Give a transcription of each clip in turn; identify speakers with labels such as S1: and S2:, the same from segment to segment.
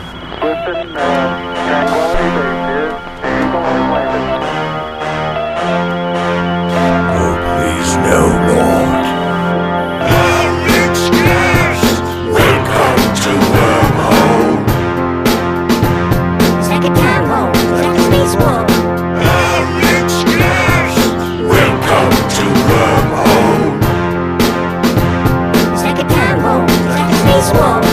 S1: Clifton, uh, Tranquility Base here. The Eagle has landed.
S2: Oh, please, no, Lord. Welcome to Wormhole.
S3: It's like a time warp. It's like a space warp.
S2: Welcome to Wormhole.
S3: It's like a time warp. It's like a space warp.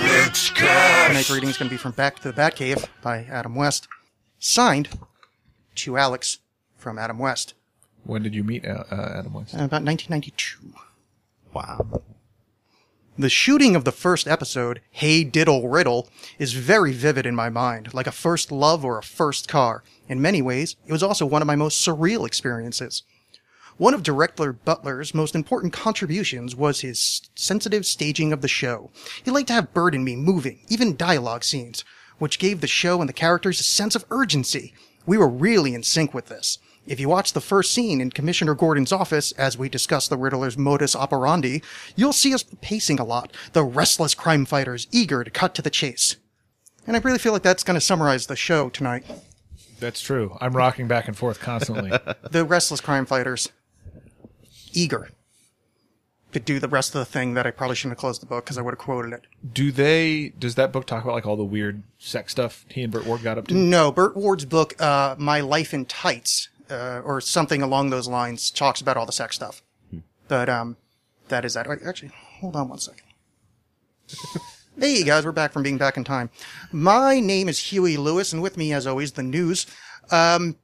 S4: Tonight's reading is going to be from Back to the Batcave by Adam West, signed to Alex from Adam West,
S5: When did you meet uh, uh, Adam West?
S4: uh, about 1992.
S5: Wow.
S4: The shooting of the first episode, Hey Diddle Riddle, is very vivid in my mind, like a first love or a first car. In many ways, it was also one of my most surreal experiences. One of director Butler's most important contributions was his sensitive staging of the show. He liked to have Bird and me moving, even dialogue scenes, which gave the show and the characters a sense of urgency. We were really in sync with this. If you watch the first scene in Commissioner Gordon's office as we discuss the Riddler's modus operandi, you'll see us pacing a lot, the restless crime fighters eager to cut to the chase. And I really feel like that's going to summarize the show tonight.
S5: That's true. I'm rocking back and forth constantly.
S4: the restless crime fighters eager to do the rest of the thing that I probably shouldn't have closed the book because I would have quoted it.
S5: Do they? Does that book talk about like all the weird sex stuff he and Burt Ward got up to?
S4: No, Burt Ward's book, uh, My Life in Tights, uh, or something along those lines, talks about all the sex stuff. But um, that is that. Wait, Actually, hold on one second. hey guys, we're back from being back in time. My name is Huey Lewis, and with me, as always, the news. Um,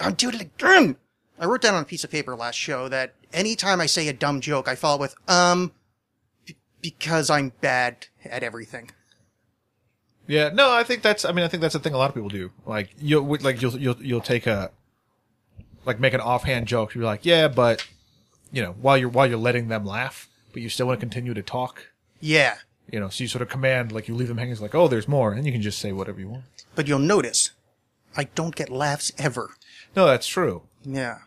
S4: I'll do it again. I wrote down on a piece of paper last show that anytime I say a dumb joke, I follow with um, b- because I'm bad at everything.
S5: Yeah, no, I think that's. I mean, I think that's a thing a lot of people do. Like you'll would- like you'll you'll you'll take a like make an offhand joke. You'll be like, yeah, but you know, while you're while you're letting them laugh, but you still want to continue to talk.
S4: Yeah,
S5: You know, so you sort of command like you leave them hanging. It's like, oh, there's more, and you can just say whatever you want.
S4: but you'll notice I don't get laughs ever.
S5: No, that's true.
S4: Yeah.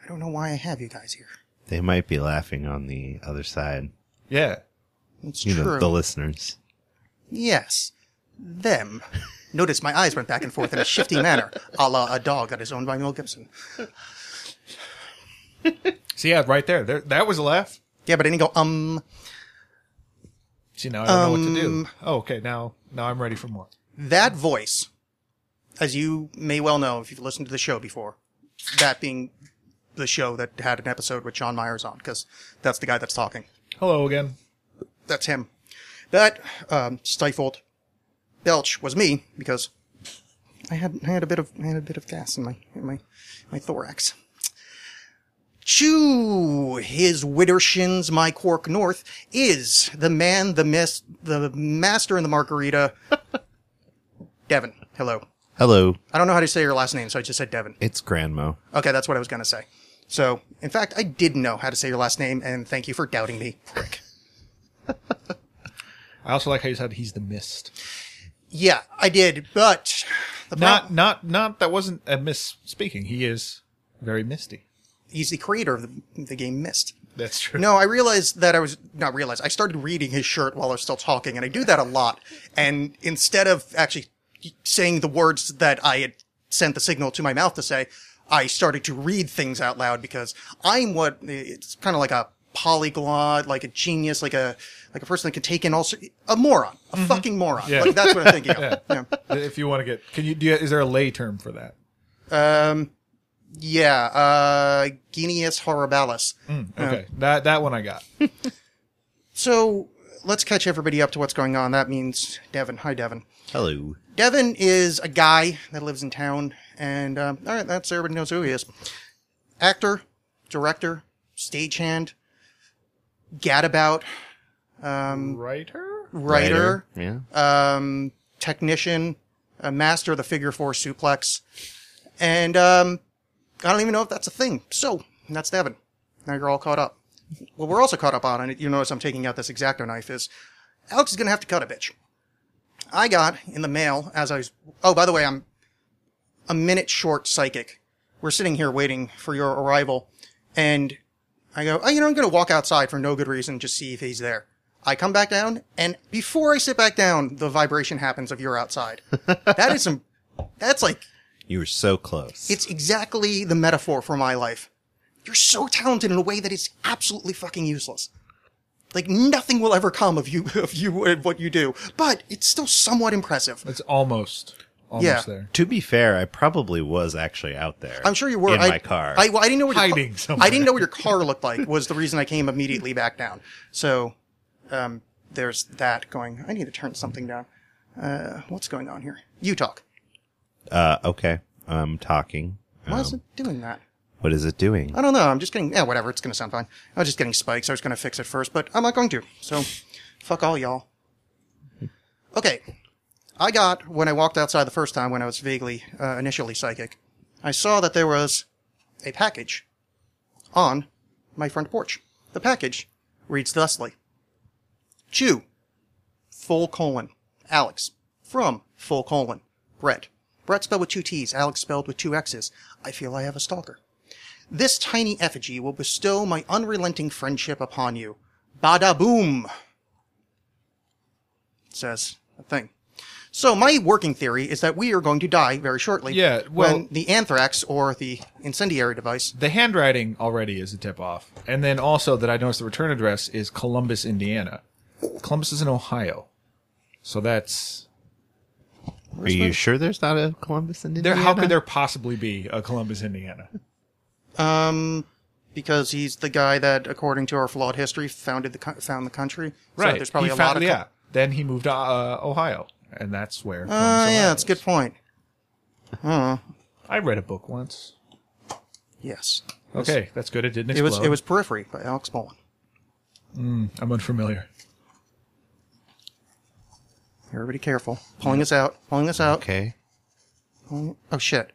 S4: I don't know why I have you guys here.
S6: They might be laughing on the other side.
S5: Yeah,
S4: It's
S6: You
S4: true.
S6: know, the listeners.
S4: yes. Them. Notice my eyes went back and forth in a shifty manner, a la a dog that is owned by Mel Gibson.
S5: See, yeah, right there. There, that was a laugh.
S4: Yeah, but I didn't go, um,
S5: See, now I don't know what to do. Oh, okay, now now I'm ready for more.
S4: that voice, as you may well know if you've listened to the show before, that being the show that had an episode with John Myers on, because that's the guy that's talking.
S5: Hello again.
S4: That's him. That um, stifled belch was me because I had I had a bit of I had a bit of gas in my in my my thorax. Chew his widdershins, my cork north is the man, the miss, the master in the margarita. Devin, hello.
S6: Hello,
S4: I don't know how to say your last name, so I just said Devin.
S6: it's Grandmo.
S4: Okay, that's what I was gonna say. So, in fact, I did know how to say your last name, and thank you for doubting me, prick.
S5: I also like how you said he's the mist.
S4: Yeah, I did, but the
S5: Not
S4: pro-
S5: not not that wasn't a misspeaking. He is very misty.
S4: he's the creator of the, the game Mist.
S5: That's true.
S4: No, I realized that I was not realized. I started reading his shirt while I was still talking, and I do that a lot. And instead of actually saying the words that I had sent the signal to my mouth to say, I started to read things out loud because I'm what it's kind of like a polyglot, like a genius, like a like a person that can take in all sor- a moron, a fucking moron.
S5: Yeah.
S4: Like that's what I'm thinking of. Yeah.
S5: If you want to get, can you do? You, is there a lay term for that?
S4: Um, yeah, uh, Guineus horribilis.
S5: Hmm, Okay, that that one I got.
S4: So let's catch everybody up to what's going on. That means Devin. Hi, Devin.
S6: Hello.
S4: Devin is a guy that lives in town, and um, all right, that's everybody knows who he is. Actor, director, stagehand, gadabout,
S5: Writer.
S4: writer,
S6: Yeah.
S4: um, technician, a master of the figure four suplex, and um, I don't even know if that's a thing. So that's Devin. Now you're all caught up. Well, we're also caught up on, and you notice I'm taking out this exacto knife. Is Alex is gonna have to cut a bitch. I got in the mail as I was. Oh, by the way, I'm a minute short psychic. we're sitting here waiting for your arrival. And I go, oh, you know, I'm going to walk outside for no good reason, just see if he's there. I come back down, and before I sit back down, the vibration happens of you're outside. that is some, that's like,
S6: You were so close.
S4: it's exactly the metaphor for my life. You're so talented in a way that it's absolutely fucking useless. Like nothing will ever come of you, of you and what you do, but it's still somewhat impressive.
S5: It's almost, almost
S4: Yeah.
S5: there.
S6: to be fair, I probably was actually out there.
S4: I'm sure you were
S6: in
S4: I,
S6: my car.
S4: I, well, I didn't know what
S5: Hiding
S4: your, car-
S5: somewhere.
S4: I didn't know what your car looked like. Was the reason I came immediately back down. So, um, there's that going. I need to turn something down. Uh, what's going on here? You talk.
S6: uh, okay, I'm talking.
S4: Why is it
S6: Um,
S4: doing that?
S6: what is it doing?
S4: I don't know. I'm just getting yeah, whatever. It's gonna sound fine. I was just getting spikes. I was gonna fix it first, but I'm not going to. So, fuck all y'all. Okay, I got when I walked outside the first time when I was vaguely uh, initially psychic. I saw that there was a package on my front porch. The package reads thusly: Chew, full colon, Alex from full colon, Brett. Brett spelled with two T's, Alex spelled with two X's. I feel I have a stalker. This tiny effigy will bestow my unrelenting friendship upon you. Bada boom! Says a thing. So my working theory is that we are going to die very shortly.
S5: Yeah, well-
S4: when the anthrax or the incendiary device.
S5: The handwriting already is a tip off, and then also that I noticed the return address is Columbus, Indiana. Columbus is in Ohio, so that's
S6: Are you sure there's not a Columbus in
S5: there.
S6: Indiana?
S5: How could there possibly be a Columbus, Indiana?
S4: Um, because he's the guy that, according to our flawed history, founded the co- found the country. So there's probably
S5: He
S4: a
S5: found-
S4: lot of co-
S5: yeah. Then he moved to uh, Ohio, and that's where.
S4: Uh,
S5: Columbus,
S4: yeah,
S5: Ohio
S4: that's a good
S5: is.
S4: point.
S5: I read a book once.
S4: Yes,
S5: Okay, that's good. It didn't
S4: it
S5: explode.
S4: was it was Periphery by Alex Bolan.
S5: I'm unfamiliar.
S4: Everybody, careful. Pulling us out. Pulling us out.
S6: Okay.
S4: Oh shit.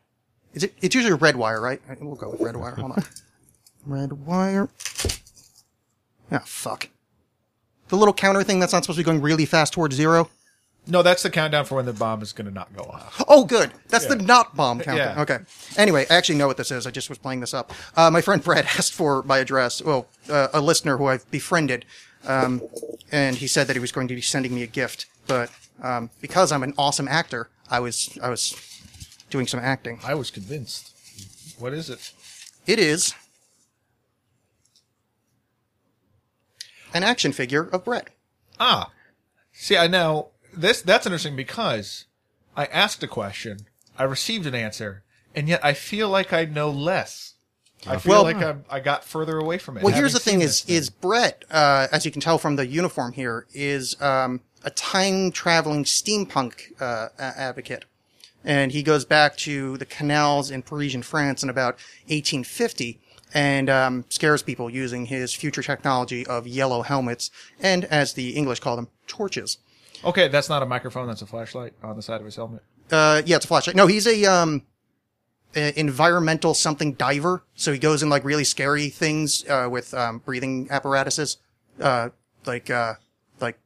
S4: Is it? It's usually red wire, right? Uh, We'll go with red wire. Hold on. Red wire. Ah, fuck. The little counter thing that's not supposed to be going really fast towards zero.
S5: No, that's the countdown for when the bomb is going to not go off.
S4: Oh, good. That's the not bomb countdown.
S5: Yeah.
S4: Okay. Anyway, I actually know what this is. I just was playing this up. Uh, my friend Brad asked for my address. Well, uh, a listener who I've befriended, um, and he said that he was going to be sending me a gift, but um, because I'm an awesome actor, I was I was doing some acting.
S5: I was convinced. What is it?
S4: It is an action figure of Brett.
S5: Ah, see, I now this that's interesting because I asked a question, I received an answer, and yet I feel like I know less. I feel
S4: Well- hmm.
S5: like I'm, I got further away from it.
S4: Well,
S5: having
S4: here's the
S5: seen
S4: thing:
S5: this
S4: is is Brett, uh, as you can tell from the uniform here, is um, a time traveling steampunk uh, a- advocate, and he goes back to the canals in Parisian France in about 1850 and um, scares people using his future technology of yellow helmets and, as the English call them, torches.
S5: Okay, that's not a microphone. That's a flashlight on the side of his helmet.
S4: Uh, yeah, it's a flashlight. No, he's a um, a- environmental something diver. So he goes in like really scary things uh, with um, breathing apparatuses, uh, like uh, like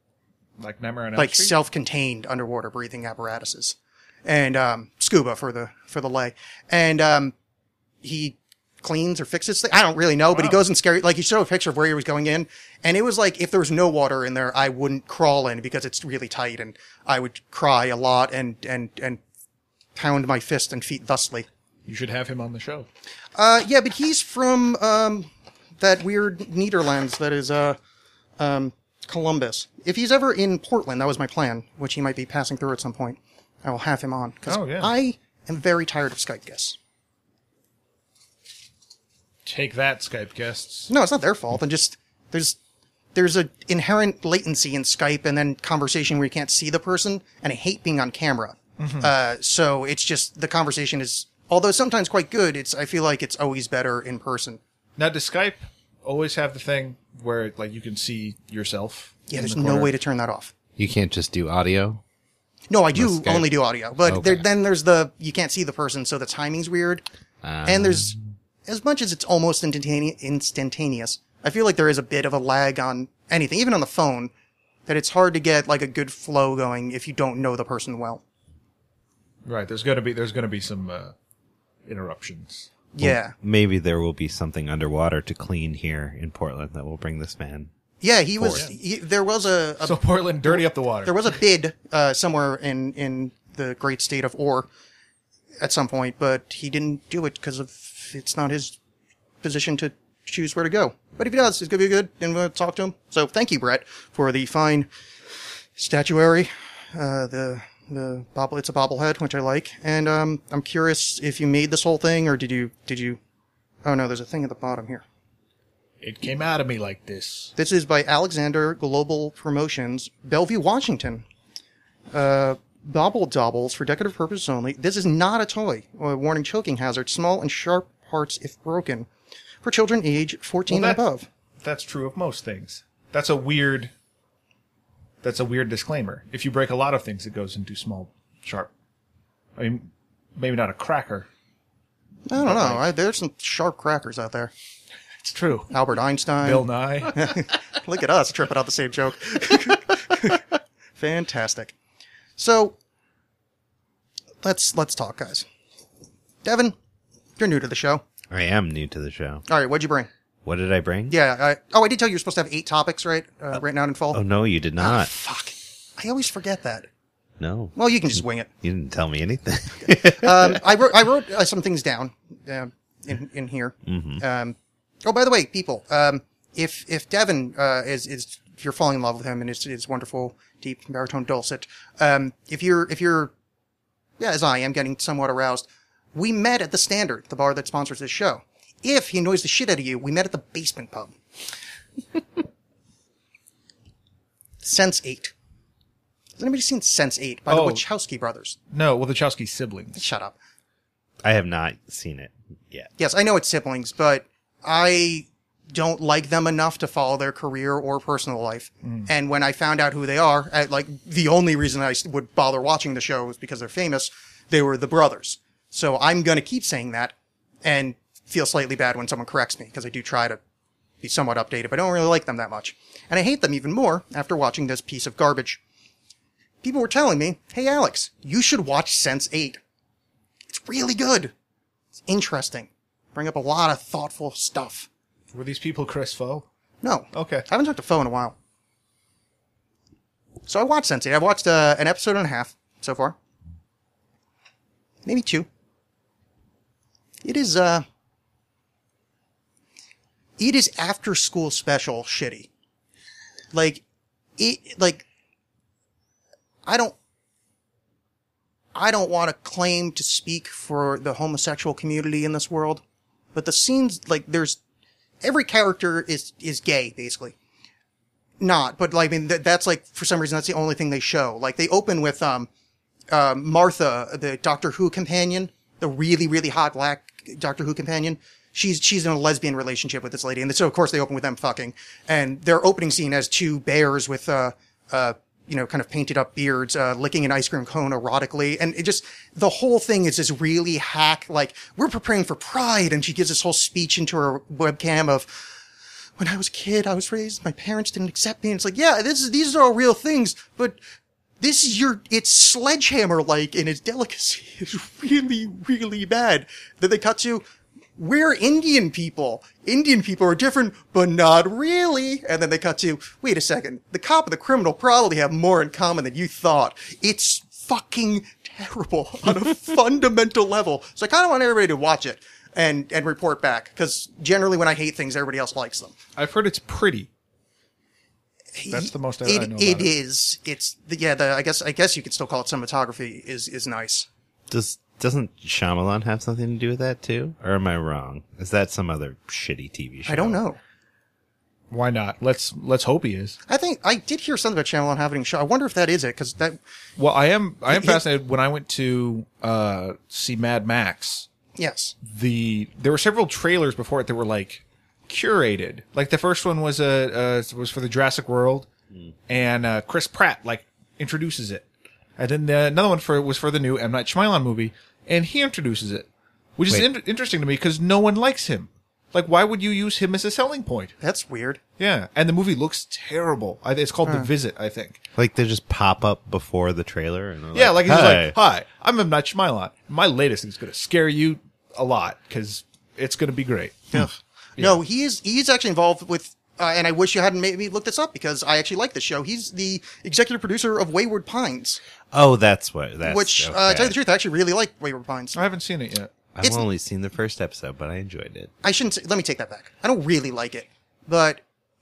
S5: Like Nightmare on Elm
S4: like
S5: Street?
S4: self-contained underwater breathing apparatuses, and um, scuba for the for the lay. And um, he cleans or fixes. Things. I don't really know, but he goes in scary. Like he showed a picture of where he was going in, and it was like if there was no water in there, I wouldn't crawl in because it's really tight, and I would cry a lot and and and pound my fist and feet thusly.
S5: you should have him on the show.
S4: Uh, yeah, but he's from um, that weird Netherlands that is uh, um, Columbus. If he's ever in Portland, that was my plan, which he might be passing through at some point. I will have him on because
S5: Oh, yeah.
S4: I am very tired of Skype guests.
S5: Take that, Skype guests.
S4: No, it's not their fault. And just there's there's a inherent latency in Skype and then conversation where you can't see the person, and I hate being on camera.
S5: Mm-hmm.
S4: Uh, so it's just the conversation is, although sometimes quite good. It's I feel like it's always better in person.
S5: Now, does Skype always have the thing where like you can see yourself?
S4: Yeah,
S5: in
S4: there's
S5: the
S4: no
S5: corner?
S4: way to turn that off.
S6: You can't just do audio.
S4: No, I do
S6: Skype.
S4: only do audio, but
S6: Okay.
S4: there, then there's the you can't see the person, so the timing's weird. and there's as much as it's almost instantane- instantaneous. I feel like there is a bit of a lag on anything, even on the phone, that it's hard to get like a good flow going if you don't know the person well.
S5: Right, there's gonna be there's gonna be some uh, interruptions.
S4: Yeah.
S6: Maybe there will be something underwater to clean here in Portland that will bring this man.
S4: Yeah, he was.
S5: Forward.
S4: He, there was a, a
S5: So Portland, dirty up the water.
S4: there was a bid uh, somewhere in in the great state of Or at some point, but he didn't do it because of it's not his position to choose where to go. But if he does, it's gonna be good, and we'll talk to him. So thank you, Brett, for the fine statuary, uh, the the bobble. It's a bobblehead, which I like, and um, I'm curious if you made this whole thing or did you did you? Oh no, there's a thing at the bottom here.
S5: it came out of me like this.
S4: This is by Alexander Global Promotions, Bellevue, Washington. Uh, bobble dobbles for decorative purposes only. This is not a toy. Uh, warning choking hazard. Small and sharp parts if broken. For children age 14
S5: Well,
S4: and
S5: that-
S4: above.
S5: That's true of most things. That's a weird. That's a weird disclaimer. If you break a lot of things, it goes into small, sharp. I mean, maybe not a cracker.
S4: I don't know. I, there's some sharp crackers out there.
S5: It's true.
S4: Albert Einstein.
S5: Bill Nye.
S4: Look at us tripping out the same joke. Fantastic. So let's let's talk, guys. Devin, you're new to the show.
S6: I am new to the show.
S4: All right, what'd you bring?
S6: What did I bring?
S4: Yeah. I, oh, I did tell you you're supposed to have eight topics, right? Uh, written out in fall.
S6: Oh no, you did not.
S4: Ah, Fuck. I always forget that.
S6: No,
S4: Well, you can just wing it.
S6: you didn't tell me anything.
S4: Um, I wrote I wrote uh, some things down um, in in here. Um, oh, by the way, people, um, if if Devin uh, is is if you're falling in love with him and his his wonderful deep baritone dulcet, um, if you're if you're yeah, as I am getting somewhat aroused, we met at the Standard, the bar that sponsors this show. If he annoys the shit out of you, we met at the basement pub. Sense Eight. Has anybody seen Sense Eight by
S5: Oh.
S4: the Wachowski brothers?
S5: no, well, the Chowski siblings.
S4: Shut up.
S6: I have not seen it yet.
S4: Yes, I know it's siblings, but I don't like them enough to follow their career or personal life. And when I found out who they are, I, like the only reason I s- would bother watching the show was because they're famous. They were the brothers. So I'm going to keep saying that and feel slightly bad when someone corrects me because I do try to be somewhat updated, but I don't really like them that much. And I hate them even more after watching this piece of garbage. People were telling me, hey, Alex, you should watch Sense 8. It's really good. It's interesting. Bring up a lot of thoughtful stuff.
S5: Were these people Chris Foe?
S4: No.
S5: Okay.
S4: I haven't talked to Foe in a while. So I watched Sense8. I've watched uh, an episode and a half so far. Maybe two. It is, uh. It is after school special shitty. Like, it, like, I don't. I don't want to claim to speak for the homosexual community in this world, but the scenes, like, there's every character is is gay basically not but like i mean that, that's like for some reason that's the only thing they show like they open with um uh, martha the doctor who companion the really really hot black doctor who companion she's she's in a lesbian relationship with this lady and so of course they open with them fucking and their opening scene has two bears with uh uh you know, kind of painted up beards, uh, licking an ice cream cone erotically. And it just, the whole thing is this really hack, like, we're preparing for pride. And she gives this whole speech into her webcam of, when I was a kid, I was raised, my parents didn't accept me. And it's like, yeah, this is, these are all real things, but this is your, it's sledgehammer like, and its delicacy is really, really bad. Then they cut to, we're Indian people. Indian people are different, but not really. And then they cut to, wait a second, the cop and the criminal probably have more in common than you thought. It's fucking terrible on a fundamental level. So I kind of want everybody to watch it and, and report back, because generally when I hate things, everybody else likes them.
S5: I've heard it's pretty. That's the most I, I know about
S4: it is. It's the, yeah. The I guess I guess you could still call it cinematography. Is is nice.
S6: Does doesn't Shyamalan have something to do with that too? Or am I wrong? Is that some other shitty TV show?
S4: I don't know.
S5: Why not? Let's let's hope he is.
S4: I think I did hear something about Shyamalan having a show. I wonder if that is it because that
S5: Well, I am. I am
S4: He- he-
S5: fascinated. When I went to uh, see Mad Max,
S4: yes.
S5: the there were several trailers before it that were like curated. Like the first one was a uh, was for the Jurassic World, and uh, Chris Pratt like introduces it, and then the, another one for was for the new M Night Shyamalan movie, and he introduces it, which is
S6: Wait.
S5: in- interesting to me because no one likes him. Like, why would you use him as a selling point?
S4: That's weird.
S5: Yeah, and the movie looks terrible. I, it's called The Visit, I think.
S6: Like they just pop up before the trailer and they're
S5: Yeah, like he's
S6: "Hi."
S5: like, "Hi, I'm M Night Shyamalan. My latest is going to scare you a lot because it's going to be great.
S4: No, he is he's actually involved with. Uh, and I wish you hadn't made me look this up because I actually like this show. He's the executive producer of Wayward Pines,
S6: Oh, that's what. That's
S4: which,
S6: okay.
S4: uh, to tell you the truth, I actually really like Wayward Pines.
S5: I haven't seen it yet.
S6: I've
S4: it's-
S6: only seen the first episode, but I enjoyed it.
S4: I shouldn't say, let me take that back. I don't really like it, but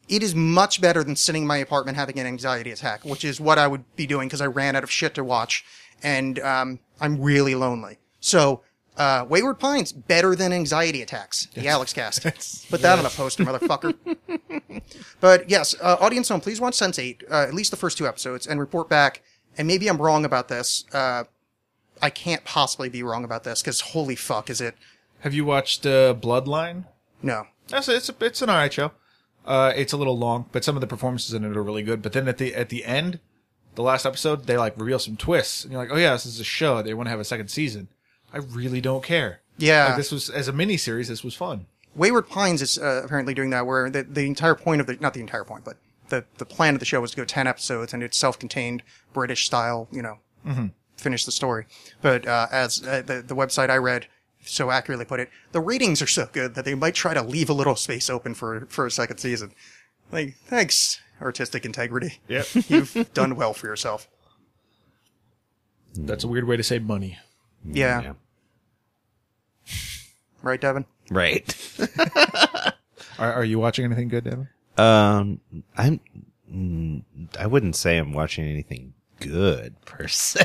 S4: it is much better than sitting in my apartment having an anxiety attack, which is what I would be doing because I ran out of shit to watch and, um, I'm really lonely. So, uh, Wayward Pines, better than anxiety attacks. The Alex cast. Put that on a poster, motherfucker. but yes, uh, audience home, please watch Sense8, uh, at least the first two episodes and report back. And maybe I'm wrong about this. Uh, I can't possibly be wrong about this because holy fuck is it.
S5: Have you watched uh, Bloodline?
S4: No.
S5: That's it's a, it's an alright show. Uh, it's a little long, but some of the performances in it are really good. But then at the at the end, the last episode, they like reveal some twists, and you're like, oh yeah, this is a show. They want to have a second season. I really don't care.
S4: Yeah.
S5: like, this was as a mini series. This was fun.
S4: Wayward Pines is uh, apparently doing that, where the, the entire point of the not the entire point, but the the plan of the show was to go ten episodes, and it's self-contained British style, you know, finish the story. But uh, as uh, the the website I read so accurately put it, the ratings are so good that they might try to leave a little space open for for a second season. Like, thanks, artistic integrity.
S5: Yep.
S4: You've done well for yourself.
S5: That's a weird way to say money.
S4: Yeah. Right, Devin?
S6: Right.
S5: Are, are you watching anything good, Devin?
S6: Um, I'm. mm, I wouldn't say I'm watching anything good per se.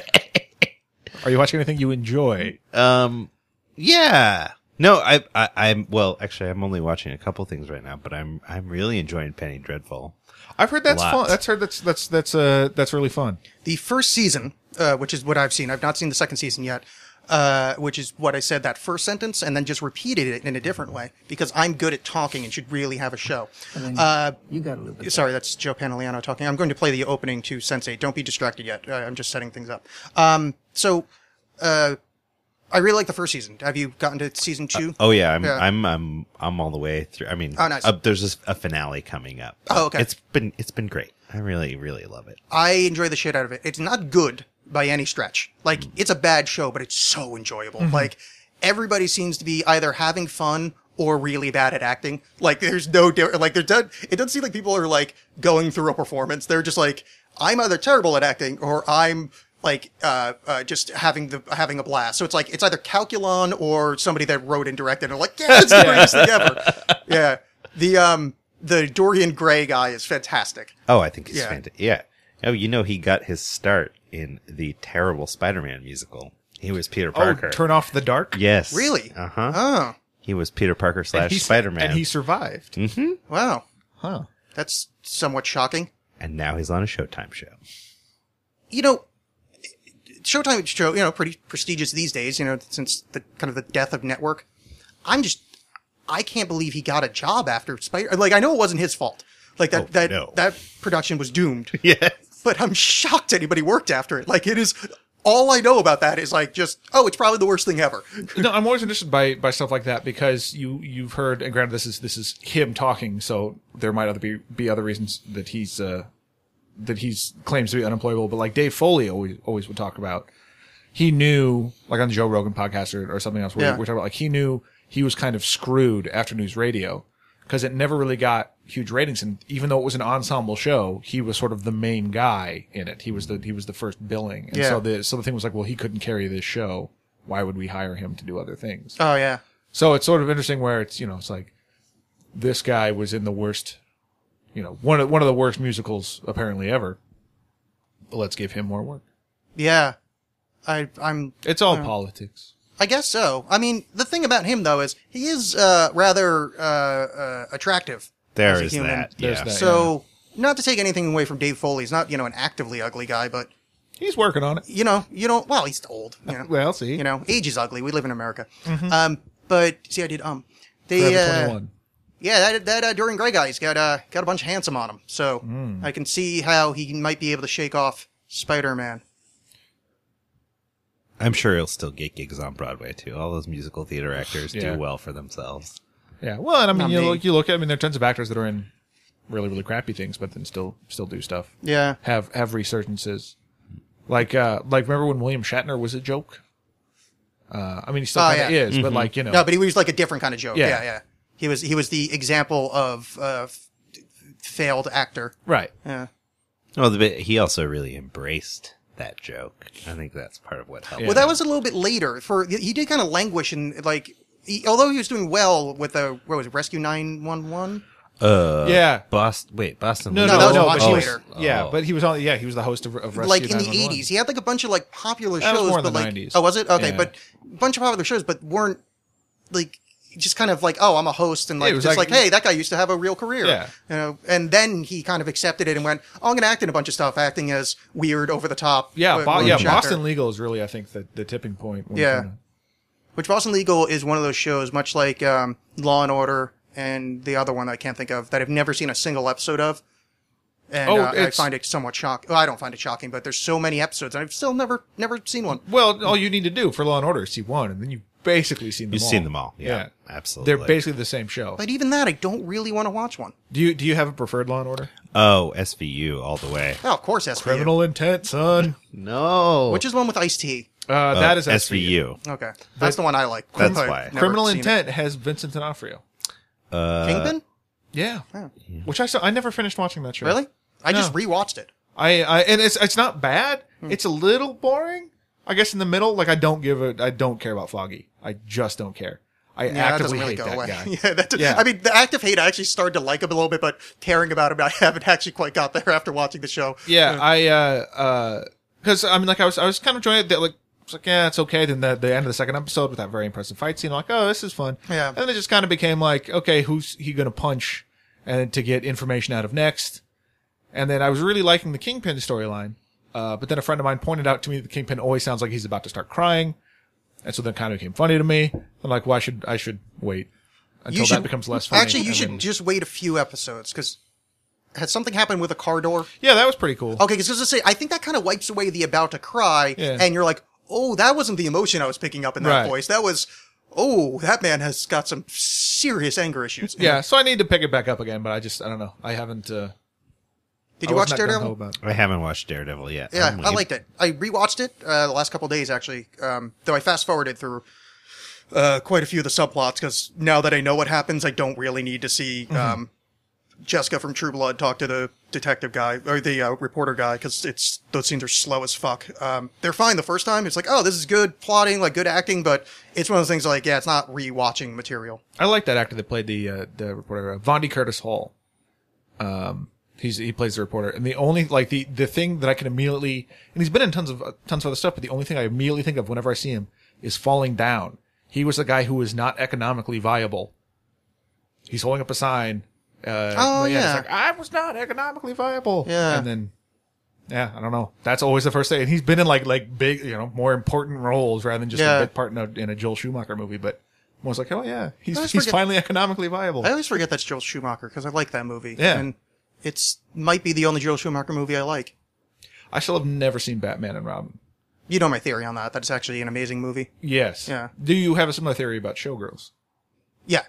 S5: Are you watching anything you enjoy?
S6: Um, yeah. No, I, I, I'm. Well, actually, I'm only watching a couple things right now, but I'm, I'm really enjoying Penny Dreadful.
S5: I've heard that's
S6: Lots.
S5: fun. That's heard that's that's that's uh that's really fun.
S4: the first season, uh, which is what I've seen. I've not seen the second season yet, uh, which is what I said that first sentence, and then just repeated it in a different way because I'm good at talking and should really have a show. Uh,
S7: You got a little bit.
S4: sorry, that's Joe Pantoliano talking. I'm going to play the opening to Sensei. Don't be distracted yet. Uh, I'm just setting things up. Um, so, uh, I really like the first season. Have you gotten to season two?
S6: Oh yeah, I'm,
S4: Yeah.
S6: I'm, I'm, I'm all the way through. I mean,
S4: Oh, nice.
S6: uh, there's a, a finale coming up.
S4: Oh, okay.
S6: It's been, it's been great. I really, really love it.
S4: I enjoy the shit out of it. It's not good by any stretch. Like, it's a bad show, but it's so enjoyable. Like, everybody seems to be either having fun or really bad at acting. Like, there's no, di- like, there does, it doesn't seem like people are like going through a performance. They're just like, I'm either terrible at acting or I'm like, uh, uh, just having the, having a blast. So it's like, it's either Calculon or somebody that wrote and directed and are like, yeah, it's the greatest thing ever. Yeah. The, um, the Dorian Gray guy is fantastic.
S6: Oh, I think he's
S4: Yeah.
S6: fantastic. Yeah. Oh, you know, he got his start in the terrible Spider-Man musical. He was Peter Parker.
S5: Oh, turn off the dark.
S6: yes.
S4: Really?
S6: Uh huh.
S4: Oh.
S6: He was Peter Parker
S5: And
S6: slash
S5: he-
S6: Spider-Man, Hmm.
S5: and he survived.
S4: Wow.
S5: Huh.
S4: That's somewhat shocking.
S6: and now he's on a Showtime show.
S4: You know, Showtime is show, you know, pretty prestigious these days, you know, since the kind of the death of network. I'm just, I can't believe he got a job after Spider. Like, I know it wasn't his fault. Like that,
S6: Oh,
S4: that,
S6: no.
S4: that production was doomed,
S6: Yes.
S4: but I'm shocked anybody worked after it. Like it is, all I know about that is like just, oh, it's probably the worst thing ever.
S5: no, I'm always interested by by stuff like that because you you've heard and granted this is this is him talking, so there might other be be other reasons that he's uh that he's claims to be unemployable, but like Dave Foley always always would talk about. He knew, like on the Joe Rogan podcast or, or something else, where
S4: Yeah.
S5: we we're talking about like he knew he was kind of screwed after news radio because it never really got huge ratings, and even though it was an ensemble show, he was sort of the main guy in it. He was the he was the first billing, and
S4: Yeah.
S5: so the so the thing was like, well, he couldn't carry this show. Why would we hire him to do other things?
S4: Oh yeah.
S5: So it's sort of interesting where it's, you know, it's like this guy was in the worst, you know, one of, one of the worst musicals apparently ever. But let's give him more work.
S4: Yeah. I, I'm
S5: It's all politics.
S4: I guess so. I mean, the thing about him though is he is uh, rather uh, uh, attractive. as
S6: There
S4: a
S6: is
S4: human.
S6: that.
S5: There's
S6: yeah.
S5: that.
S4: So, not to take anything away from Dave Foley, he's not you know an actively ugly guy, but
S5: He's working on it.
S4: you know you don't. Well, he's old. You know,
S5: Well, see.
S4: you know, age is ugly. We live in America. Um, but see, I did um, they
S5: Forever
S4: uh,
S5: 21.
S4: yeah that that uh, Dorian Gray guy's got uh got a bunch of handsome on him, so
S5: Mm.
S4: I can see how he might be able to shake off Spider Man.
S6: I'm sure he'll still get gigs on Broadway too. All those musical theater actors
S5: Yeah.
S6: do well for themselves.
S5: Yeah. Well, and I mean,
S4: Not
S5: you
S4: me.
S5: look, you look at, I mean, there are tons of actors that are in really, really crappy things, but then still, still do stuff.
S4: Yeah.
S5: Have, have resurgences. Like, uh, like remember when William Shatner was a joke? Uh, I mean, he still
S4: Oh,
S5: kind of
S4: yeah.
S5: is, but like you know,
S4: No, but he was like a different kind of joke.
S5: Yeah.
S4: Yeah, yeah. He was he was the example of uh, f- failed actor.
S5: right?
S4: Yeah.
S6: Well, the bit, he also really embraced that joke. I think that's part of what helped.
S5: Yeah.
S4: Well, that was a little bit later. For he did kind of languish and like, he, although he was doing well with the what was it, Rescue Nine One One.
S6: Uh,
S5: yeah.
S6: Boston. Wait, Boston.
S5: No,
S6: Legal? Oh,
S5: no,
S4: that was
S5: no,
S4: much
S5: but he
S4: later.
S5: Was, yeah, but he was on. Yeah, he was the host of, of Rescue
S4: Like in the
S5: 911.
S4: eighties, he had like a bunch of like popular
S5: That was
S4: shows,
S5: more in
S4: but
S5: the
S4: like,
S5: 90s.
S4: oh, was it okay?
S5: Yeah.
S4: But a bunch of popular shows, but weren't like just kind of like, oh, I'm a host, and
S5: Yeah,
S4: like
S5: it was
S4: just
S5: like-
S4: like, hey, that guy used to have a real career,
S5: Yeah.
S4: you know. And then he kind of accepted it and went, oh, I'm gonna act in a bunch of stuff, acting as weird, over the top,
S5: Yeah,
S4: uh,
S5: Bo- yeah.
S4: actor.
S5: Boston Legal is really, I think, the, the tipping point. when
S4: Yeah.
S5: it kinda-
S4: Which Boston Legal is one of those shows, much like um, Law and Order and the other one I can't think of, that I've never seen a single episode of. And
S5: Oh,
S4: uh, I
S5: it's-
S4: find it somewhat shocking. Well, I don't find it shocking, but there's so many episodes, and I've still never, never seen one.
S5: Well, all you need to do for Law and Order is see one, and then you've basically seen them.
S6: You've
S5: all.
S6: seen them all. Yeah, absolutely.
S5: They're basically the same show.
S4: But even that, I don't really want to watch one.
S5: Do you do you have a preferred Law and Order?
S6: oh SVU all the way.
S4: Oh, of course, SVU.
S5: Criminal Intent, son.
S6: No,
S4: Which is the one with Ice T.
S5: Uh, that is SVU.
S6: SVU.
S4: Okay, that's the one I like.
S6: That's
S4: I've
S6: why.
S4: never
S5: Criminal
S4: seen it.
S5: Intent has Vincent D'Onofrio.
S6: Uh,
S5: Uh,
S4: Kingpin?
S5: Yeah. Which I saw, I never finished watching that show.
S4: Really? I just
S5: No.
S4: rewatched it.
S5: I, I and it's it's not bad.
S4: Hmm.
S5: It's a little boring. I guess in the middle, like I don't give a I don't care about Foggy. I just don't care. I
S4: Yeah, that doesn't
S5: actively
S4: really
S5: hate
S4: go
S5: that
S4: away.
S5: guy.
S4: yeah, that does,
S5: Yeah.
S4: I mean, the act of hate I actually started to like him a little bit, but caring about him, I haven't actually quite got there after watching the show.
S5: Yeah, I uh uh because I mean like I was I was kind of enjoying it that like it's like yeah it's okay. Then the the end of the second episode with that very impressive fight scene, like oh this is fun.
S4: Yeah.
S5: and then it just kind of became like okay who's he gonna punch and to get information out of next. And then I was really liking the Kingpin storyline, uh, but then a friend of mine pointed out to me that the Kingpin always sounds like he's about to start crying, and so then it kind of became funny to me. I'm like, why should I should wait until that becomes less funny?
S4: Actually, you
S5: and
S4: should
S5: then-
S4: just wait a few episodes because has something happened with a car door?
S5: yeah, that was pretty cool.
S4: Okay, because say I think that kind of wipes away the about to cry,
S5: Yeah.
S4: and you're like, oh, that wasn't the emotion I was picking up in that
S5: Right.
S4: voice. That was, oh, that man has got some serious anger issues.
S5: Yeah, so I need to pick it back up again, but I just I don't know. I haven't. Uh,
S4: Did
S5: I
S4: you
S5: was
S4: watch
S5: not gung-ho
S4: Daredevil?
S5: about it.
S6: I haven't watched Daredevil yet.
S4: Yeah,
S6: I'm
S4: I
S6: lame.
S4: liked it. I rewatched it uh, the last couple of days actually. Um, though I fast forwarded through uh, quite a few of the subplots because now that I know what happens, I don't really need to see um, Jessica from True Blood talk to the detective guy or the uh, reporter guy because it's those scenes are slow as fuck. Um, they're fine the first time. It's like, oh, this is good plotting, like good acting, but it's one of those things like, yeah, it's not rewatching material.
S5: I like that actor that played the uh, the reporter, uh, Vondi Curtis Hall. Um, he's he plays the reporter, and the only like the the thing that I can immediately and he's been in tons of uh, tons of other stuff, but the only thing I immediately think of whenever I see him is falling down. He was the guy who was not economically viable. He's holding up a sign. Uh,
S4: Oh,
S5: it's
S4: yeah.
S5: like I was not economically viable.
S4: Yeah.
S5: and then. Yeah, I don't know. That's always the first thing. And he's been in like like big, you know, more important roles rather than just
S4: Yeah.
S5: a big part in a, in a Joel Schumacher movie. But I was like, oh yeah, he's
S4: always
S5: he's
S4: forget-
S5: finally economically viable.
S4: I always forget that's Joel Schumacher because I like that movie.
S5: Yeah.
S4: and it's might be the only Joel Schumacher movie I like.
S5: I still have never seen Batman and Robin.
S4: You know my theory on that. That's actually an amazing movie.
S5: Yes.
S4: Yeah.
S5: Do you have a similar theory about Showgirls?
S4: Yeah.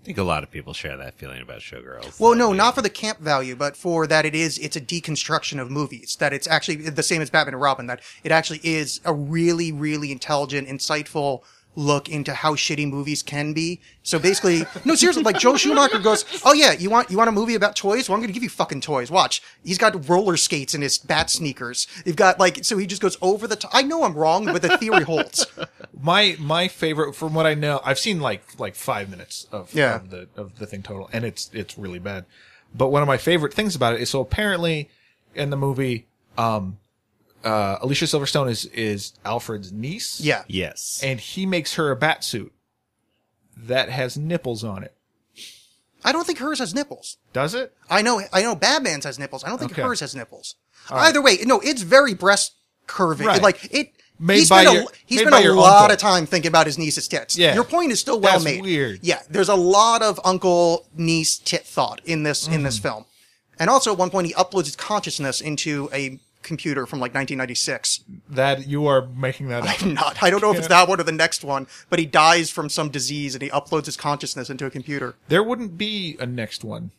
S6: I think a lot of people share that feeling about Showgirls.
S4: Well, no, not for the camp value, but for that it is, it's a deconstruction of movies. That it's actually the same as Batman and Robin, that it actually is a really, really intelligent, insightful look into how shitty movies can be. So basically, no, seriously, like Joel Schumacher goes, Oh yeah, you want, you want a movie about toys? Well, I'm going to give you fucking toys. Watch. He's got roller skates in his bat sneakers. You've got like, so he just goes over the top. I know I'm wrong, but the theory holds.
S5: My my favorite, from what I know, I've seen like like five minutes of,
S4: Yeah.
S5: of the of the thing total, and it's it's really bad. But one of my favorite things about it is so apparently in the movie, um, uh, Alicia Silverstone is is Alfred's niece.
S4: Yeah.
S6: Yes.
S5: and he makes her a bat suit that has nipples on it.
S4: I don't think hers has nipples.
S5: Does it?
S4: I know, I know Batman's has nipples. I don't think
S5: Okay.
S4: hers has nipples. Either way, no, it's very breast curving.
S5: Right.
S4: Like it.
S5: Made
S4: he
S5: by
S4: spent a,
S5: your-
S4: he
S5: made
S4: spent
S5: by
S4: a
S5: your
S4: lot
S5: uncle.
S4: of time thinking about his niece's tits.
S5: Yeah.
S4: Your point is still well
S5: That's
S4: made.
S5: weird.
S4: Yeah. There's a lot of uncle niece tit thought in this, in
S5: Mm.
S4: this film. And also at one point he uploads his consciousness into a computer from like 1996.
S5: That you are making that up.
S4: I'm not, I don't know if it's that one or the next one, but he dies from some disease and he uploads his consciousness into a computer.
S5: There wouldn't be a next one.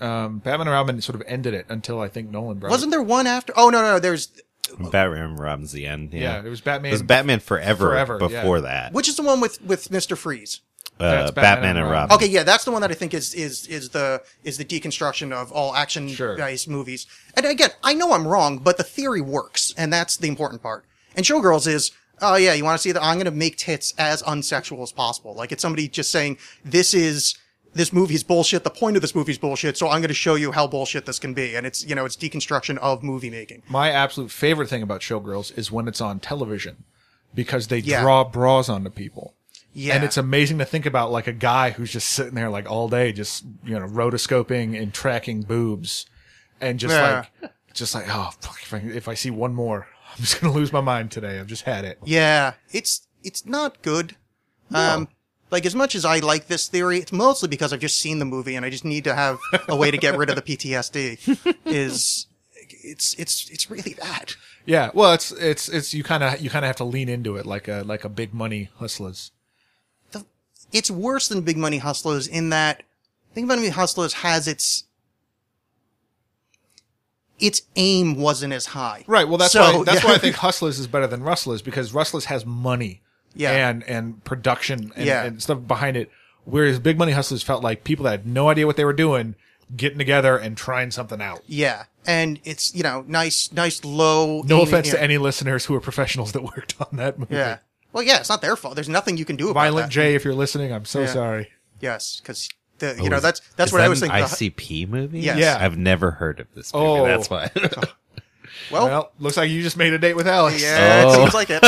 S5: Um, Batman and Robin sort of ended it until I think Nolan brought.
S4: Wasn't there one after? Oh no, no, no. There's
S6: Batman Robin's the end. Yeah,
S5: Yeah, it was Batman-
S6: It was Batman Forever,
S5: Forever, yeah.
S6: before that.
S4: Which is the one with with Mister Freeze?
S6: Uh,
S5: That's
S6: Batman,
S5: Batman
S6: and
S5: and
S6: Robin.
S5: Robin.
S4: Okay, yeah, that's the one that I think is is is the is the deconstruction of all action
S5: Sure.
S4: based movies. And again, I know I'm wrong, but the theory works, and that's the important part. And Showgirls is, oh yeah, you want to see that? I'm going to make tits as unsexual as possible. Like it's somebody just saying this is this movie's bullshit. The point of this movie's bullshit. So I'm going to show you how bullshit this can be. And it's you know it's deconstruction of movie making.
S5: My absolute favorite thing about Showgirls is when it's on television because they
S4: Yeah.
S5: draw bras onto people.
S4: Yeah.
S5: And it's amazing to think about like a guy who's just sitting there like all day, just, you know, rotoscoping and tracking boobs and just
S4: Yeah.
S5: like, just like, oh, fuck, if I, if I see one more, I'm just going to lose my mind today. I've just had it.
S4: Yeah, it's it's not good. Um like as much as I like this theory, it's mostly because I've just seen the movie and I just need to have a way to get rid of the PTSD. Is it's it's it's really bad.
S5: Yeah. Well, it's, it's, it's, you kind of, you kind of have to lean into it like a, like a big money hustlers.
S4: The, it's worse than Big Money Hustlers in that Big Money Hustlers has its its aim wasn't as high.
S5: Right. Well, that's
S4: So,
S5: why that's
S4: yeah.
S5: why I think Hustlers is better than Rustlers because Rustlers has money,
S4: Yeah.
S5: and and production and,
S4: Yeah.
S5: and stuff behind it. Whereas Big Money Hustlers felt like people that had no idea what they were doing getting together and trying something out.
S4: Yeah, and it's you know nice nice low.
S5: No
S4: aiming-
S5: offense
S4: yeah.
S5: to any listeners who are professionals that worked on that movie.
S4: Yeah. Well, yeah, it's not their fault. There's nothing you can do about
S5: Violent
S4: that.
S5: J, if you're listening, I'm so
S4: Yeah.
S5: sorry.
S4: Yes, because the
S6: Oh,
S4: you know
S6: is-
S4: that's that's
S6: is
S4: what
S6: that
S4: I was
S6: an
S4: thinking. The-
S6: ICP movie.
S4: Yes.
S5: Yeah.
S6: I've never heard of this movie.
S5: Oh.
S6: That's why.
S4: Well,
S5: Well, looks like you just made a date with Alex.
S4: Oh. yeah,
S6: Oh.
S4: it seems like it.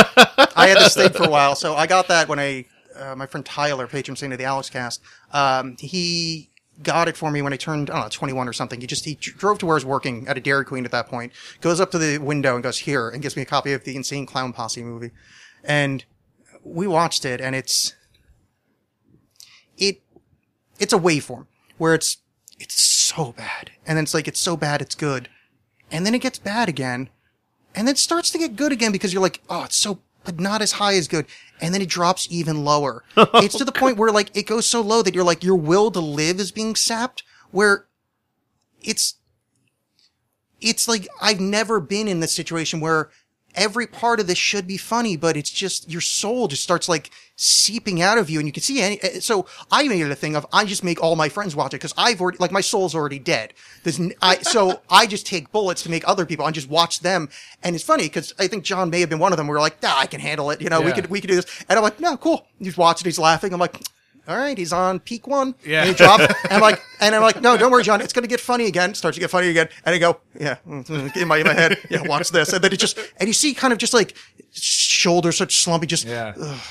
S4: I had this thing for a while, so I got that when I uh, my friend Tyler, patron saint of the Alex Cast, um, he got it for me when I turned I don't know 21 or something. He just he dr- drove to where I was working at a Dairy Queen at that point, goes up to the window and goes here and gives me a copy of the Insane Clown Posse movie, and we watched it, and it's it it's a waveform where it's it's so bad and then it's like it's so bad it's good and then it gets bad again and then it starts to get good again because you're like oh it's so but not as high as good and then it drops even lower it's to the point where like it goes so low that you're like your will to live is being sapped where it's it's like I've never been in this situation where every part of this should be funny, but it's just your soul just starts like seeping out of you, and you can see any. eh, So I made it a thing of I just make all my friends watch it because I've already like my soul's already dead. There's n- I so I just take bullets to make other people and just watch them, and it's funny because I think John may have been one of them. We were like, nah, I can handle it. You know, we
S5: Yeah.
S4: could we could do this, and I'm like, no, cool. He's watching, he's laughing. I'm like. All right, he's on peak one.
S5: Yeah.
S4: And he dropped. and I'm like, and I'm like, no, don't worry, John. It's going to get funny again. It starts to get funny again. And I go, yeah, mm, mm, in my, in my head, yeah, watch this. And then it just, and you see kind of just like shoulders such slumpy, just,
S5: Yeah.
S4: oh,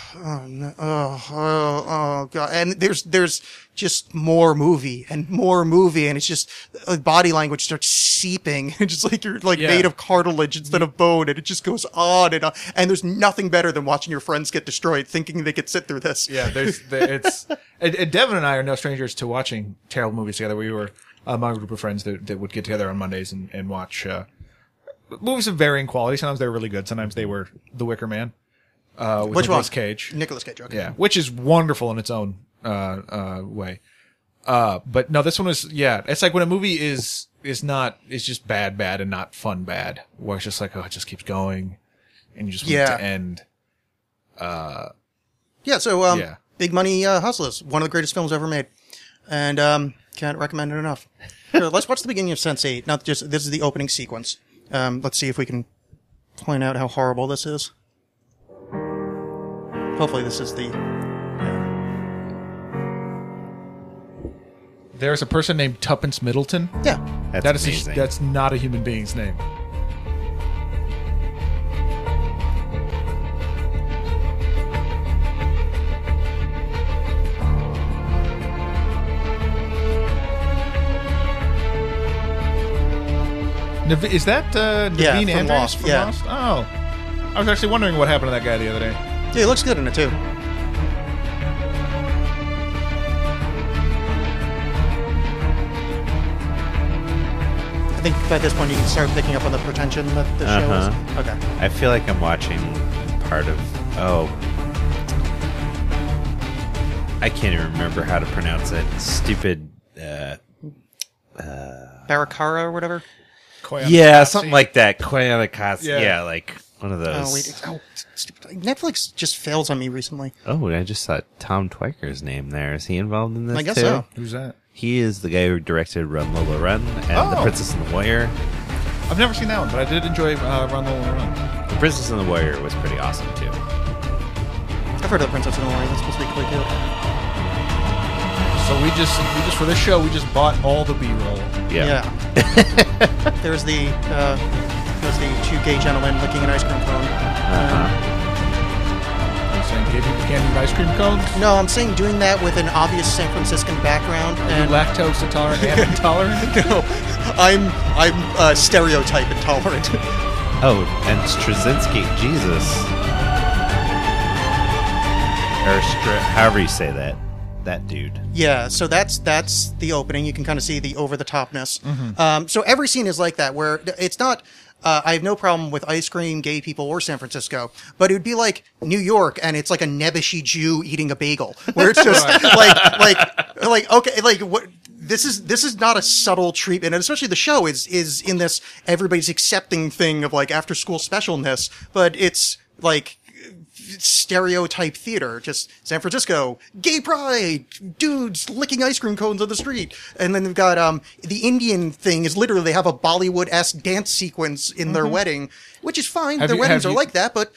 S4: oh, oh, God. And there's, there's just more movie and more movie. And it's just uh, body language starts seeping. It's just like you're like
S5: Yeah.
S4: made of cartilage instead of bone. And it just goes on and on. And there's nothing better than watching your friends get destroyed thinking they could sit through this.
S5: Yeah, there's the, it's and, and Devin and I are no strangers to watching terrible movies together. We were among a group of friends that, that would get together on Mondays and and watch uh, movies of varying quality. Sometimes they were really good. Sometimes they were The Wicker Man. Uh, with
S4: Which
S5: Nicolas
S4: one?
S5: Cage.
S4: Nicholas Cage. Okay.
S5: Yeah, which is wonderful in its own uh, uh, way. Uh, but no, this one was yeah. It's like when a movie is is not is just bad, bad, and not fun, bad. Where it's just like oh, it just keeps going, and you just want
S4: Yeah.
S5: it to end.
S4: Yeah, so um,
S5: Yeah.
S4: Big Money uh, Hustlers, one of the greatest films ever made, and um, can't recommend it enough. Here, let's watch the beginning of Sense Eight. Not just this is the opening sequence. Um, let's see if we can point out how horrible this is. Hopefully, this is the
S5: There's a person named Tuppence Middleton.
S4: yeah.
S6: That's
S5: That is
S6: amazing.
S5: a, that's not a human being's name. Nav- is that uh, Naveen
S4: Yeah, from
S5: Andrews
S4: Lost, yeah.
S5: Lost? Oh, I was actually wondering what happened to that guy the other day.
S4: Yeah, he looks good in it too. I think by this point you can start picking up on the pretension that the
S6: Uh-huh.
S4: show is. Okay.
S6: I feel like I'm watching part of. Oh. I can't even remember how to pronounce it. Stupid. Uh,
S4: Barakara or whatever?
S5: Koyaanisqatsi.
S6: yeah, something like that. Koyaanisqatsi. Yeah.
S5: Yeah.
S6: yeah, like one of those.
S4: Oh wait, it's- oh, stupid. Netflix just fails on me recently.
S6: Oh, and I just saw Tom Twiker's name there. Is he involved in this?
S4: I guess
S6: too?
S4: so.
S5: Who's that?
S6: He is the guy who directed Run Lola Run and The
S5: Oh.
S6: Princess and the Warrior.
S5: I've never seen that one, but I did enjoy uh, Run Lola Run.
S6: The Princess and the Warrior was pretty awesome too.
S4: I've heard of Princess and the Lion. It's supposed to be quite good.
S5: So we just we just for this show we just bought all the B-roll.
S6: Yeah.
S4: there's the uh, there's the two gay gentlemen licking an ice cream cone.
S6: Uh-huh.
S5: I'm saying gave you candy ice cream cones.
S4: Um, no, I'm saying doing that with an obvious San Franciscan background
S5: You
S4: and.
S5: lactose intolerant and intolerant.
S4: no, I'm I'm uh, stereotype intolerant.
S6: Oh, and Straczynski, Jesus. Or Str- however you say that, that dude.
S4: Yeah, so that's that's the opening. You can kind of see the over the topness. Um, so every scene is like that, where it's not. Uh, I have no problem with ice cream, gay people, or San Francisco, but it would be like New York, and it's like a nebbishy Jew eating a bagel, where it's just like like like okay, like what. This is this is not a subtle treatment, and especially the show is is in this everybody's accepting thing of like after school specialness, but it's like stereotype theater. Just San Francisco, gay pride, dudes licking ice cream cones on the street. And then they've got, um, the Indian thing is literally they have a Bollywood-esque dance sequence in their wedding, which is fine.
S5: Mm-hmm. Have
S4: their
S5: you-
S4: weddings
S5: have
S4: are
S5: you-
S4: like that, but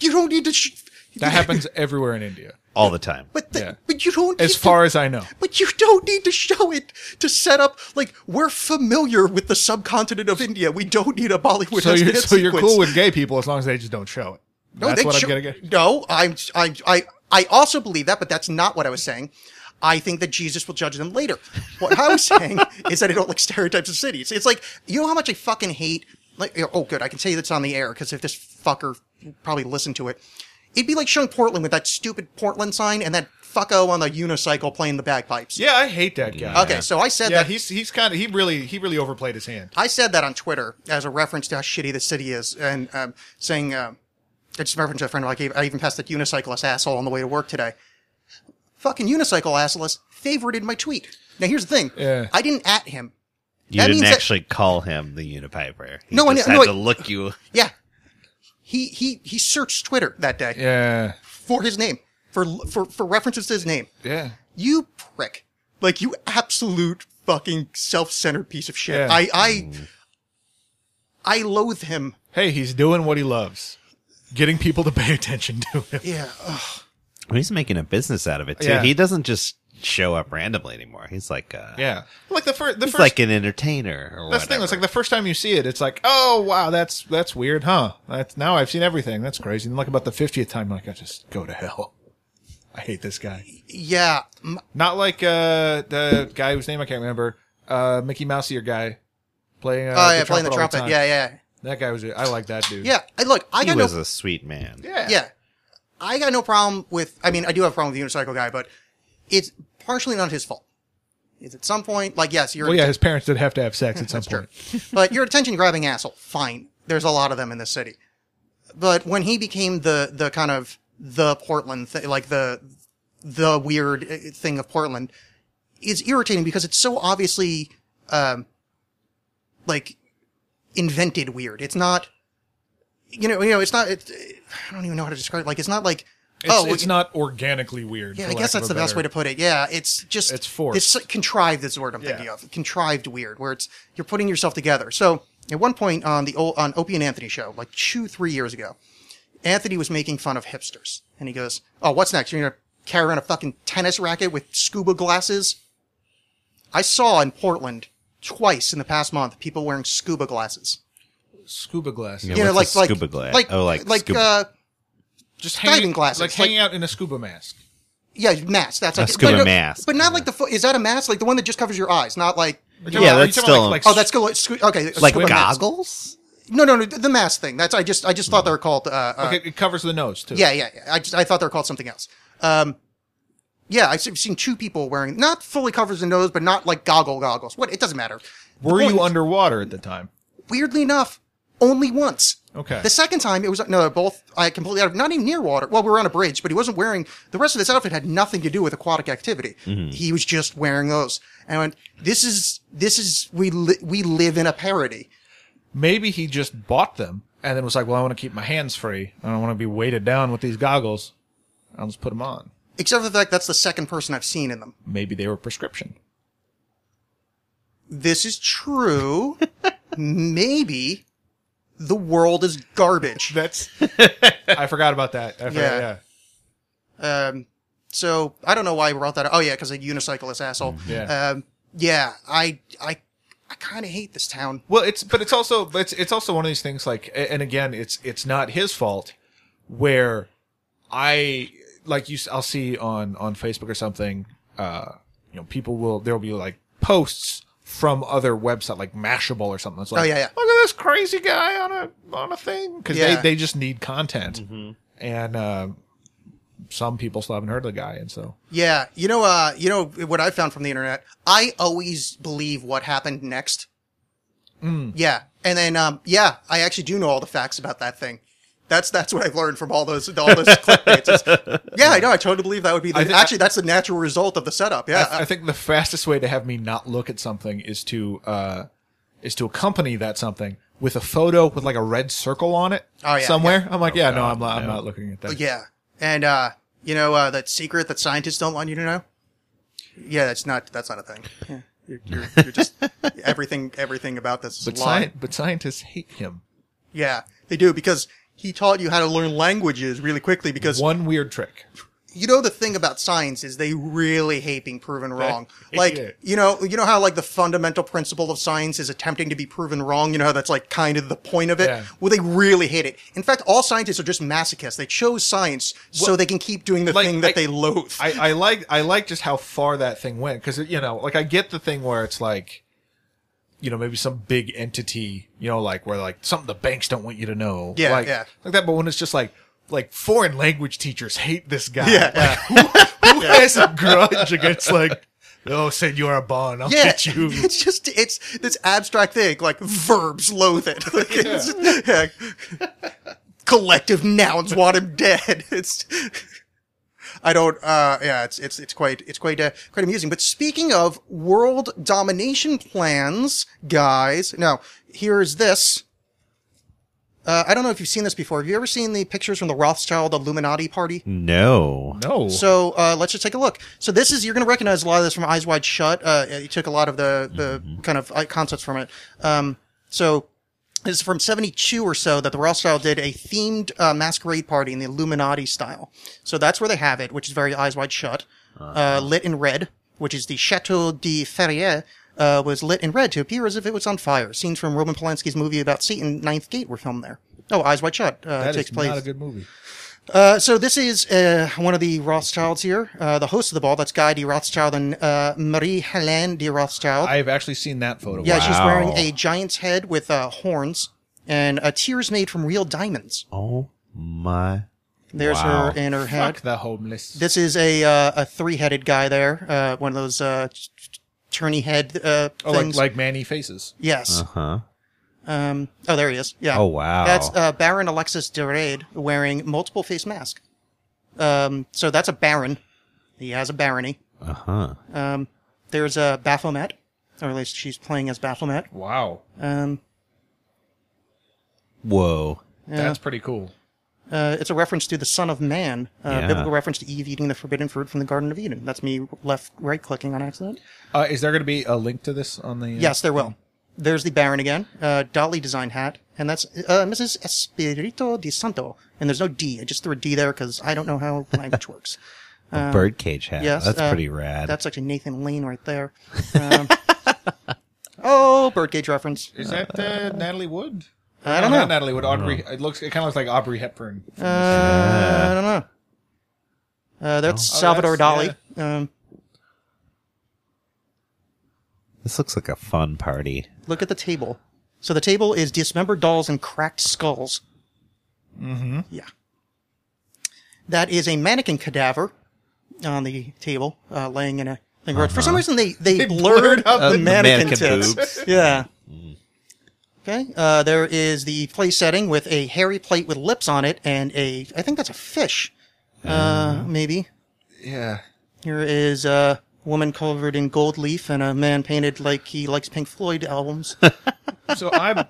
S4: you don't need to, sh-
S5: that happens everywhere in India,
S6: All the time.
S4: but, the,
S5: Yeah.
S4: but you don't
S5: as
S4: need to-
S5: far as I know.
S4: but you don't need to show it to set up. Like we're familiar with the subcontinent of India. We don't need a Bollywood.
S5: So you're,
S4: dance
S5: so you're
S4: sequence.
S5: cool with gay people as long as they just don't show it.
S4: No,
S5: That's
S4: they
S5: what
S4: show-
S5: I'm gonna get.
S4: No, I'm, I'm, I, I also believe that, but that's not what I was saying. I think that Jesus will judge them later. What I was saying is that I don't like stereotypes of cities. It's like, you know how much I fucking hate, like, oh, good, I can say that's on the air, because if this fucker probably listened to it, it'd be like showing Portland with that stupid Portland sign and that fucko on the unicycle playing the bagpipes.
S5: Yeah, I hate that guy.
S4: Okay, so I said
S5: Yeah,
S4: that.
S5: he's he's kind of he really he really overplayed his hand.
S4: I said that on Twitter as a reference to how shitty the city is, and um, saying um, it's a reference to a friend. Like I even passed that unicyclist asshole on the way to work today. Fucking unicycle asshole favorited my tweet. Now here's the thing:
S5: Yeah.
S4: I didn't at him.
S6: You
S4: that
S6: didn't
S4: means that-
S6: actually call him the Unipiper. He
S4: No, I
S6: just
S4: know-
S6: had
S4: no,
S6: to
S4: I-
S6: look you.
S4: Yeah, he he he searched Twitter that day
S5: Yeah,
S4: for his name for for for references to his name.
S5: yeah.
S4: You prick! Like you absolute fucking self-centered piece of shit.
S5: Yeah. Mm.
S4: I I I loathe him.
S5: Hey, he's doing what he loves, getting people to pay attention to him.
S4: Yeah.
S6: He's making a business out of it too.
S5: Yeah.
S6: He doesn't just show up randomly anymore. He's like, uh,
S5: Yeah, like the first the
S6: he's
S5: first
S6: like an entertainer. Or
S5: that's the thing. It's like the first time you see it, it's like, oh wow, that's that's weird, huh? That's now I've seen everything. That's crazy. And like about the fiftieth time, like I just go to hell. I hate this guy.
S4: Yeah. M-
S5: Not like uh the guy whose name I can't remember, uh Mickey Mouseier guy playing. Uh,
S4: Oh, yeah, playing the
S5: all
S4: trumpet.
S5: time.
S4: yeah, yeah,
S5: that guy was. I like that dude.
S4: yeah. I, look, I
S6: he
S4: got
S6: was
S4: no,
S6: a sweet man.
S5: yeah,
S4: yeah, I got no problem with. I mean, I do have a problem with the unicycle guy, but it's partially not his fault. It's at some point, like yes, you're,
S5: Well, yeah, his parents did have to have sex at some point.
S4: Oh, but you're an attention grabbing asshole. Fine, there's a lot of them in this city, but when he became the the kind of the Portland thing, like the the weird uh, thing of Portland, is irritating because it's so obviously, um, like invented weird. It's not, you know, you know, it's not. It, I don't even know how to describe. it. Like, it's not like.
S5: It's,
S4: oh,
S5: it's not organically weird.
S4: Yeah,
S5: for
S4: I
S5: lack
S4: guess
S5: of
S4: that's
S5: a
S4: the best
S5: better-
S4: way to put it. Yeah, it's just
S5: It's forced.
S4: It's contrived. Is the word I'm thinking
S5: Yeah.
S4: of. Contrived weird, where it's you're putting yourself together. So at one point on the old, on Opie and Anthony show, like two three years ago, Anthony was making fun of hipsters, and he goes, "Oh, what's next? You're gonna carry around a fucking tennis racket with scuba glasses?" I saw in Portland twice in the past month people wearing scuba glasses.
S5: Scuba glasses.
S6: Yeah.
S4: You know, like
S6: what's a
S4: like
S6: scuba gla-
S4: like
S6: oh, like
S4: like
S6: scuba-
S4: uh,
S5: Just
S4: diving
S5: hanging
S4: glasses,
S5: Like,
S4: like-
S5: hanging out in a scuba mask.
S4: yeah, mask. That's like
S6: scuba
S4: but,
S6: mask.
S4: but not like the fo- is that a mask? Like the one that just covers your eyes, not like
S5: Are
S6: Yeah,
S5: you
S6: that's
S5: talking about,
S6: still-
S4: Oh, that's cool. Sque- Okay,
S6: Like
S4: scuba mask.
S6: goggles.
S4: No, no, no. The mask thing. That's I just I just thought they were called. Uh, uh,
S5: Okay, it covers the nose too.
S4: Yeah, yeah. yeah. I just I thought they were called something else. Um, yeah, I've se- seen two people wearing not fully covers the nose, but not like goggle goggles. What? It doesn't matter. The
S5: Were
S4: point-
S5: you underwater at the time?
S4: Weirdly enough, only once.
S5: Okay.
S4: The second time, it was no, both I completely out of not even near water. Well, we were on a bridge, but he wasn't wearing the rest of his outfit had nothing to do with aquatic activity. He was just wearing those. And I went, this is this is we li- we live in a parody.
S5: Maybe he just bought them and then was like, "Well, I want to keep my hands free. I don't want to be weighted down with these goggles. I'll just put them on."
S4: Except for the fact that's the second person I've seen in them.
S5: Maybe they were prescription.
S4: This is true. Maybe the world is garbage.
S5: That's I forgot about that. I forgot,
S4: Yeah.
S5: yeah.
S4: Um, so I don't know why I brought that. up. Oh yeah, because a unicyclist asshole.
S5: Yeah.
S4: Um, yeah. I I I kind of hate this town.
S5: Well, it's but it's also but it's it's also one of these things like a- and again, it's it's not his fault where I like you s- I'll see on on Facebook or something uh you know people will there'll be like posts from other website like Mashable or something. It's like
S4: Oh, yeah, yeah.
S5: look at this crazy guy on a on a thing cuz
S4: Yeah.
S5: they they just need content. And uh, some people still haven't heard of the guy and so
S4: Yeah. You know. Uh. You know what I found from the internet. I always believe what happened next.
S5: Hmm.
S4: Yeah. And then um. Yeah. I actually do know all the facts about that thing. That's that's what I've learned from all those all those clickbaits. It's- Yeah, I know. I totally believe that would be the,
S5: I think-
S4: actually that's the natural result of the setup. Yeah.
S5: I, I think the fastest way to have me not look at something is to uh, is to accompany that something with a photo with like a red circle on it
S4: Oh, yeah,
S5: somewhere. I'm like, yeah, no,
S6: God,
S5: I'm not, I'm
S6: no.
S5: not looking at that.
S4: Yeah, and uh, you know uh, that secret that scientists don't want you to know. Yeah, that's not that's not a thing. Yeah. You're, you're, you're just everything everything about this is
S5: But
S4: a lie.
S5: sci- but scientists hate him.
S4: Yeah, they do because he taught you how to learn languages really quickly because
S5: One weird trick.
S4: you know the thing about science is they really hate being proven wrong. like
S5: yeah.
S4: you know you know how like the fundamental principle of science is attempting to be proven wrong. You know how that's like kind of the point of it.
S5: Yeah.
S4: Well, they really hate it. In fact, all scientists are just masochists. They chose science so
S5: Well,
S4: they can keep doing the
S5: like,
S4: thing that
S5: I-
S4: they loathe.
S5: I, I like I like just how far that thing went because you know, like I get the thing where it's like, you know, maybe some big entity, you know, like where like something the banks don't want you to know,
S4: Yeah,
S5: like,
S4: yeah.
S5: like that. But when it's just like like foreign language teachers hate this guy,
S4: Yeah,
S5: Like, Who, who has a grudge against like, oh, Senora Bon, I'll
S4: yeah,
S5: get you.
S4: it's just it's this abstract thing like verbs loathe it. Like, it's- yeah. Collective nouns want him dead. It's I don't uh yeah it's it's it's quite it's quite uh, quite amusing. But speaking of world domination plans, guys, now here is this. Uh, I don't know if you've seen this before. Have you ever seen the pictures from the Rothschild Illuminati party?
S6: No.
S5: No,
S4: So uh, let's just take a look. So this is you're going to recognize a lot of this from Eyes Wide Shut. Uh, you took a lot of the the
S5: Mm-hmm.
S4: kind of uh, concepts from it. Um, so this is from '72 or so that the Rothschild did a themed uh, masquerade party in the Illuminati style. So that's where they have it, which is very Eyes Wide Shut,
S5: Uh-huh.
S4: uh, lit in red, which is the Chateau de Ferrières. Uh, was lit in red to appear as if it was on fire. Scenes from Roman Polanski's movie about Satan, Ninth Gate, were filmed there. Oh, Eyes Wide Shut uh,
S5: that
S4: takes
S5: is
S4: place.
S5: not a good movie.
S4: Uh, so this is uh, one of the Rothschilds here, uh, the host of the ball. That's Guy de Rothschild and uh, Marie Helene de Rothschild.
S5: I've actually seen that photo.
S4: yeah, she's
S6: Wow.
S4: wearing a giant's head with uh, horns and uh, tears made from real diamonds.
S6: Oh my.
S4: There's
S6: Wow.
S4: her in her head.
S5: fuck the homeless.
S4: This is a uh, a three headed guy there, uh, one of those uh, t- t- turny head uh,
S5: oh, like,
S4: things.
S5: like Manny faces.
S4: yes.
S6: Huh.
S4: Um, oh, there he is. Yeah.
S6: Uh. Oh, wow.
S4: That's uh, Baron Alexis de Rade wearing multiple face masks. Um, so that's a baron. He has a barony.
S6: Uh huh.
S4: Um, there's a Baphomet, or at least she's playing as Baphomet.
S5: Wow,
S4: Um,
S6: Whoa.
S5: that's pretty cool.
S4: uh, it's a reference to the Son of Man, uh,
S6: Yeah.
S4: biblical reference to Eve eating the forbidden fruit from the Garden of Eden. That's me left right clicking on accident.
S5: Uh, is there going to be a link to this on the? uh,
S4: Yes, there will. There's the Baron again, uh, Dolly design hat, and that's uh, Mrs. Espirito di Santo. And there's no D. I just threw a D there because I don't know how language works.
S6: A birdcage hat.
S4: Uh, Yes,
S6: That's
S4: uh,
S6: pretty rad.
S4: That's actually Nathan Lane right there. Um, oh, birdcage reference.
S5: Is that uh, Natalie Wood?
S4: I don't
S5: No,
S4: know.
S5: Not Natalie Wood. Audrey. It looks. It kind of looks like Aubrey Hepburn.
S4: Uh, I don't know. Uh, that's Salvador
S5: that's-
S4: Dali. Um,
S6: this looks like a fun party.
S4: look at the table. So the table is dismembered dolls and cracked skulls. Mm-hmm. Yeah. That is a mannequin cadaver on the table, uh, laying in a thing. For some reason, they Uh-huh. they, blurred,
S5: blurred up
S4: up the
S5: the
S4: mannequin,
S6: mannequin
S4: tits.
S6: boobs.
S4: Yeah. Okay. Uh, there is the place setting with a hairy plate with lips on it and a I think that's a fish. Uh, maybe.
S5: yeah.
S4: Here is a woman covered in gold leaf and a man painted like he likes Pink Floyd albums.
S5: So I'm.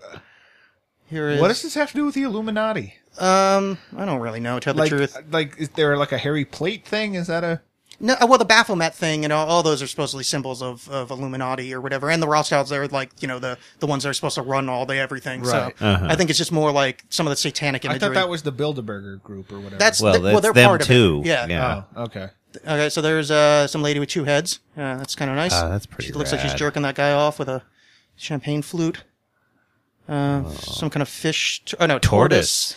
S4: Here is
S5: What does this have to do with the Illuminati?
S4: um I don't really know. Tell
S5: Like, uh,
S4: the truth.
S5: like is there like a hairy plate thing? Is that a
S4: No, uh, well, the Baphomet thing and all, all those are supposedly symbols of, of Illuminati or whatever. And the Rothschilds, they're like, you know, the, the ones that are supposed to run all the everything.
S5: Right.
S4: So
S6: Uh-huh.
S4: I think it's just more like some of the satanic
S5: I
S4: imagery.
S5: thought that was the Bilderberger group or whatever.
S4: that's
S6: Well,
S4: th- well,
S6: that's
S4: they're
S6: them
S4: part of it.
S6: too.
S4: Yeah.
S6: Yeah.
S5: oh, okay.
S4: Okay, so there's uh, some lady with two heads. Uh, that's kind of nice.
S6: Ah, that's pretty
S4: She looks like she's
S6: rad.
S4: jerking that guy off with a champagne flute. Uh, some kind of fish. T- oh no, tortoise.
S6: Oh. Tortoise.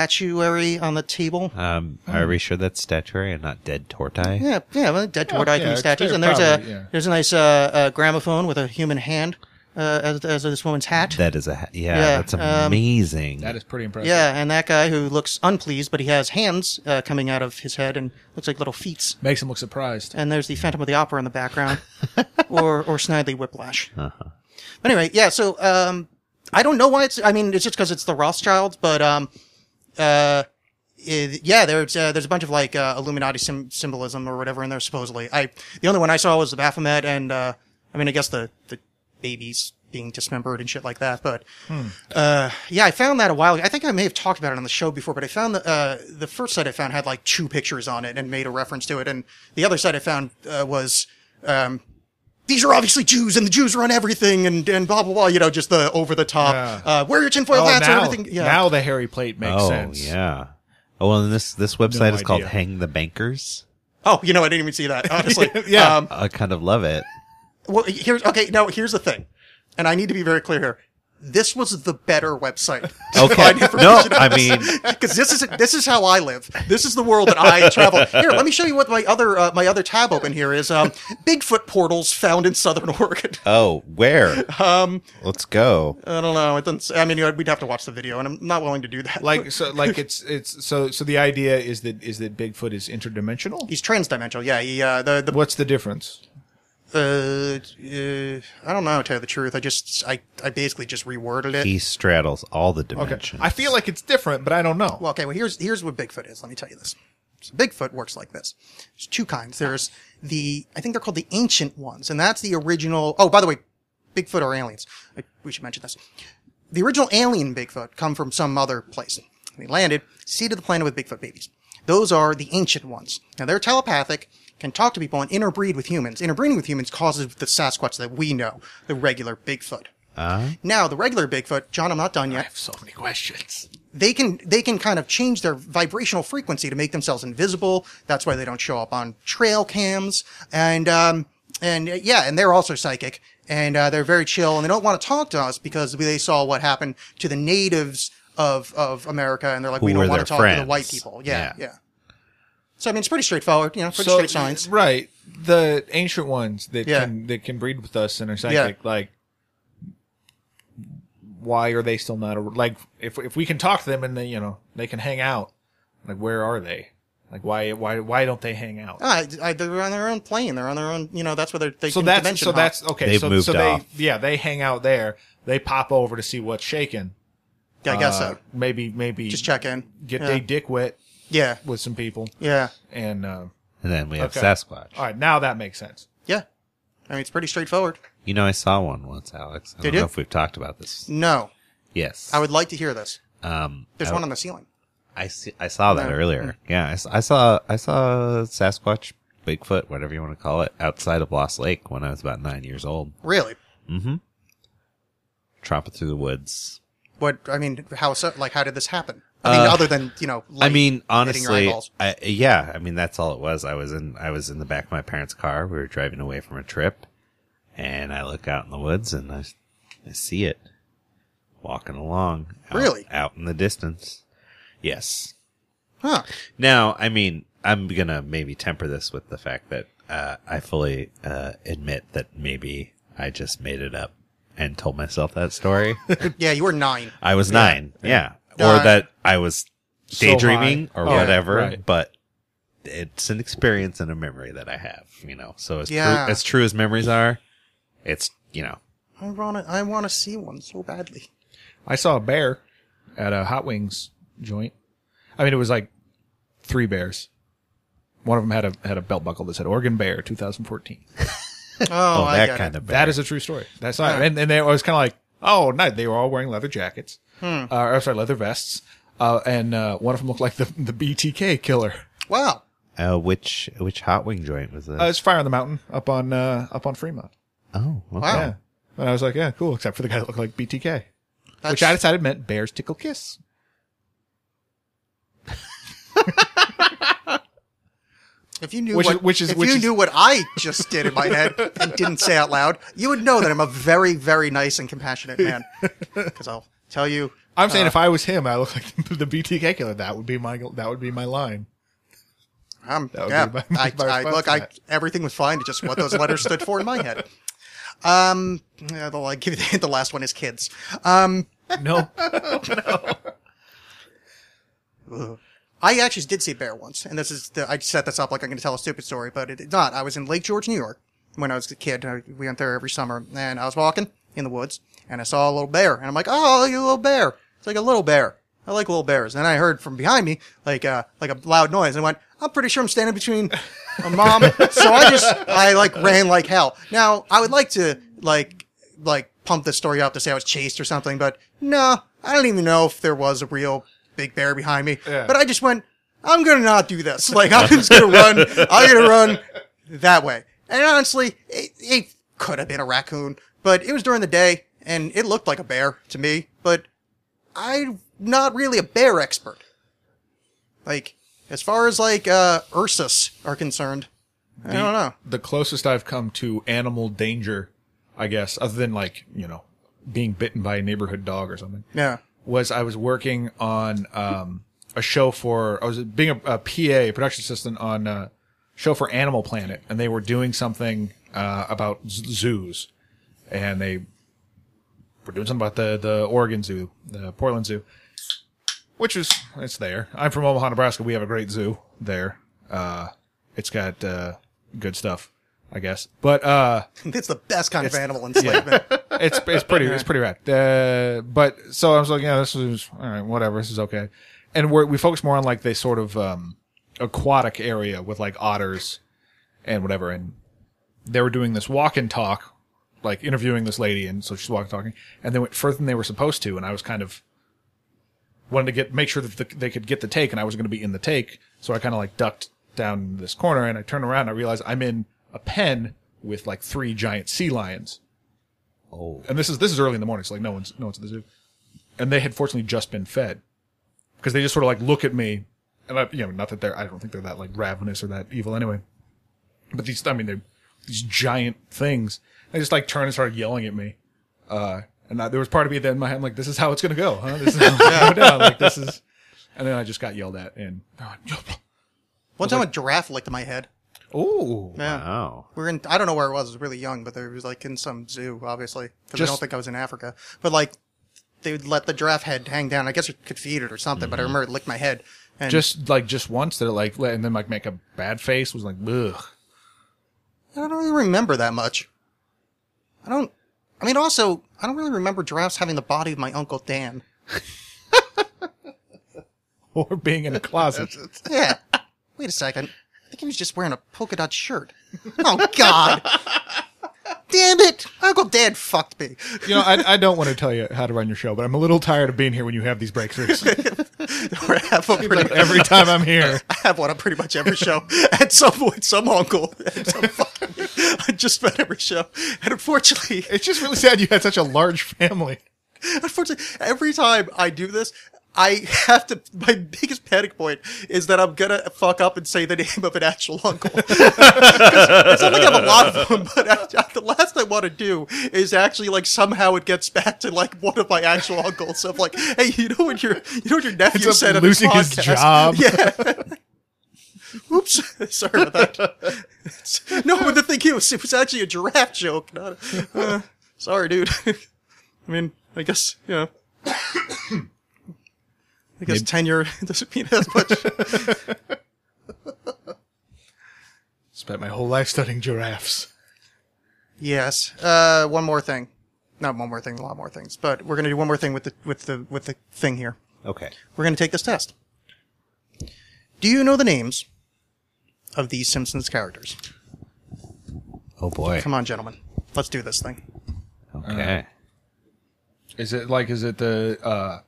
S4: statuary on the table.
S6: Um, are we sure that's statuary and not dead tortoise?
S4: Oh. Yeah, yeah, well, dead
S5: Yeah,
S4: tortoise
S5: yeah,
S4: can be
S5: it's
S4: statues.
S5: fair,
S4: And there's
S5: probably,
S4: a
S5: yeah.
S4: there's a nice uh, uh, gramophone with a human hand uh, as as this woman's hat.
S6: That is a ha- yeah,
S4: Yeah,
S6: That's
S4: um,
S6: amazing.
S5: That is pretty impressive.
S4: yeah, and that guy who looks unpleased, but he has hands uh, coming out of his head and looks like little feet.
S5: Makes him look surprised.
S4: and there's the Phantom of the Opera in the background, or or Snidely Whiplash.
S5: Uh-huh.
S4: But anyway, yeah. So um, I don't know why it's. I mean, it's just because it's the Rothschilds, but um, uh, it- yeah. There's uh, there's a bunch of like uh, Illuminati sym- symbolism or whatever in there supposedly. I the only one I saw was the Baphomet, and uh, I mean, I guess the the babies being dismembered and shit like that, but.
S5: Hmm.
S4: Uh, yeah, I found that a while ago. I think I may have talked about it on the show before, but I found the, uh, the first site I found had like two pictures on it and made a reference to it. And the other site I found, uh, was, um, these are obviously Jews and the Jews run everything and, and blah, blah, blah, you know, just the over the top,
S5: Yeah.
S4: uh, wear your tinfoil
S5: oh,
S4: hats
S5: now,
S4: and everything. Yeah.
S5: now the hairy plate makes
S6: oh
S5: sense.
S6: yeah. Oh well, and this this website is called
S5: idea.
S6: Hang the Bankers.
S4: oh, you know, I didn't even see that, honestly.
S5: Yeah.
S4: Um,
S6: I kind of love it.
S4: well, here's, okay, now here's the thing. And I need to be very clear here. This was the better website.
S6: Okay, no, I mean
S4: because this is this is how I live. This is the world that I travel. Here, let me show you what my other uh, my other tab open here is. Um, Bigfoot portals found in southern Oregon.
S6: Oh, where? Um, let's go.
S5: uh,
S4: I don't know. It doesn't. say- I mean, you know, we'd have to watch the video, and I'm not willing to do that.
S5: Like so, like it's it's so so. The idea is that is that Bigfoot is interdimensional.
S4: he's transdimensional. Yeah, he uh, the the
S5: What's the difference?
S4: uh, uh, I don't know. how To tell you the truth, I just I I basically just reworded it.
S6: He straddles all the
S5: Okay,
S6: dimensions.
S5: I feel like it's different, but I don't know.
S4: Well, okay. Well, here's here's what Bigfoot is. Let me tell you this. So Bigfoot works like this. There's two kinds. There's the I think they're called the ancient ones, and that's the original. Oh, by the way, Bigfoot are aliens. I, we should mention this. The original alien Bigfoot come from some other place. They landed, seeded the planet with Bigfoot babies. Those are the ancient ones. Now they're telepathic, can talk to people, and interbreed with humans. Interbreeding with humans causes the Sasquatch that we know, the regular Bigfoot.
S6: Uh,
S4: Now the regular Bigfoot, John, I'm not done yet
S5: so many questions.
S4: they can they can kind of change their vibrational frequency to make themselves invisible. That's why they don't show up on trail cams and um and uh, yeah, and they're also psychic and uh, they're very chill and they don't want to talk to us because they saw what happened to the natives of of America and they're like
S6: Who
S4: we
S6: were
S4: don't want
S6: their
S4: to talk to the
S6: friends.
S4: white people. Yeah,
S6: Yeah.
S4: yeah. So I mean, it's pretty straightforward, you know, pretty
S5: So
S4: straight science.
S5: right, the ancient ones that
S4: Yeah.
S5: can that can breed with us and are psychic, like. Why are they still not a- like if if we can talk to them and they you know they can hang out, like where are they? Like why why why don't they hang out?
S4: I, Ah, I, they're on their own plane. They're on their own. You know, that's where they're. They
S5: so
S4: can
S5: that's
S4: dimension
S5: so
S4: hop.
S5: that's okay.
S6: They've
S5: so
S6: moved
S5: so they
S6: off.
S5: yeah they hang out there. They pop over to see what's shaking.
S4: Yeah, I guess
S5: Uh,
S4: so.
S5: Maybe maybe
S4: Just check in.
S5: Get
S4: yeah.
S5: they dick wet
S4: Yeah,
S5: with some people
S4: yeah,
S5: and uh, all
S6: and then we have
S5: Okay.
S6: Sasquatch.
S5: right now that makes sense.
S4: yeah. I mean, it's pretty straightforward.
S6: You know, I saw one once, Alex. I
S4: Did
S6: don't
S4: you?
S6: know if we've talked about this.
S4: No,
S6: Yes,
S4: I would like to hear this.
S6: um,
S4: There's
S6: I,
S4: one on the ceiling.
S6: I see. I saw that
S4: No.
S6: earlier. Yeah, I, s- I saw. I saw Sasquatch, Bigfoot, whatever you want to call it, outside of Lost Lake when I was about nine years old,
S4: Really?
S6: tromping through the woods.
S4: What I mean, how so? Like, how did this happen? I
S5: Uh,
S4: mean, other than you know,
S6: I
S4: light
S6: mean,
S4: hitting your
S6: honestly,
S4: eyeballs.
S6: I, yeah. I mean, that's all it was. I was in. I was in the back of my parents' car. We were driving away from a trip, and I look out in the woods and I, I see it walking along. out-
S4: Really?
S6: out in the distance. Yes.
S4: huh?
S6: Now, I mean, I'm gonna maybe temper this with the fact that uh, I fully uh, admit that maybe I just made it up and told myself that story.
S4: Yeah, you were nine.
S6: I was nine, yeah,
S4: Yeah.
S6: or that I was daydreaming
S5: high.
S6: or
S5: Oh, yeah,
S6: whatever.
S5: right.
S6: But it's an experience and a memory that I have, you know. So as
S4: Yeah.
S6: true, as true as memories are, it's you know.
S4: I want to. I want to see one so badly.
S5: I saw a bear at a hot wings joint. I mean it was like three bears. One of them had a had a belt buckle that said Oregon Bear 2014.
S4: Oh,
S6: Oh,
S4: I
S6: that
S4: get
S6: kind
S4: Oh, it.
S6: of
S5: Oh, That is a true story. That's not, and and they, I was kind of like Oh, no, they were all wearing leather jackets. Uh, or, sorry, leather vests. Uh, and uh, one of them looked like the, the BTK killer.
S4: Wow.
S6: Uh, which which hot wing joint was this?
S5: Uh, it's Fire on the Mountain up on uh, up on Fremont.
S6: oh, okay.
S4: Wow.
S5: Yeah. And I was like, yeah, cool, except for the guy that looked like BTK.
S4: That's,
S5: Which I decided meant bears tickle kiss.
S4: if you knew
S5: which is-
S4: what,
S5: which is-
S4: if
S5: which
S4: you
S5: is-
S4: knew what I just did in my head and didn't say out loud, you would know that I'm a very, very nice and compassionate man. Because I'll tell you,
S5: I'm saying if I was him, I look like the BTK killer. That would be my that would be my line.
S4: I'm,
S5: would
S4: Um, yeah,
S5: be my-
S4: I,
S5: my
S4: I,
S5: response
S4: look,
S5: to
S4: I,
S5: that.
S4: everything was fine. It's just what those letters stood for in my head. Um, yeah, the, like, give you the last one is kids. Um,
S5: No,
S4: I actually did see a bear once, and this is the, I set this up like I'm going to tell a stupid story, but it did not. I was in Lake George, New York, when I was a kid. and I- We went there every summer, and I was walking in the woods, and I saw a little bear, and I'm like, "Oh, you little bear!" It's like a little bear. I like little bears. And I heard from behind me like uh, like a loud noise, and I went, "I'm pretty sure I'm standing between a mom." so I just I like ran like hell. Now I would like to like like pump this story up to say I was chased or something, but no, I don't even know if there was a real big bear behind me.
S5: Yeah.
S4: But I just went, I'm gonna not do this. Like I'm just gonna run. I'm gonna run that way. And honestly, it, it could have been a raccoon, but it was during the day and it looked like a bear to me. But I'm not really a bear expert. Like as far as like uh, Ursus are concerned, I don't know.
S5: the closest I've come to animal danger, I guess, other than like you know being bitten by a neighborhood dog or something,
S4: Yeah.
S5: was I was working on um, a show for I was being a, a PA production assistant on uh, a show for Animal Planet, and they were doing something uh, about z- zoos, and they were doing something about the the Oregon Zoo, the Portland Zoo, which is it's there. I'm from Omaha, Nebraska. We have a great zoo there. Uh, it's got uh, good stuff, I guess, but. uh
S4: It's the best kind of animal enslavement.
S5: it's it's pretty it's pretty rad. Uh, but so I was like, yeah, this is all right, whatever, this is okay. And we we focus more on like the sort of um, aquatic area with like otters and whatever. And they were doing this walk and talk, like interviewing this lady, and so she's walking talking, and they went further than they were supposed to. And I was kind of wanted to get make sure that the, they could get the take, and I was going to be in the take, so I kind of like ducked down this corner, and I turn around, and I realize I'm in a pen with like three giant sea lions
S6: Oh,
S5: and this is this is early in the morning, so like no one's no one's at the zoo, and they had fortunately just been fed, because they just sort of like look at me, and I, you know not that they're I don't think they're that like ravenous or that evil anyway, but these I mean they're these giant things. They just like turned and started yelling at me, uh, and I, there was part of me that in my head I'm like this is how it's gonna go, huh? This is how it's gonna go down. Like this is, and then I just got yelled at, and
S4: One time a giraffe licked my head.
S5: oh,
S4: Yeah.
S6: wow.
S4: We were in, I don't know where I was, I was really young, but there was like in some zoo, obviously, because I
S5: Just-
S4: don't think I was in Africa. But like, they would let the giraffe head hang down. I guess it could feed it or something, but I remember it licked my head. And
S5: Mm-hmm. just like just once that it like let- and then like make a bad face was like ugh.
S4: I don't really remember that much. I don't, I mean, also, I don't really remember giraffes having the body of my Uncle Dan.
S5: Or being in a closet.
S4: Yeah. Wait a second. I think he was just wearing a polka dot shirt. Oh, God. Damn it. Uncle Dan fucked me.
S5: You know, I, I don't want to tell you how to run your show, but I'm a little tired of being here when you have these breakthroughs.
S4: Or have a pretty-
S5: Every time I'm here,
S4: I have one on pretty much every show. At some point, some uncle, at some fucking, just about every show. And unfortunately,
S5: it's just really sad you had such a large family.
S4: unfortunately, every time I do this, I have to. My biggest panic point is that I'm gonna fuck up and say the name of an actual uncle. 'Cause it's not like I have a lot of them, but I, I- the last I want to do is actually like somehow it gets back to like one of my actual uncles. So I'm like, hey, you know what your you know what your nephew
S5: Ends up
S4: said on
S5: losing his
S4: this podcast?
S5: job.
S4: Yeah. Oops, sorry about that. no, but the thing it was, it was actually a giraffe joke. Not a, uh, sorry, dude. I mean, I guess you know. I guess tenure doesn't mean as much.
S5: Spent my whole life studying giraffes.
S4: yes. Uh, one more thing. Not one more thing. A lot more things. But we're gonna do one more thing with the with the with the thing here.
S6: Okay.
S4: We're gonna take this test. Do you know the names of these Simpsons characters?
S6: Oh boy.
S4: Come on, gentlemen. Let's do this thing.
S6: Okay.
S5: Is it like? Is it the? uh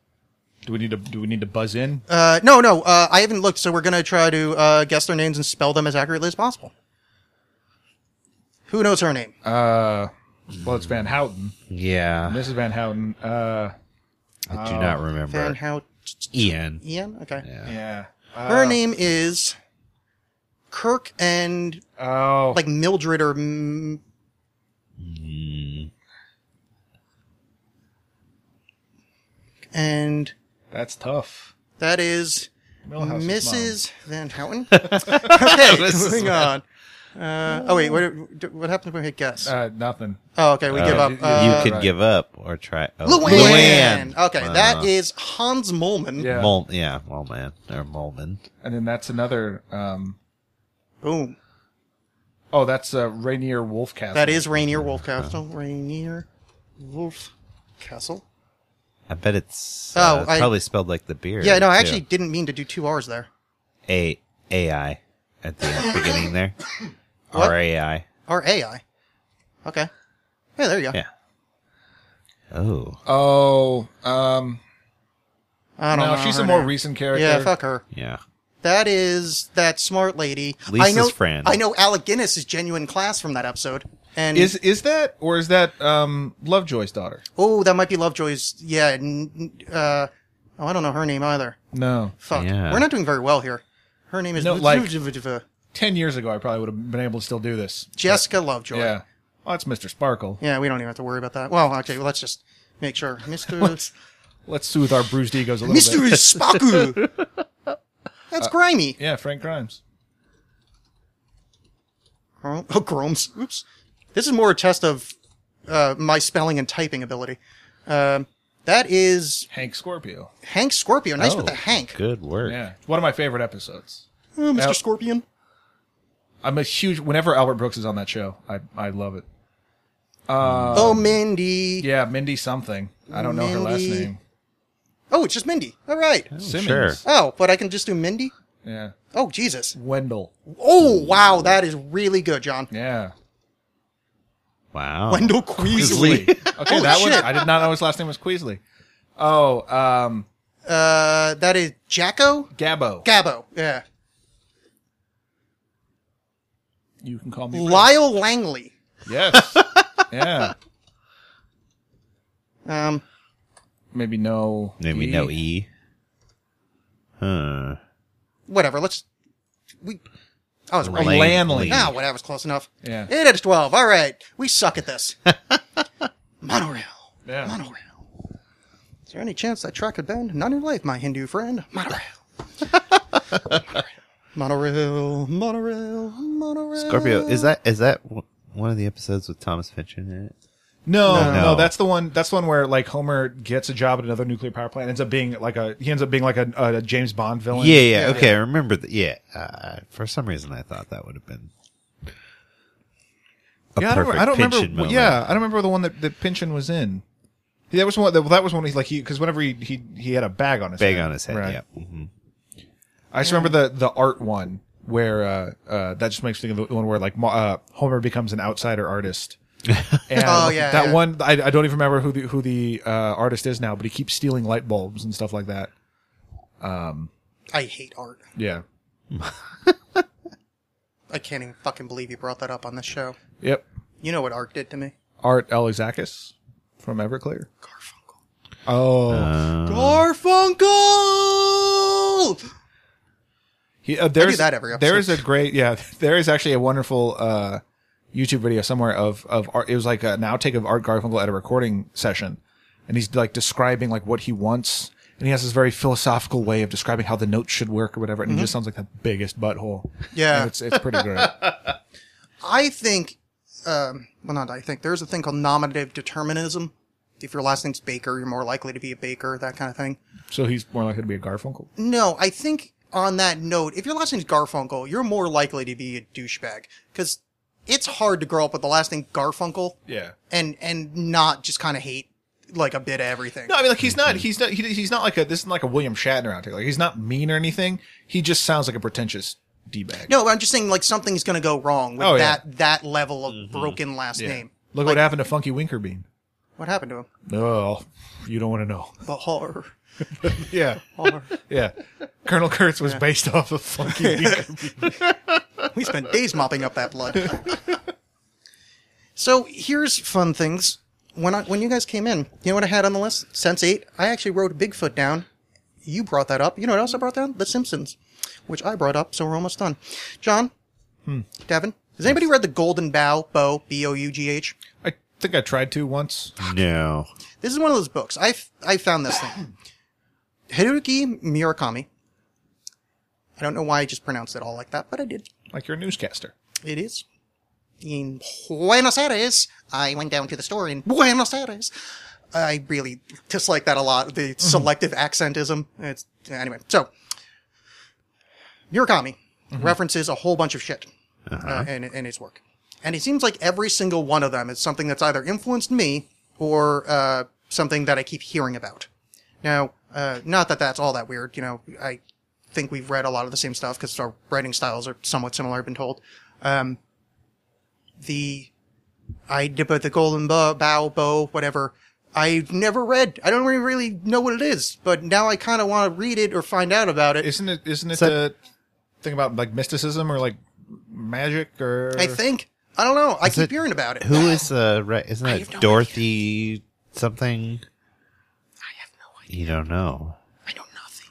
S5: Do we need to? Do we need to buzz in?
S4: Uh, no, no, uh, I haven't looked, so we're gonna try to uh, guess their names and spell them as accurately as possible. Who knows her name?
S5: Well, it's Van Houten.
S6: Yeah.
S5: Mrs. Van Houten. Uh,
S6: I do not
S4: Van
S6: remember.
S4: Hout
S6: Ian.
S4: Ian? Okay.
S6: Yeah.
S5: yeah. Uh,
S4: Her name is Kirk and
S5: Oh,
S4: like Mildred or M-
S5: Hmm.
S4: and
S5: that's tough.
S4: that is
S5: Millhouse's mom.
S4: Mrs. Van Houten. okay, moving on. Uh, oh wait, what, what happened when we hit guess?
S5: Uh, nothing.
S4: oh, okay, we give up.
S5: you-
S6: You
S4: Uh,
S6: could give up or try. Oh,
S4: Luann. Okay,
S6: Wow.
S4: that is Hans Molman.
S5: Yeah.
S6: Mol- yeah, Molman or Molman.
S5: And then that's another. um
S4: Boom.
S5: Oh, that's uh, Rainier Wolfcastle.
S4: That is Rainier Wolfcastle. Rainier Wolfcastle.
S6: I bet it's
S4: Oh,
S6: uh, it's
S4: I-
S6: probably spelled like the beer.
S4: Yeah, no, I
S6: too.
S4: actually didn't mean to do two R's there.
S6: A A I at the end- beginning there.
S4: What?
S6: R A I.
S4: Or AI. Okay. Yeah, there you go.
S6: Yeah. Oh,
S5: Oh, um,
S4: Oh, I don't
S5: no,
S4: know.
S5: she's
S4: her
S5: a more
S4: name.
S5: recent character.
S4: Yeah, fuck her.
S6: yeah.
S4: That is that smart lady. I
S6: Lisa's
S4: know,
S6: friend.
S4: I know Alec Guinness is genuine class from that episode. And
S5: Is is that or is that um Lovejoy's daughter?
S4: oh, that might be Lovejoy's. Yeah. n- n- Uh, oh, I don't know her name either.
S5: No.
S4: Fuck.
S6: Yeah.
S4: We're not doing very well here. Her name is
S5: No, like-
S4: Jessica
S5: Ten years ago, I probably would have been able to still do this.
S4: Lovejoy.
S5: Yeah. Oh, it's Mr. Sparkle.
S4: Yeah, we don't even have to worry about that. Well, okay, well, let's just make sure. Mr.
S5: Let's soothe our bruised egos a little
S4: Mr.
S5: bit.
S4: Spaku! That's grimy.
S5: Yeah, Frank Grimes.
S4: Oh, oh, Groms. Oops. This is more a test of uh, my spelling and typing ability. Um, that is
S5: Hank Scorpio.
S4: Hank Scorpio. Nice with
S6: Oh,
S4: the Hank.
S6: Good work.
S5: Yeah. It's One of my favorite episodes.
S4: Oh, Mr.
S5: Now-
S4: Scorpion.
S5: I'm a huge whenever Albert Brooks is on that show, I I love it.
S4: oh, Mindy.
S5: Yeah, Mindy something. I don't know her last
S4: Mindy-
S5: name.
S4: Oh, it's just Mindy. All right.
S5: Simmons.
S6: sure.
S4: Oh, but I can just do Mindy?
S5: Yeah.
S4: Oh, Jesus.
S5: Wendell.
S4: Oh, wow. That is really good, John.
S5: Yeah.
S6: Wow.
S4: Wendell Queasley.
S5: Queasley. okay,
S4: Holy
S5: that one
S4: shit.
S5: I did not know his last name was Queasley. Oh, um
S4: Uh, that is Jacko?
S5: Gabbo.
S4: Gabbo. Yeah.
S5: you can call me Frank.
S4: Lyle Langley.
S5: Yes. yeah.
S4: Um,
S5: Maybe no.
S6: Maybe no E. Huh.
S4: whatever. Let's. We. I was right.
S6: Lang-
S5: Lanley.
S4: Ah, whatever's close enough.
S5: Yeah.
S4: Eight out of twelve. All right, we suck at this. monorail,
S5: Yeah.
S4: monorail. Is there any chance that track could bend? Not in life, my Hindu friend. Monorail. monorail, monorail, monorail.
S6: Scorpio is that is that w- one of the episodes with Thomas Finch in it?
S5: No, no,
S6: No.
S5: that's the one. That's the one where like Homer gets a job at another nuclear power plant. Ends up being like a he ends up being like a, a James Bond villain.
S6: Yeah, yeah, okay, I remember that. Yeah, uh, for some reason I thought that would have been a
S5: Yeah, I don't,
S6: perfect
S5: I don't remember.
S6: Pynchon moment.
S5: Yeah, I don't remember the one that, that Pynchon was in. That was one. That, that was when he's like he because whenever he, he he had a bag on his
S6: bag
S5: head.
S6: on his head.
S5: Right.
S6: Yeah, hmm
S5: I just remember the the art one where uh, uh, that just makes me think of the one where like Mo- uh, Homer becomes an outsider artist. And
S4: Oh, yeah,
S5: that
S4: yeah.
S5: one I, I don't even remember who the who the uh, artist is now, but he keeps stealing light bulbs and stuff like that.
S4: I hate art.
S5: Yeah.
S4: I can't even fucking believe you brought that up on this show.
S5: Yep.
S4: You know what art did to me.
S5: Art Alexakis from Everclear. Garfunkel. Oh,
S4: Garfunkel.
S5: he, uh, there's
S4: that every
S5: there is
S4: episode.
S5: a great yeah. There is actually a wonderful uh, YouTube video somewhere of of art. It was like an outtake of Art Garfunkel at a recording session, and he's like describing like what he wants, and he has this very philosophical way of describing how the notes should work or whatever, and he just sounds like the biggest butthole.
S4: Yeah.
S5: And it's it's pretty great.
S4: I think, um, well, not I think, there's a thing called nominative determinism. If your last name's Baker, you're more likely to be a baker, that kind of thing.
S5: so he's more likely to be a Garfunkel.
S4: No, I think on that note, if your last name's Garfunkel, you're more likely to be a douchebag. Because it's hard to grow up with the last name Garfunkel
S5: Yeah.
S4: and, and not just kind of hate like a bit of everything.
S5: No, I mean like he's not he's not he, he's not like a this is like a William Shatner out there. Like he's not mean or anything. He just sounds like a pretentious d bag.
S4: No, I'm just saying like something's going to go wrong with
S5: Oh, yeah.
S4: that, that level of broken last name.
S5: Look what happened to Funky Winker Bean.
S4: What happened to him?
S5: Oh, you don't want to know.
S4: The horror.
S5: Yeah,
S4: horror.
S5: yeah. Colonel Kurtz was based off of Funky Beaker.
S4: We spent days mopping up that blood. so here's fun things. When I, when you guys came in, you know what I had on the list? Sense eight. I actually wrote Bigfoot down. You brought that up. You know what else I brought down? The Simpsons, which I brought up. So we're almost done. John, Devin, has anybody read the Golden Bough? Bo B O U G H.
S5: I think I tried to once.
S6: No.
S4: This is one of those books. I f- I found this thing. Haruki Murakami. I don't know why I just pronounced it all like that, but I did.
S5: Like you're a newscaster.
S4: It is. In Buenos Aires, I went down to the store in Buenos Aires. I really dislike that a lot. The selective accentism. It's anyway. So Murakami references a whole bunch of shit uh in, in his work, and it seems like every single one of them is something that's either influenced me or uh, something that I keep hearing about. Now, uh, not that that's all that weird. You know, I think we've read a lot of the same stuff because our writing styles are somewhat similar. I've been told. Um, the I did but the golden bow, bow, bow, whatever. I've never read. I don't really, really know what it is, but now I kind of want to read it or find out about it.
S5: Isn't it? Isn't it
S6: So-
S5: the thing about like mysticism or like magic or?
S4: I think I don't know. I keep
S6: it-
S4: hearing about it.
S6: Who is uh right isn't
S4: have
S6: that
S4: no
S6: Dorothy something?
S4: I have no idea.
S6: You don't know.
S4: I know nothing.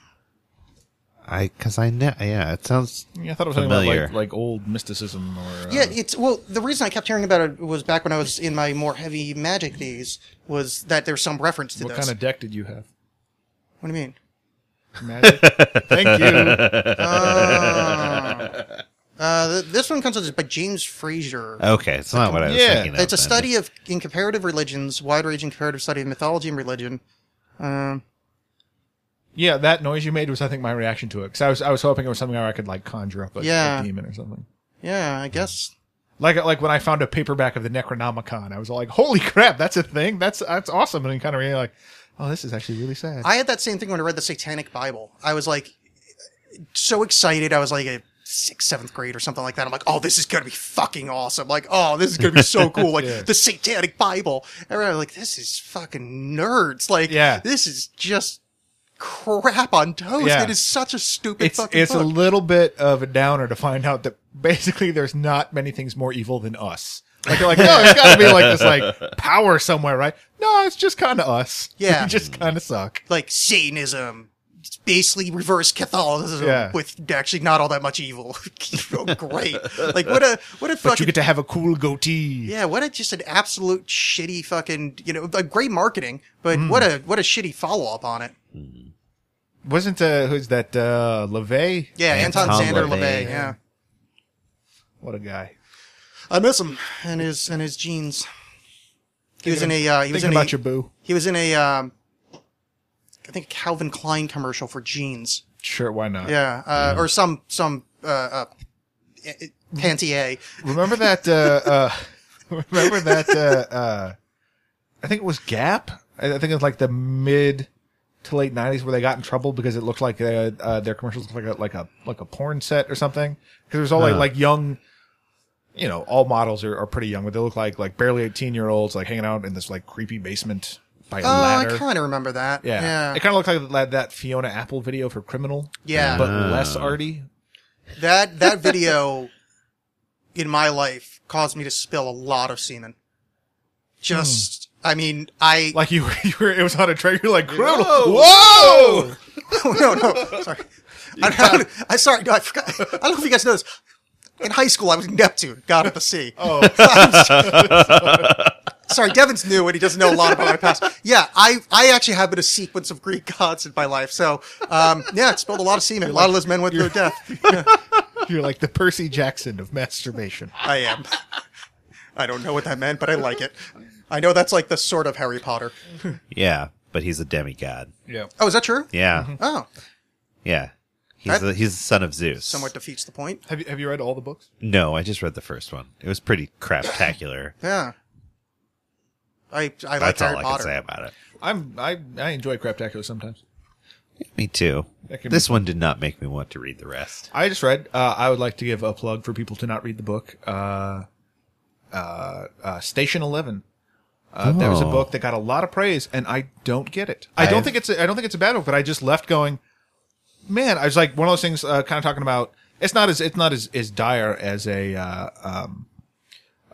S6: I cuz I know yeah, it sounds
S5: Yeah, I thought it was something
S6: Familiar.
S5: about like like old mysticism or. Uh,
S4: Yeah, it's well. The reason I kept hearing about it was back when I was in my more heavy magic days was that there's some reference to
S5: What
S4: this.
S5: kind of deck did you have?
S4: what do you mean?
S5: Magic. Thank you.
S4: Uh, th- this one comes out by James Frazier.
S6: Okay, it's not what I was
S5: Yeah,
S6: thinking of.
S4: It's a
S6: then.
S4: study of in comparative religions, wide-ranging comparative study of mythology and religion. Um,
S5: Yeah, that noise you made was I think my reaction to it because I was I was hoping it was something where I could like conjure up a, a
S4: Yeah.
S5: demon or something.
S4: yeah, I guess.
S5: Like like when I found a paperback of the Necronomicon, I was like, "Holy crap, that's a thing! That's that's awesome!" And kind of really like, "Oh, this is actually really sad."
S4: I had that same thing when I read the Satanic Bible. I was like so excited. I was like a sixth, seventh grade or something like that. I'm like, oh, this is gonna be fucking awesome. Like, oh, this is gonna be so cool. Like the Satanic Bible. And I was like, this is fucking nerds. Like,
S5: Yeah.
S4: this is just crap on toast.
S5: Yeah.
S4: It is such a stupid
S5: it's
S4: fucking
S5: it's a
S4: book.
S5: little bit of a downer to find out that basically there's not many things more evil than us. Like you're like, no, it's got to be like this like power somewhere, right? No, it's just kind of us.
S4: Yeah.
S5: we just kind of suck.
S4: like Satanism. It's basically reverse Catholicism
S5: Yeah.
S4: with actually not all that much evil. oh, great. Like what a what a
S5: But
S4: fucking
S5: you get to have a cool goatee.
S4: Yeah, what a just an absolute shitty fucking you know like great marketing, but what a what a shitty follow up on it.
S5: Wasn't uh, who's that uh, Levay?
S4: Yeah, Anton,
S6: Anton
S4: Zander
S6: LaVey.
S4: LaVey. Yeah,
S5: What a guy.
S4: I miss him and his and his jeans. He was in a uh, he was
S5: Thinking
S4: in
S5: about
S4: a,
S5: your boo.
S4: he was in a um, I think a Calvin Klein commercial for jeans.
S5: Sure, why not?
S4: Yeah, uh, or some some uh, uh, eh, eh, Pantier.
S5: Remember that? Uh, uh, remember that? Uh, uh, I think it was Gap. I I think it was like the mid to late '90s where they got in trouble because it looked like uh uh, their commercials looked like a like a like a porn set or something. Because it was all like like young, you know, all models are, are pretty young, but they look like like barely 18 year olds like hanging out in this like creepy basement by a
S4: Oh,
S5: ladder.
S4: I kind of remember that.
S5: yeah.
S4: yeah,
S5: it kind of looked like that, that Fiona Apple video for Criminal,
S4: yeah.
S5: but less arty.
S4: That that video in my life caused me to spill a lot of semen. Just I mean, I
S5: Like you, were, you were it was on a trailer. You're like criminal. Whoa!
S4: no no sorry. I, I, I sorry no I forgot. I don't know if you guys know this. In high school, I was Neptune, god of the sea. Oh, sorry, Devin's new and he doesn't know a lot about my past. Yeah, I I actually have been a sequence of Greek gods in my life. So um, yeah, it spilled a lot of semen. A lot of those men went to their death.
S5: You're like the Percy Jackson of masturbation.
S4: I am. I don't know what that meant, but I like it. I know that's like the sort of Harry Potter.
S6: Yeah, but he's a demigod.
S5: Yeah.
S4: Oh, is that true?
S6: Yeah.
S5: Mm-hmm.
S4: Oh,
S6: Yeah. He's
S4: That-
S6: the, he's the son of Zeus.
S4: somewhat defeats the point.
S5: Have you have you read all the books?
S6: No, I just read the first one. It was pretty craptacular.
S4: Yeah. I I like
S6: That's
S4: Harry
S6: all I
S4: Potter.
S6: can say about it.
S5: I'm I I enjoy Craptacular sometimes.
S6: Me too.
S5: That can
S6: This one did not make me want to read the rest.
S5: I just read. Uh, I would like to give a plug for people to not read the book. Uh, uh, uh, Station Eleven. Uh, That was a
S6: Oh.
S5: book that got a lot of praise, and I don't get it. I don't
S6: I've-
S5: think it's a, I don't think it's a bad book, but I just left going, man. I was like one of those things, uh, kind of talking about. It's not as it's not as, as dire as a uh, um,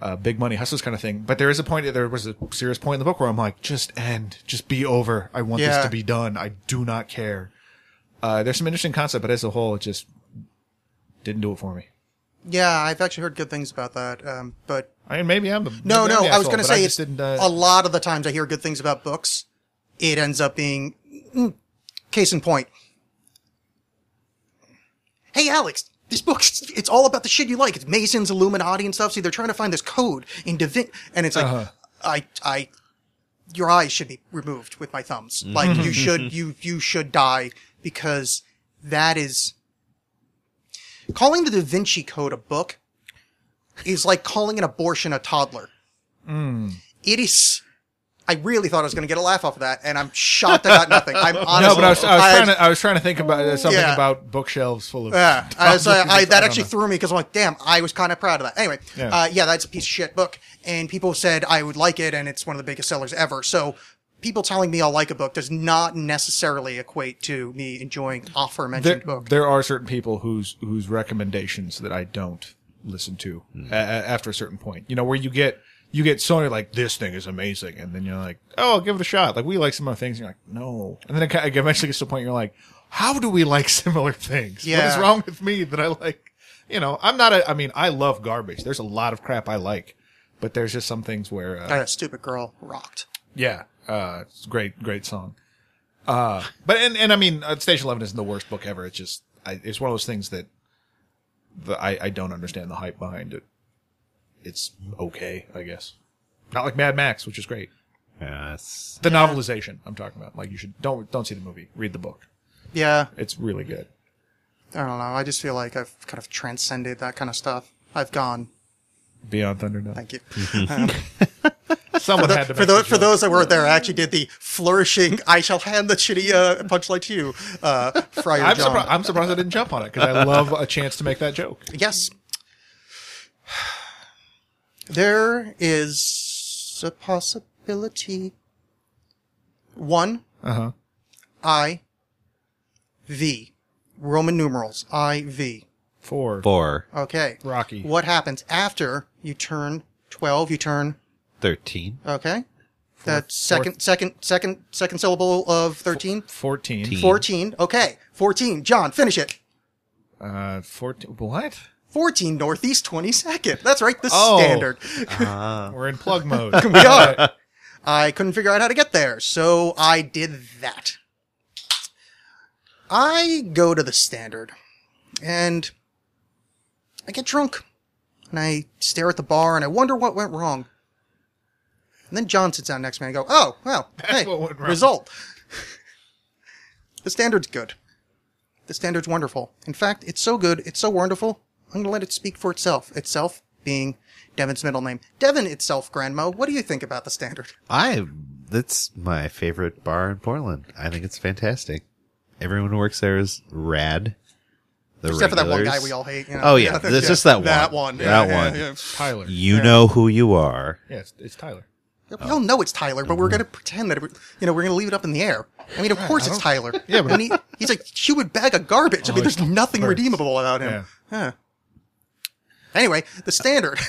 S5: uh, big money hustlers kind of thing, but there is a point. There was a serious point in the book where I'm like, just end, just be over. I want
S4: Yeah.
S5: this to be done. I do not care. Uh, there's some interesting concept, but as a whole, it just didn't do it for me.
S4: Yeah, I've actually heard good things about that. Um, but
S5: I mean, maybe I'm a,
S4: no,
S5: maybe
S4: no,
S5: I'm the
S4: I was
S5: asshole,
S4: going to
S5: but I
S4: say
S5: just
S4: it's
S5: didn't, uh,
S4: a lot of the times I hear good things about books, it ends up being mm, case in point. Hey, Alex, this book, it's all about the shit you like. It's Masons, Illuminati, and stuff. See, they're trying to find this code in Da Vin- and it's like,
S5: Uh-huh.
S4: I, I, your eyes should be removed with my thumbs. Like you should, you, you should die because that is calling the Da Vinci Code a book is like calling an abortion a toddler.
S5: Mm.
S4: It is. I really thought I was going to get a laugh off of that, and I'm shocked I got nothing. I'm honestly.
S5: no, but I was, I was
S4: I-
S5: trying to I was trying to think about uh, something
S4: Yeah.
S5: about bookshelves full of.
S4: yeah, I was, uh,
S5: toddlers.
S4: I, that
S5: don't
S4: actually
S5: know.
S4: threw me because I'm like, damn, I was kind of proud of that. Anyway,
S5: Yeah.
S4: Uh, yeah, that's a piece of shit book, and people said I would like it, and it's one of the biggest sellers ever. So people telling me I'll like a book does not necessarily equate to me enjoying aforementioned
S5: there,
S4: book.
S5: there are certain people whose whose recommendations that I don't listen to a, a- after a certain point. You know, where you get you get Sony like this thing is amazing, and then you're like, oh, I'll give it a shot. Like we like similar things, and you're like, no, and then it ki- eventually gets to a point where you're like, how do we like similar things? What is
S4: Yeah.
S5: wrong with me that I like? You know, I'm not a. I mean, I love garbage. There's a lot of crap I like, but there's just some things where uh,
S4: Uh, stupid girl rocked.
S5: yeah, uh, it's a great, great song. Uh, but and and I mean, uh, Station Eleven isn't the worst book ever. It's just I, it's one of those things that the, I I don't understand the hype behind it. It's okay, I guess. Not like Mad Max, which is great.
S6: Yes.
S5: The novelization I'm talking about. Like you should don't don't see the movie, read the book.
S4: Yeah,
S5: It's really good.
S4: I don't know. I just feel like I've kind of transcended that kind of stuff. I've gone.
S5: Beyond Thunderdome.
S4: Thank you.
S5: Someone had to
S4: for,
S5: make
S4: tho-
S5: the
S4: for
S5: joke.
S4: those that weren't there, I actually did the flourishing. I shall hand the shitty uh, punchline to you, uh, Friar
S5: I'm
S4: John.
S5: surprised. I'm surprised I didn't jump on it because I love a chance to make that joke.
S4: Yes, there is a possibility. One,
S5: Uh huh.
S4: I, V, Roman numerals, I V.
S5: Four.
S6: Four,
S4: Okay,
S5: Rocky.
S4: What happens after you turn twelve? You turn
S6: thirteen,
S4: okay. That second, second, second, second syllable of thirteen.
S5: Fourteen.
S6: Teen.
S4: 14. Okay. 14. John, finish it.
S5: Uh, fourteen. What?
S4: 14 Northeast 22nd. That's right. The
S5: Oh.
S4: standard.
S5: We're in plug mode.
S4: We are. I couldn't figure out how to get there, so I did that. I go to the standard and I get drunk and I stare at the bar and I wonder what went wrong. And then John sits down next to me and I go, oh, well, hey,
S5: what went wrong.
S4: result. the standard's good. The standard's wonderful. In fact, it's so good, it's so wonderful, I'm going to let it speak for itself. Itself being Devin's middle name. Devin itself, Grandma, what do you think about the standard?
S6: I. That's my favorite bar in Portland. I think it's fantastic. Everyone who works there is rad. The
S4: Except for that one
S6: regulars-
S4: guy we all hate. You know?
S6: Oh yeah, it's just that one.
S4: That one.
S6: That one.
S5: Tyler.
S6: You know who you are.
S5: Yeah, it's, it's Tyler.
S4: Yeah, We all know it's Tyler, but we're going to pretend that, it, you know, we're going to leave it up in the air. I mean, of course it's Tyler. Yeah, but he, he's a human bag of garbage.
S6: Oh,
S4: I mean, there's nothing redeemable about him. Huh.
S5: Yeah.
S4: Anyway, the standard.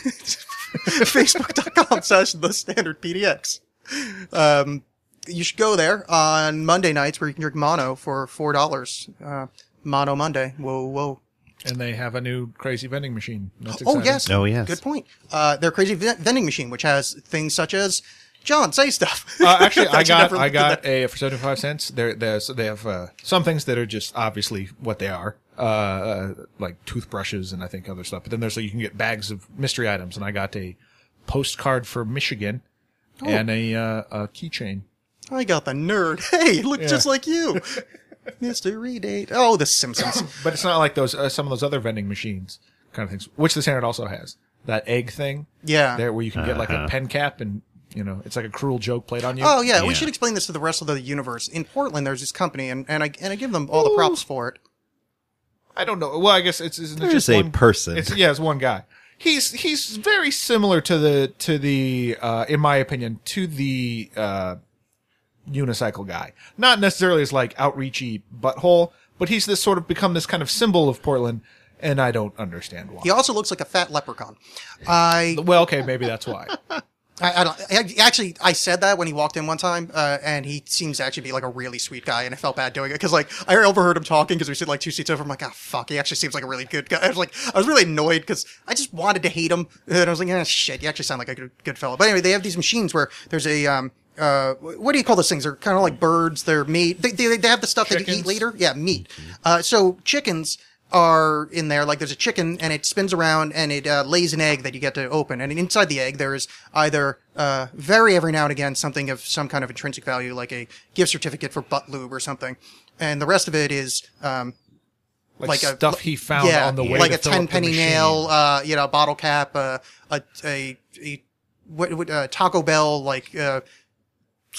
S4: Facebook.com slash the standard PDX. Um, you should go there on Monday nights where you can drink mono for $4. Uh, mono Monday. Whoa, whoa.
S5: And they have a new crazy vending machine. That's
S4: Oh
S5: exciting.
S4: yes.
S6: Oh, yes.
S4: Good point. Uh, their crazy v- vending machine, which has things such as John say stuff.
S5: Uh, actually,
S4: That
S5: I
S4: you
S5: got
S4: never
S5: I
S4: looked at
S5: got a for seventy five cents. There there's they have uh, some things that are just obviously what they are, uh, uh, like toothbrushes and I think other stuff. But then there's like you can get bags of mystery items, and I got a postcard for Michigan
S4: Oh.
S5: and a uh, a keychain.
S4: I got the nerd. Hey, look
S5: Yeah.
S4: just like you. Mystery date. Oh, The Simpsons.
S5: But it's not like those uh, some of those other vending machines kind of things, which the standard also has. That egg thing,
S4: Yeah. Uh-huh.
S5: there where you can get like a pen cap and you know it's like a cruel joke played on you.
S4: Oh yeah, we
S6: Yeah.
S4: should explain this to the rest of the universe. In Portland, there's this company, and, and I and I give them all the props for it.
S5: I don't know. Well, I guess it's, it's
S6: There's
S5: just
S6: a
S5: one,
S6: person.
S5: It's yeah, it's one guy. he's he's very similar to the to the uh, in my opinion to the uh, unicycle guy. Not necessarily as like outreachy butthole, but he's this sort of become this kind of symbol of Portland, and I don't understand why.
S4: He also looks like a fat leprechaun. I
S5: Well, okay, maybe that's why.
S4: I, I don't. I, actually, I said that when he walked in one time, uh, and he seems to actually be like a really sweet guy, and I felt bad doing it because like I overheard him talking because we sit like two seats over. I'm like, ah, fuck. He actually seems like a really good guy. I was like, I was really annoyed because I just wanted to hate him, and I was like, ah, shit. You actually sound like a good, good fellow. But anyway, they have these machines where there's a um. Uh, what do you call those things? They're kind of like birds. They're meat. They, they, they have the stuff that you eat
S5: Chickens?
S4: later. Yeah, meat. Uh, so chickens are in there. Like there's a chicken and it spins around and it uh, lays an egg that you get to open. And inside the egg, there is either uh, very every now and again something of some kind of intrinsic value, like a gift certificate for butt lube or something. And the rest of it is um,
S5: Like,
S4: like a-
S5: stuff he found
S4: yeah,
S5: on the way,
S4: like a
S5: to fill up the
S4: ten penny
S5: machine.
S4: nail, uh, you know, bottle cap, uh, a a, a what, what uh, Taco Bell like. Uh,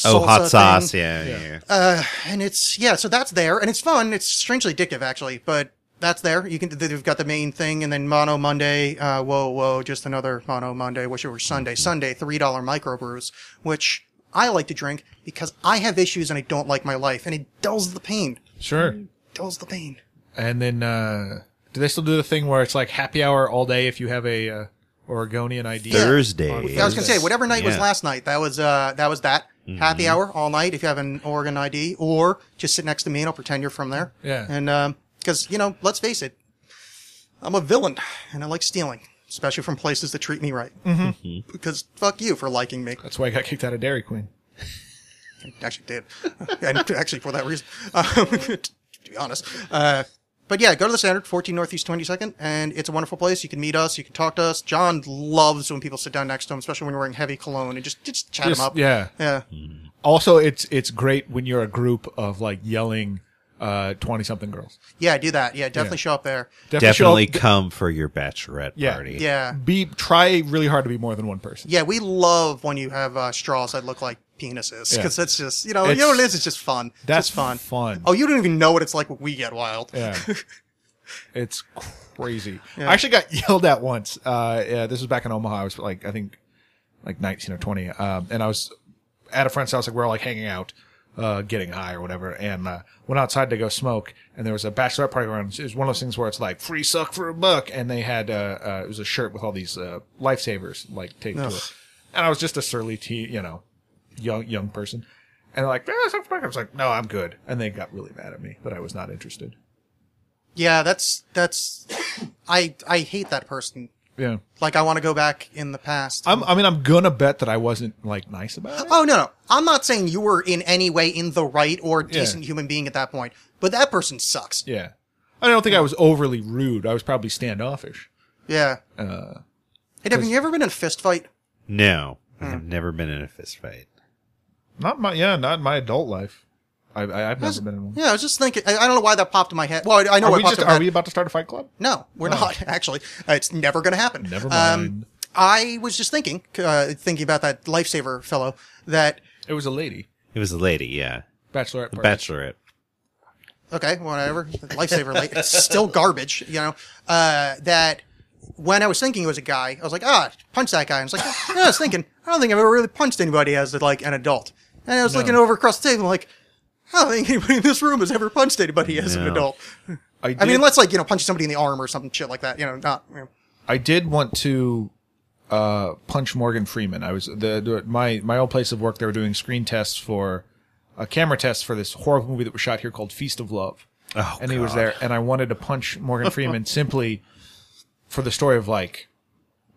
S6: Oh, hot
S4: salsa
S6: sauce.
S4: thing.
S6: Yeah, yeah. yeah.
S4: Uh, and it's yeah, so that's there, and it's fun. It's strangely addictive, actually, but that's there. You can they've got the main thing, and then Mono Monday. Uh, whoa, whoa, just another Mono Monday. Wish it were Sunday. Sunday, three dollar microbrews, which I like to drink because I have issues and I don't like my life, and it dulls the pain.
S5: Sure.
S4: Dulls the pain.
S5: And then uh, do they still do the thing where it's like happy hour all day if you have a uh, Oregonian ID?
S6: Thursday.
S4: Yeah, I was gonna say whatever night was
S6: Yeah.
S4: last night. That was uh, that was that happy hour all night. If you have an Oregon ID, or just sit next to me and I'll pretend you're from there.
S5: Yeah.
S4: and because you know, let's face it, I'm a villain and I like stealing, especially from places that treat me right. Mm-hmm. Because fuck you for liking me.
S5: That's why I got kicked out of Dairy Queen.
S4: actually did, and actually for that reason, um, to be honest. Uh, but yeah, go to the standard, 14 Northeast 22nd, and it's a wonderful place. You can meet us, you can talk to us. John loves when people sit down next to him, especially when you're wearing heavy cologne, and just just chat
S5: Just-
S4: him up.
S5: yeah.
S4: yeah.
S5: Also, it's it's great when you're a group of like yelling twenty something girls.
S4: Yeah, do that. Yeah, definitely
S5: Yeah.
S4: show up there.
S5: show
S6: Definitely
S5: up-
S6: come for your bachelorette
S5: Yeah.
S6: party.
S4: Yeah,
S5: be try really hard to be more than one person.
S4: yeah. We love when you have uh, straws that look like penises
S5: Yeah.
S4: because that's just you know
S5: It's-
S4: you know what it is. It's just fun. It's
S5: That's
S4: just fun.
S5: fun.
S4: Oh, you don't even know what it's like when we get wild.
S5: Yeah. it's crazy. I actually got yelled at once. Uh, yeah, this was back in Omaha. I was like, I think like 19 or 20. Um, and I was at a friend's house. Like we were like hanging out, uh, getting high or whatever. And, uh, went outside to go smoke and there was a bachelorette party around. It was one of those things where it's like free suck for a buck. And they had, uh, uh it was a shirt with all these, uh, lifesavers like taped to it. And I was just a surly teen, you know, young, young person. And they're like, yeah, suck for a buck." I was like, no, I'm good. And they got really mad at me, but I was not interested.
S4: Yeah, that's that's. I I hate that person.
S5: Yeah.
S4: Like I want to go back in the past.
S5: I'm, I mean, I'm gonna bet that I wasn't like nice about it.
S4: oh no, no, I'm not saying you were in any way in the right or decent human being at that point, but that person sucks. Yeah,
S5: Yeah, I don't think I was overly rude. I was probably standoffish. Uh,
S4: hey, Devin, you ever been in a fist fight?
S6: No,
S4: Hmm.
S6: I have never been in a fist fight.
S5: Not my, yeah, not in my adult life. I, I I've never been in one.
S4: Yeah, I was just thinking. I, I don't know why that popped in my head. Well, I, I know
S5: Are
S4: what
S5: we
S4: popped
S5: just
S4: in my
S5: are
S4: head.
S5: we about to start a fight club?
S4: No, we're not actually. Uh, It's never going to happen.
S5: Oh.
S4: Um,
S5: Never mind.
S4: I was just thinking, uh, thinking about that lifesaver fellow. That
S5: It was a lady
S6: It was a lady, yeah.
S5: bachelorette party.
S6: Bachelorette.
S4: okay, whatever. Lifesaver, like, it's still garbage, you know. Uh, that when I was thinking it was a guy, I was like, ah, punch that guy. And I was like, yeah, I was thinking, I don't think I've ever really punched anybody as like an adult. And I was looking over across the table, like, I don't think anybody in this room has ever punched anybody as an
S6: No.
S4: adult.
S5: I, did,
S4: I mean, unless like you know, punch somebody in the arm or something shit like that. You know, not. You know.
S5: I did want to uh, punch Morgan Freeman. I was the, the my my old place of work. They were doing screen tests for uh, camera tests for this horrible movie that was shot here called Feast of Love.
S6: Oh,
S5: and he was there, and I wanted to punch Morgan Freeman simply for the story of like,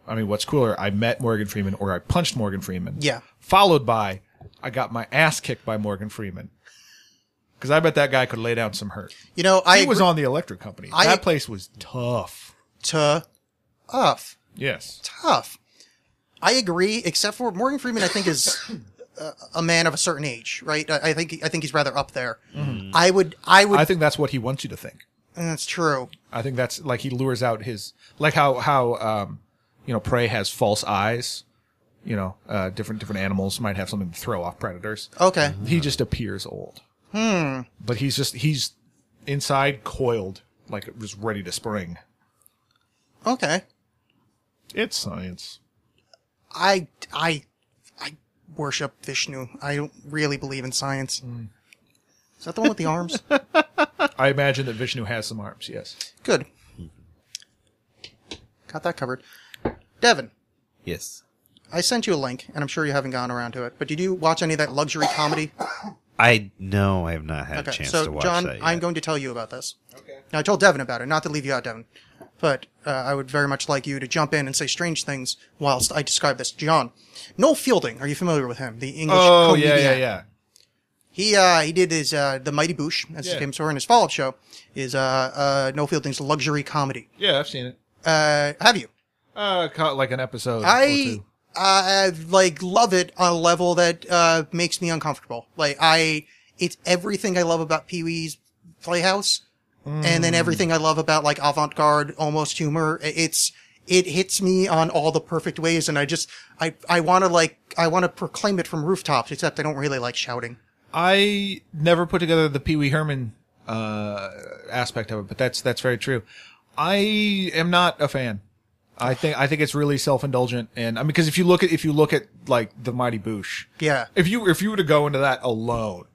S5: I mean, what's cooler? I met Morgan Freeman, or I punched Morgan Freeman.
S4: Yeah.
S5: Followed by, I got my ass kicked by Morgan Freeman. Because I bet that guy could lay down some hurt.
S4: You know, I
S5: He was
S4: agree-
S5: on the electric company.
S4: I-
S5: that place was tough.
S4: to tough.
S5: Yes.
S4: tough. I agree, except for Morgan Freeman. I think is uh, a man of a certain age, right? I I think I think he's rather up there. I would, I would.
S5: I think that's what he wants you to think.
S4: that's true.
S5: I think that's like he lures out his like how how um you know prey has false eyes. You know, uh, different different animals might have something to throw off predators.
S4: Okay,
S5: He just appears old. Hmm. But he's just he's inside coiled like it was ready to spring.
S4: okay.
S5: It's science.
S4: I I I worship Vishnu. I don't really believe in science. Is that the one with the arms?
S5: I imagine that Vishnu has some arms. Yes.
S4: Good. Got that covered. Devin,
S6: Yes.
S4: I sent you a link, and I'm sure you haven't gone around to it. But did you watch any of that luxury comedy?
S6: I no, I have not had a
S4: Okay,
S6: chance
S4: so
S6: to watch
S4: John,
S6: that. Yet.
S4: I'm going to tell you about this. Okay. Now, I told Devin about it, not to leave you out, Devin, but uh, I would very much like you to jump in and say strange things whilst I describe this. John, Noel Fielding, are you familiar with him? The English
S5: Oh yeah,
S4: comedian.
S5: yeah, yeah.
S4: He uh, he did his uh, the Mighty Boosh, as his
S5: Yeah.
S4: famous or in his follow up show is uh, uh, Noel Fielding's luxury comedy.
S5: Yeah, I've seen it.
S4: Uh, have you?
S5: Uh, caught like an episode. or
S4: I
S5: two.
S4: I like love it on a level that uh, makes me uncomfortable. Like I, it's everything I love about Pee Wee's Playhouse, and
S5: Mm.
S4: then everything I love about like avant-garde, almost humor. I- It's it hits me on all the perfect ways, and I just I I want to like I want to proclaim it from rooftops. Except I don't really like shouting.
S5: I never put together the Pee Wee Herman uh, aspect of it, but that's that's very true. I am not a fan. I think I think it's really self indulgent, and I mean because if you look at if you look at like the Mighty Boosh,
S4: Yeah.
S5: if you if you were to go into that alone,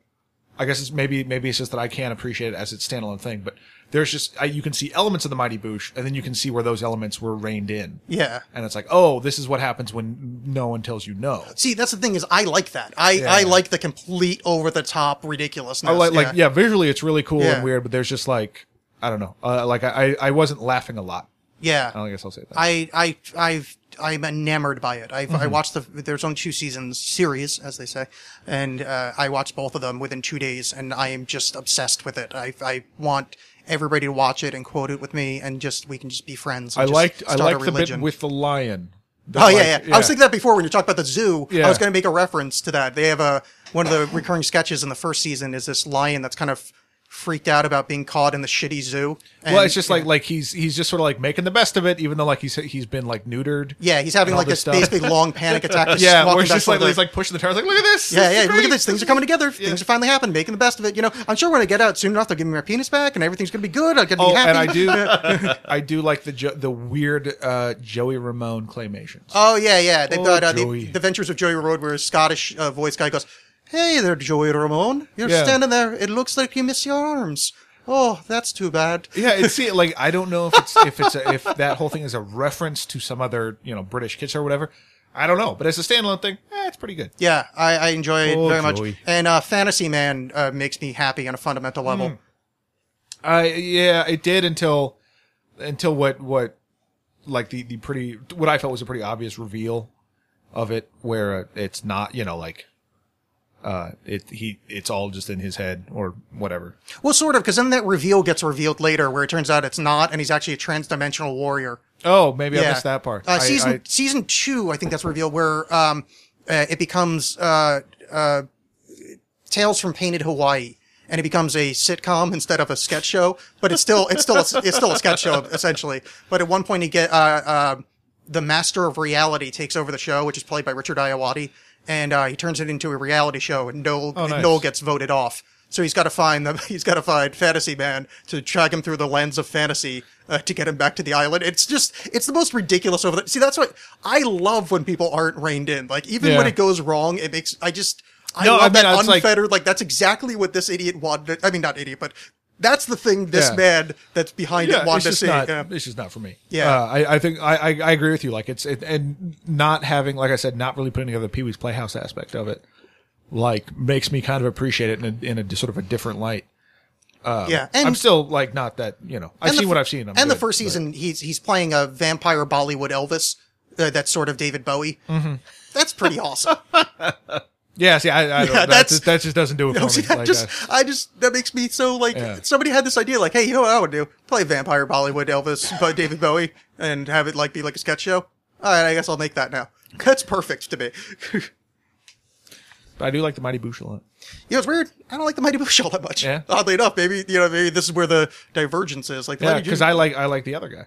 S5: I guess it's maybe maybe it's just that I can't appreciate it as its standalone thing, but there's just I, you can see elements of the Mighty Boosh, and then you can see where those elements were reined in.
S4: Yeah.
S5: and it's like oh, this is what happens when no one tells you no.
S4: See, that's the thing is, I like that. I,
S5: Yeah.
S4: I like the complete over the top ridiculousness.
S5: I like like yeah, visually it's really cool
S4: Yeah.
S5: and weird, but there's just like I don't know, uh, like I I I wasn't laughing a lot.
S4: yeah.
S5: I guess I'll say that.
S4: I I I've I'm enamored by it. I've
S5: Mm-hmm.
S4: I watched the there's only two seasons series as they say, and uh, I watched both of them within two days, and I am just obsessed with it. I I want everybody to watch it and quote it with me, and just we can just be friends. and
S5: I
S4: just
S5: liked I
S4: start a
S5: liked the bit
S4: religion.
S5: with the lion.
S4: Oh yeah, yeah, I was thinking that before when you talked about the zoo. I
S5: Yeah.
S4: was going to make a reference to that. They have a one of the recurring sketches in the first season is this lion that's kind of freaked out about being caught in the shitty zoo.
S5: Well,
S4: and-
S5: it's just like like he's he's just sort of like making the best of it, even though like he's he's been like neutered.
S4: yeah, he's having
S5: all
S4: like
S5: this
S4: this
S5: stuff.
S4: basically long panic attack. just
S5: Yeah,
S4: walking
S5: where it's
S4: back
S5: just
S4: from
S5: like
S4: the-
S5: he's like pushing the tires, like look at this.
S4: Yeah,
S5: is
S4: yeah. Look
S5: great."
S4: at this. Things are coming together. Things are finally happening. Making the best of it. You know, I'm sure when I get out soon enough, they'll give me my penis back, and everything's gonna be good. I'm gonna
S5: Oh,
S4: be happy.
S5: and I do, I do like the jo- the weird uh, Joey Ramone claymations.
S4: oh yeah, yeah. They've
S5: Oh,
S4: got uh, the,
S5: Joey.
S4: the Ventures of Joey Road, where a Scottish uh, voice guy goes, "Hey there, Joey Ramone. You're
S5: Yeah.
S4: standing there. It looks like you miss your arms. Oh, that's too bad."
S5: Yeah, it's see, like I don't know if it's if it's a, if that whole thing is a reference to some other you know British kids or whatever. I don't know, but as a standalone thing, eh, it's pretty good.
S4: Yeah, I, I enjoy it
S5: Oh,
S4: very much.
S5: Joey. Hmm.
S4: And uh, Fantasy Man uh, makes me happy on a fundamental level.
S5: I yeah, it did until until what what like the the pretty what I felt was a pretty obvious reveal of it, where uh, it's not you know like uh it he it's all just in his head or whatever.
S4: Well, sort of, because then that reveal gets revealed later, where it turns out it's not, and he's actually a trans-dimensional warrior.
S5: Oh, maybe I missed that part.
S4: Uh,
S5: I-
S4: season
S5: I-
S4: season two, I think that's revealed where um, uh, it becomes uh, uh, Tales from Painted Hawaii, and it becomes a sitcom instead of a sketch show. But it's still it's still a, it's still a sketch show essentially. But at one point, he get uh, uh, the Master of Reality takes over the show, which is played by Richard Iowati, and uh, he turns it into a reality show, and Noel
S5: Oh, nice.
S4: Noel gets voted off. So he's got to find the he's got to find Fantasy Man to track him through the lens of fantasy uh, to get him back to the island. It's just it's the most ridiculous over. The, see, that's what I love when people aren't reined in. Like even when
S5: Yeah.
S4: it goes wrong, it makes I just I
S5: No, I
S4: love
S5: mean,
S4: that
S5: it's like-
S4: unfettered. Like, that's exactly what this idiot wanted. I mean, not idiot, but that's the thing this
S5: Yeah.
S4: man that's behind it wanted
S5: it's
S4: to
S5: just
S4: see.
S5: Not,
S4: yeah.
S5: It's just not for me.
S4: Yeah.
S5: uh, I, I think I, I, I agree with you. Like it's it, and not having, like I said, not really putting together the Pee Wee's Playhouse aspect of it, like makes me kind of appreciate it in a, in a di- sort of a different light.
S4: yeah. And,
S5: um, I'm still like not that you know. I've
S4: and the
S5: seen
S4: f-
S5: what I've seen. I'm
S4: and the
S5: good,
S4: first
S5: but-
S4: season, he's he's playing a vampire Bollywood Elvis. Uh, that's sort of David Bowie.
S5: Mm-hmm.
S4: That's pretty awesome.
S5: Yeah, see, I, I don't,
S4: Yeah,
S5: that,
S4: that's-
S5: just, that just doesn't do it
S4: No,
S5: for
S4: see,
S5: me.
S4: that
S5: Like,
S4: just,
S5: uh,
S4: I just, that makes me so like,
S5: Yeah.
S4: somebody had this idea, like, hey, you know what I would do? Play Vampire Bollywood Elvis, but David Bowie, and have it like be like a sketch show. All right, I guess I'll make that now. That's perfect to me. you
S5: but I do like the Mighty Boosh a lot.
S4: know, it's weird. I don't like the Mighty Boosh all that much.
S5: Yeah.
S4: Oddly enough, maybe, you know, maybe this is where the divergence is. Like, the
S5: Yeah,
S4: Mighty
S5: because
S4: Boosh-
S5: I like I like the other guy.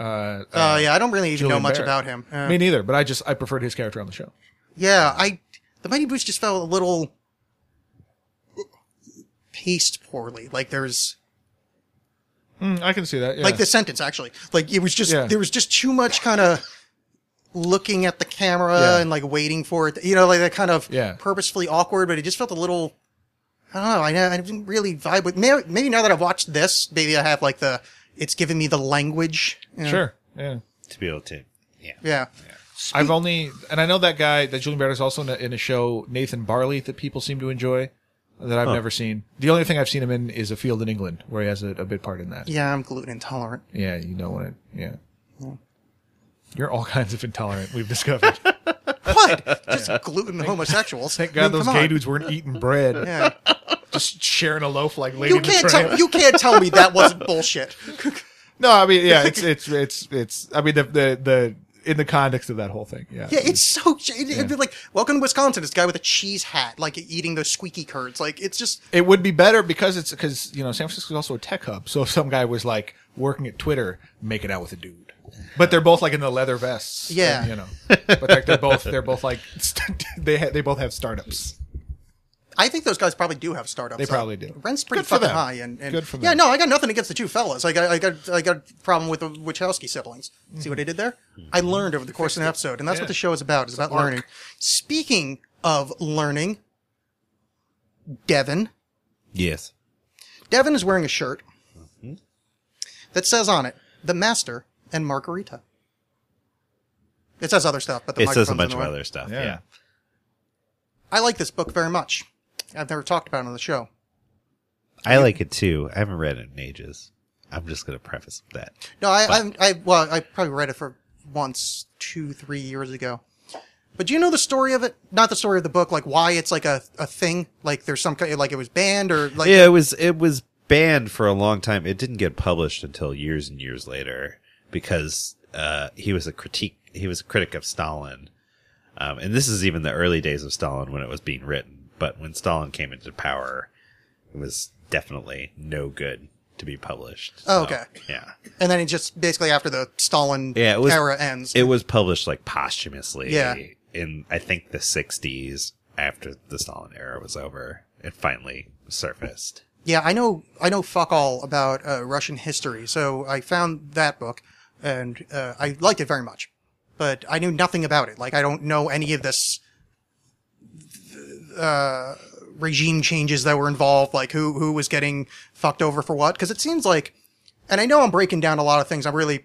S5: Uh, uh,
S4: uh, yeah, I don't really even
S5: Julian
S4: know much
S5: Barrett.
S4: about him. Uh,
S5: me neither. But I just I preferred his character on the show.
S4: yeah, I, the Mighty Boosh just felt a little paced poorly. Like, there's,
S5: Mm, I can see that. Yeah.
S4: like this sentence actually like it was just
S5: Yeah.
S4: there was just too much kind of looking at the camera
S5: Yeah.
S4: and like waiting for it you know like that kind of
S5: Yeah.
S4: purposefully awkward but it just felt a little i don't know i, know- I didn't really vibe with maybe, maybe now that i've watched this maybe i have like the it's giving me the language you know?
S5: Sure. Yeah.
S6: to be able to. Yeah.
S4: yeah
S5: I've only, and I know that guy, that Julian Barrett is also in a, in a show, Nathan Barley, that people seem to enjoy, that I've never seen. The only thing I've seen him in is A Field in England, where he has a, a bit part in that.
S4: yeah i'm gluten intolerant
S5: Yeah, you know what? Yeah. You're all kinds of intolerant, we've discovered.
S4: what just gluten homosexuals
S5: Thank
S4: I
S5: God
S4: mean,
S5: those
S4: come
S5: gay
S4: on.
S5: dudes weren't eating bread,
S4: yeah.
S5: just sharing a loaf like Lady
S4: you
S5: in the
S4: can't
S5: Tramp.
S4: tell you can't tell me that wasn't bullshit
S5: No, I mean, yeah, it's, it's, it's, it's, I mean, the, the, the, in the context of that whole thing. Yeah.
S4: Yeah, it's so it, it'd be like welcome to Wisconsin. This guy with a cheese hat, like eating those squeaky curds. Like it's just
S5: it would be better because it's because you know San Francisco's also a tech hub. So if some guy was like working at Twitter, making out with a dude, but they're both like in the leather vests.
S4: Yeah.
S5: and, you know, but like they're both they're both like they ha- they both have startups.
S4: I think those guys probably do have startups.
S5: They
S4: though.
S5: probably do.
S4: Rent's pretty
S5: Good for
S4: fucking
S5: them.
S4: high, and, and
S5: Good for
S4: yeah,
S5: them.
S4: no, I got nothing against the two fellas. I got I got I got a problem with the Wachowski siblings. See what I did there? I learned over the course of an episode, and that's
S5: Mm-hmm. Yeah.
S4: what the show is about. It's about
S5: arc.
S4: learning. Speaking of learning, Devin,
S6: Yes.
S4: Devin is wearing a shirt
S6: Mm-hmm.
S4: that says on it "The Master and Margarita." It says other stuff, but the
S6: It says
S4: microphone's
S6: a
S4: in
S6: bunch
S4: the
S6: of
S4: way.
S6: other stuff. Yeah.
S5: Yeah.
S4: I like this book very much. I've never talked about it on the show.
S6: I like it too. I haven't read it in ages. I'm just going to preface with that.
S4: No, I, I, I, well, I probably read it for once, two, three years ago. But do you know the story of it? Not the story of the book, like why it's like a, a thing. Like there's some kind, like it was banned or like.
S6: yeah, it was it was banned for a long time. It didn't get published until years and years later because uh, he was a critique. He was a critic of Stalin, um, and this is even the early days of Stalin when it was being written. But when Stalin came into power, it was definitely no good to be published.
S4: Oh, okay.
S6: Yeah,
S4: And then it just basically after the Stalin
S6: yeah. It was
S4: era ends.
S6: It was published like posthumously.
S4: Yeah.
S6: in I think the '60s after the Stalin era was over, it finally surfaced.
S4: Yeah, I know. I know fuck all about uh, Russian history, so I found that book, and uh, I liked it very much. But I knew nothing about it. Like I don't know any of this uh, regime changes that were involved. Like who who was getting fucked over for what? Because it seems like, and I know I'm breaking down a lot of things. I'm really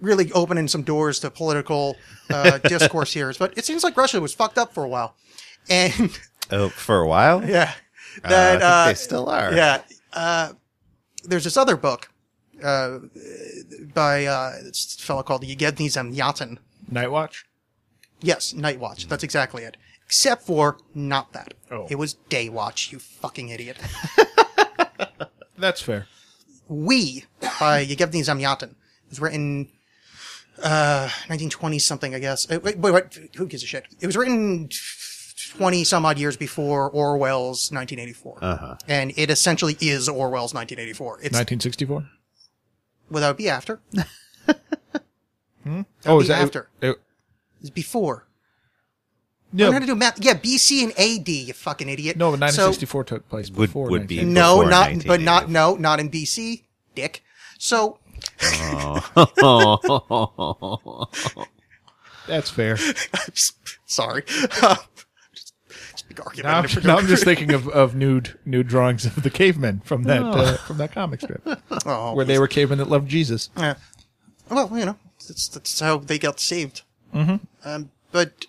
S4: really opening some doors to political uh, discourse here. But it seems like Russia was fucked up for a while, and
S6: Oh, for a while.
S4: yeah,
S6: Uh,
S4: that
S6: I
S4: uh,
S6: think they still are.
S4: yeah. Uh, there's this other book uh, by uh, this fellow called Yevgeny Zamyatin.
S5: Night Watch.
S4: Yes, Night Watch. That's exactly it. Except for not that.
S5: Oh.
S4: It was Day Watch, you fucking idiot.
S5: That's fair.
S4: we by Yevgeny Zamyatin. It was written uh 1920 something, I guess. Uh, wait, wait, wait, who gives a shit? It was written 20 some odd years before Orwell's 1984.
S6: Uh-huh.
S4: And it essentially is Orwell's 1984. It's
S5: 1964.
S4: well, that would be after.
S5: Oh,
S4: be after.
S5: It, it,
S4: It's before.
S5: no,
S4: I'm gonna do math. Yeah, BC and AD. You fucking idiot.
S5: no, but
S4: So-
S5: 1964 took place
S6: Would-
S5: before.
S6: would be-
S5: 19-
S4: no,
S6: before
S4: not but not
S6: 1980.
S4: no, not in BC, dick. So
S5: That's fair.
S4: sorry. Uh, just argument.
S5: Now I'm, now I'm just thinking of, of nude nude drawings of the cavemen from that uh, from that comic strip
S4: Oh,
S5: where they were cavemen that loved Jesus.
S4: yeah. Well, you know, that's that's how they got saved. Mm-hmm. Um, but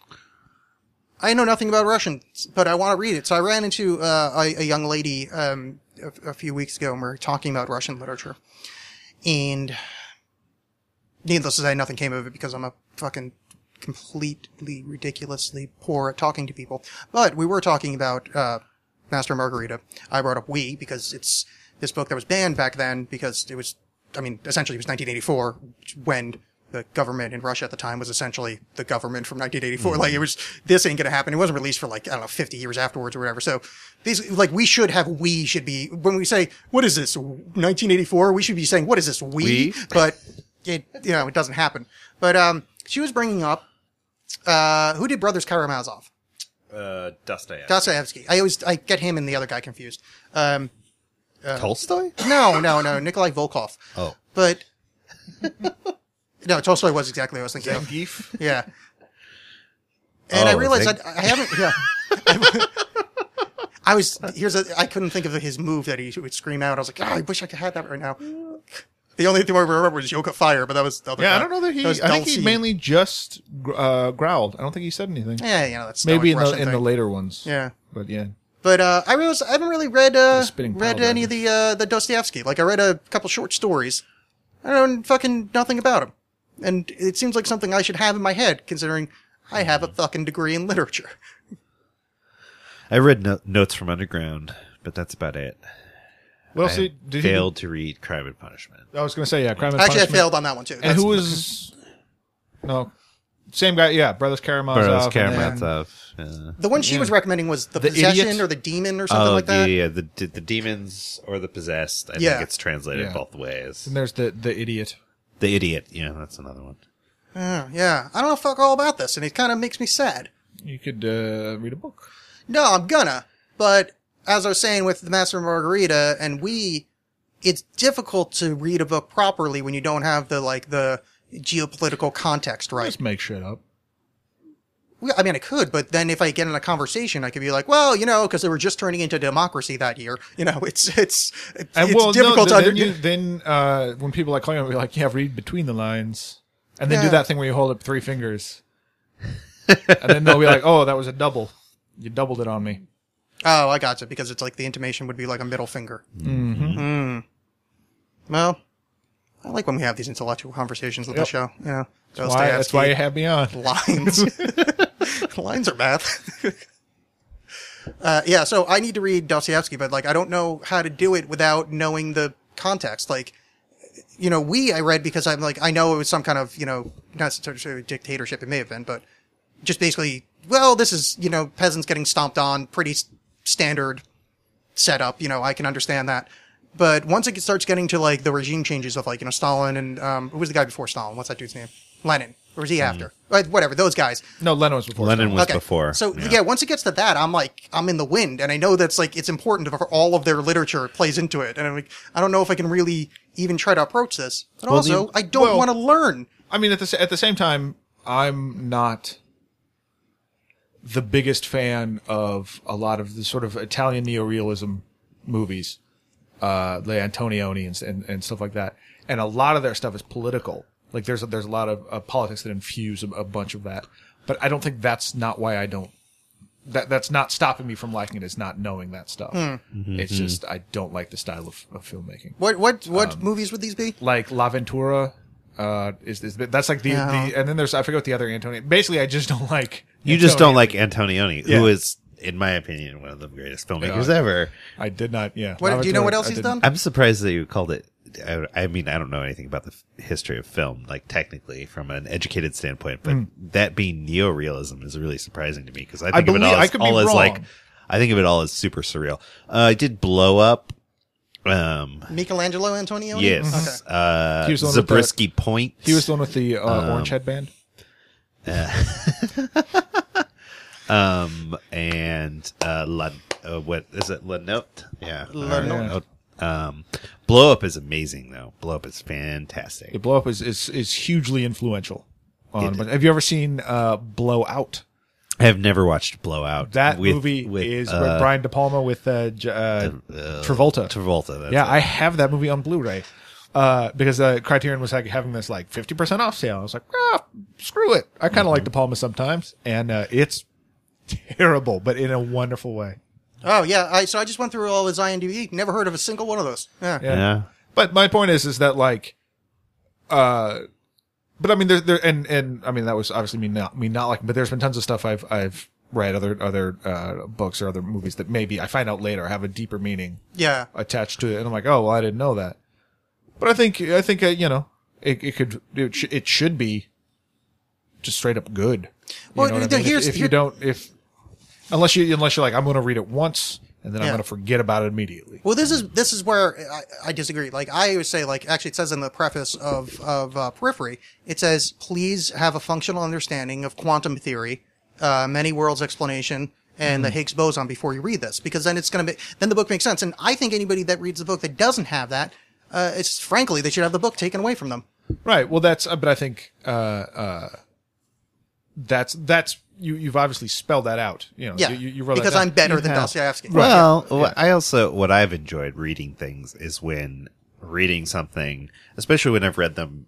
S4: I know nothing about Russian, but I want to read it. So I ran into uh, a, a young lady um, a, a few weeks ago, and we were talking about Russian literature. And needless to say, nothing came of it because I'm a fucking completely ridiculously poor at talking to people. But we were talking about uh, Master and Margarita. I brought up we because it's this book that was banned back then because it was, I mean, essentially it was 1984 when the government in Russia at the time was essentially the government from 1984. Like it was, this ain't gonna happen. It wasn't released for like, I don't know, 50 years afterwards or whatever. So these, like we should have, we should be, when we say, what is this, 1984? We should be saying, what is this, we?
S6: We?
S4: But it, you know, it doesn't happen. But, um, she was bringing up, uh, who did Brothers Karamazov?
S6: uh, Dostoevsky.
S4: Dostoevsky. I always I get him and the other guy confused. Um,
S6: Tolstoy?
S4: No, no, no. Nikolai Volkov.
S6: Oh.
S4: But no, Tolstoy was exactly what I was thinking. of.
S5: Zangief.
S4: Yeah. And I
S6: Oh,
S4: realized
S6: Zang-
S4: I, I haven't. Yeah. I, I was here's a I couldn't think of his move that he would scream out. I was like, oh, I wish I could have that right now. The only thing I remember was Yoka Fire, but that was the other
S5: Yeah,
S4: guy.
S5: I don't know that he.
S4: was
S5: I think he
S4: Dulcie.
S5: mainly just gr- uh, growled. I don't think he said anything.
S4: yeah, you know that's
S5: Maybe in the
S4: Russian
S5: in the
S4: Eh, thing.
S5: later ones.
S4: yeah.
S5: but yeah,
S4: But uh, I realized I haven't really read uh,
S5: spinning pile
S4: read
S5: driver.
S4: any of the uh, the Dostoevsky. Like I read a couple short stories. I don't fucking nothing about him, and it seems like something I should have in my head, considering I have a fucking degree in literature.
S6: I read no- Notes from Underground, but that's about it.
S5: What
S6: I
S5: else did, did he? do?
S6: failed to read Crime and Punishment.
S5: I was gonna say yeah. Crime and
S4: Actually, I
S5: Punishment.
S4: failed on that one too.
S5: And who was? No, same guy. Yeah, Brothers Karamazov.
S6: Burroughs
S5: and
S6: Karamazov.
S5: then-
S6: yeah.
S4: the one she was recommending was the,
S5: The
S4: possession
S5: Idiot?
S4: or the demon or something
S6: oh,
S4: like that.
S6: yeah, yeah, the, the the demons or the possessed. I
S4: Yeah.
S6: think it's translated
S5: Yeah.
S6: both ways.
S5: And there's the the idiot.
S6: The idiot. Yeah, that's another one.
S4: Oh, yeah, I don't know fuck all about this, and it kind of makes me sad.
S5: You could uh, read a book.
S4: No, I'm gonna. But as I was saying with the Master and Margarita and we, it's difficult to read a book properly when you don't have the like the geopolitical context right.
S5: Just make shit up.
S4: Well, I mean, I could, but then if I get in a conversation, I could be like, well, you know, because they were just turning into democracy that year. You know, it's it's it's,
S5: And
S4: it's
S5: well,
S4: difficult
S5: no,
S4: to
S5: then,
S4: under-
S5: you, then uh, when people like call you, I'll be like, yeah, read between the lines, and then
S4: Yeah.
S5: do that thing where you hold up three fingers, and then they'll be like, oh, that was a double. You doubled it on me.
S4: Oh, I gotcha. Because it's like the intimation would be like a middle finger. Mm-hmm. Well, I like when we have these intellectual conversations with
S5: Yep.
S4: the show. Yeah,
S5: That's why, that's why you have me on.
S4: lines. lines are math. uh, yeah, so I need to read Dostoevsky, but like I don't know how to do it without knowing the context. Like, you know, we I read because I'm like I know it was some kind of you know not necessarily dictatorship it may have been, but just basically well this is you know peasants getting stomped on pretty s- standard setup. You know I can understand that. But once it starts getting to like the regime changes of like you know Stalin and um, who was the guy before Stalin? What's that dude's name? Lenin, or was he after? Like, Whatever those guys.
S5: No, Lennon was before.
S6: Lennon
S5: Stalin.
S6: Hmm. was before.
S4: So yeah. once it gets to that, I'm like, I'm in the wind, and I know that's like it's important for all of their literature plays into it, and I'm like, I don't know if I can really even try to approach this. And
S6: Well,
S4: also,
S6: the-
S4: I don't
S5: well-
S4: want to learn.
S5: I mean, at the sa- at the same time, I'm not the biggest fan of a lot of the sort of Italian neorealism movies, uh, Le Antonioni and, and and stuff like that. And a lot of their stuff is political. Like there's a, there's a lot of uh, politics that infuse a, a bunch of that. But I don't think that's not why I don't. That that's not stopping me from liking it. Is not knowing that stuff. It's just I don't like the style of, of filmmaking
S4: What what
S6: um,
S4: what movies would these be?
S5: like La Ventura. Uh, is, is that's like the,
S4: Yeah.
S5: the and then there's I forget what the other Antonio. Basically, I just don't like
S6: You just
S5: Antonio.
S6: don't like Antonioni,
S5: Yeah.
S6: who is, in my opinion, one of the greatest filmmakers ever.
S5: I did not. Yeah.
S4: What
S5: La
S4: do you know? What
S5: Ventura,
S4: else
S5: I
S4: he's
S5: didn't-
S4: done?
S6: I'm surprised that you called it. I, I mean, I don't know anything about the f- history of film, like technically from an educated standpoint, but that being neorealism is really surprising to me because I think of
S5: believe-
S6: it all,
S5: Hmm. I
S6: as,
S5: could be
S6: all as like,
S5: wrong.
S6: I think of it all as super surreal. Uh, I did blow up. Um,
S4: Michelangelo Antonioni.
S6: yes,
S4: Okay.
S6: uh,
S5: He was the one with the-
S6: Zabriskie Point.
S5: He was the one with the uh, orange headband.
S6: um, and uh, La, uh, what is it? La Note. Yeah, La
S5: Note.
S6: Um, blow up is amazing though. Blow up is fantastic.
S5: The blow up is is, is hugely influential. On,
S6: It-
S5: but have you ever seen uh, Blow Out?
S6: I have never watched Blowout.
S5: That
S6: with-
S5: movie
S6: with,
S5: is
S6: uh,
S5: with Brian De Palma with uh, J- uh, Travolta.
S6: Travolta. That's
S5: yeah,
S6: it.
S5: I have that movie on Blu-ray uh, because uh, Criterion was like having this like fifty percent off sale. I was like, ah, screw it. I kind of
S6: Mm-hmm.
S5: like De Palma sometimes, and uh, it's terrible, but in a wonderful way.
S4: Oh yeah. I, so I just went through all his IMDb. Never heard of a single one of those. Yeah.
S5: Yeah.
S6: yeah.
S5: But my point is, is that like, uh, but I mean, there, there, and and I mean, that was obviously me not me not liking, but there's been tons of stuff I've I've read other other uh, books or other movies that maybe I find out later have a deeper meaning
S4: Yeah.
S5: attached to it, and I'm like, oh, well, I didn't know that. But I think I think uh, you know it, it could it, sh- it should be just straight up good. You
S4: Well,
S5: know what I
S4: the-
S5: mean? If-
S4: here's-
S5: if, you
S4: here-
S5: don't if unless you unless you're like I'm going to read it once and then I'm
S4: Yeah.
S5: going to forget about it immediately.
S4: Well, this is this is where I, I disagree. Like I always say, like actually, it says in the preface of of uh, Periphery, it says, "Please have a functional understanding of quantum theory, uh, many worlds explanation, and
S5: Mm-hmm.
S4: the Higgs boson before you read this, because then it's going to be then the book makes sense. And I think anybody that reads the book that doesn't have that, uh, it's frankly they should have the book taken away from them.
S5: Right. Well, that's. uh, But I think uh, uh, that's that's you. You've obviously spelled that out. You know.
S4: Yeah,
S5: You, you wrote that
S4: because
S5: down.
S4: I'm better
S5: You
S4: than
S5: have-
S4: Dostoevsky.
S6: Well, wh- I also what I've enjoyed reading things is when reading something, especially when I've read them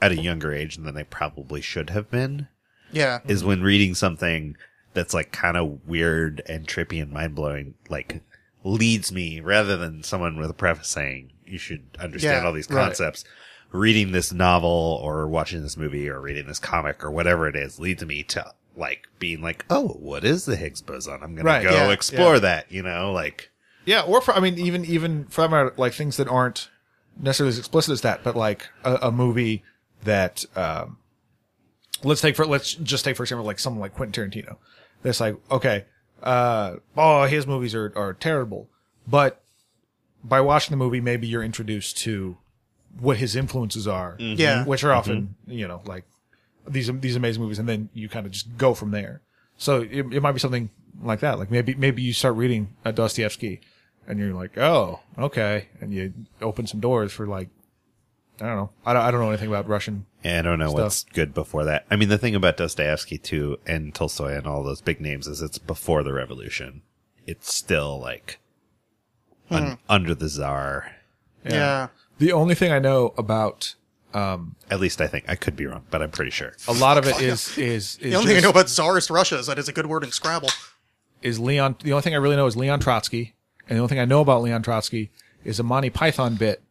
S6: at a younger age than I probably should have been,
S4: Yeah,
S6: is when reading something that's like kind of weird and trippy and mind blowing, like leads me rather than someone with a preface saying you should understand
S4: Yeah,
S6: all these
S5: right.
S6: concepts. Reading this novel or watching this movie or reading this comic or whatever it is leads me to like being like, oh, what is the Higgs boson? I'm gonna
S5: Right,
S6: go
S5: yeah,
S6: explore
S5: yeah.
S6: that. You know, like.
S5: Yeah. Or for I mean, even even for that matter, like things that aren't necessarily as explicit as that, but like a, a movie that um, let's take for let's just take for example like someone like Quentin Tarantino. That's like okay, uh, oh his movies are are terrible, but by watching the movie, maybe you're introduced to what his influences are.
S4: Yeah.
S5: which are often you know like these these amazing movies, and then you kind of just go from there. So it, it might be something like that. Like maybe maybe you start reading uh, Dostoevsky, and you're like, oh, okay, and you open some doors for like, I don't know, I don't, I don't know anything about Russian.
S6: Yeah, I don't know what's good before that. I mean, the thing about Dostoevsky too, and Tolstoy, and all those big names is it's before the revolution. It's still like un- under the czar.
S4: yeah,
S5: The only thing I know about
S6: At least I think I could be wrong, but I'm pretty sure.
S5: a lot of it is is is,
S4: The only thing I
S5: just-
S4: know about Tsarist Russia is that it's a good word in Scrabble.
S5: is Leon. The only thing I really know is Leon Trotsky, and the only thing I know about Leon Trotsky is a Monty Python bit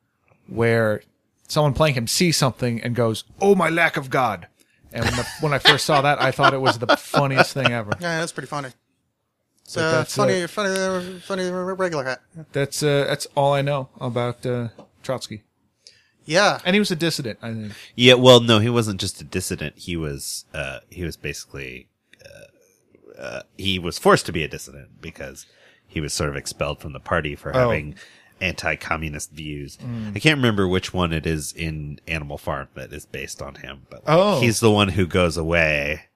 S5: where someone playing him sees something and goes, "Oh my lack of God." And when, the, when I first saw that, I thought it was the funniest thing ever.
S4: Yeah, that's pretty funny. It's
S5: But
S4: uh,
S5: that's
S4: funny,
S5: it.
S4: funny, funny, regular hat.
S5: That's uh, that's all I know about uh, Trotsky.
S4: Yeah,
S5: And he was a dissident, I think.
S6: Yeah, well, no, he wasn't just a dissident. He was, uh, he was basically, uh, uh, he was forced to be a dissident because he was sort of expelled from the party for
S5: Oh. Mm.
S6: having anti-communist views. I can't remember which one it is in Animal Farm that is based on him, but like,
S5: Oh.
S6: he's the one who goes away,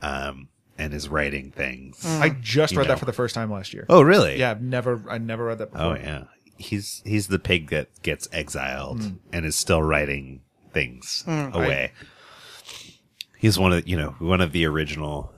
S6: um, and is writing things.
S5: I just
S6: You
S5: read
S6: know.
S5: that for the first time last year.
S6: Oh, really?
S5: Yeah, I've never I never read that before.
S6: Oh, yeah. He's he's the pig that gets exiled
S4: Hmm.
S6: and is still writing things away. he's one of the- you know one of the original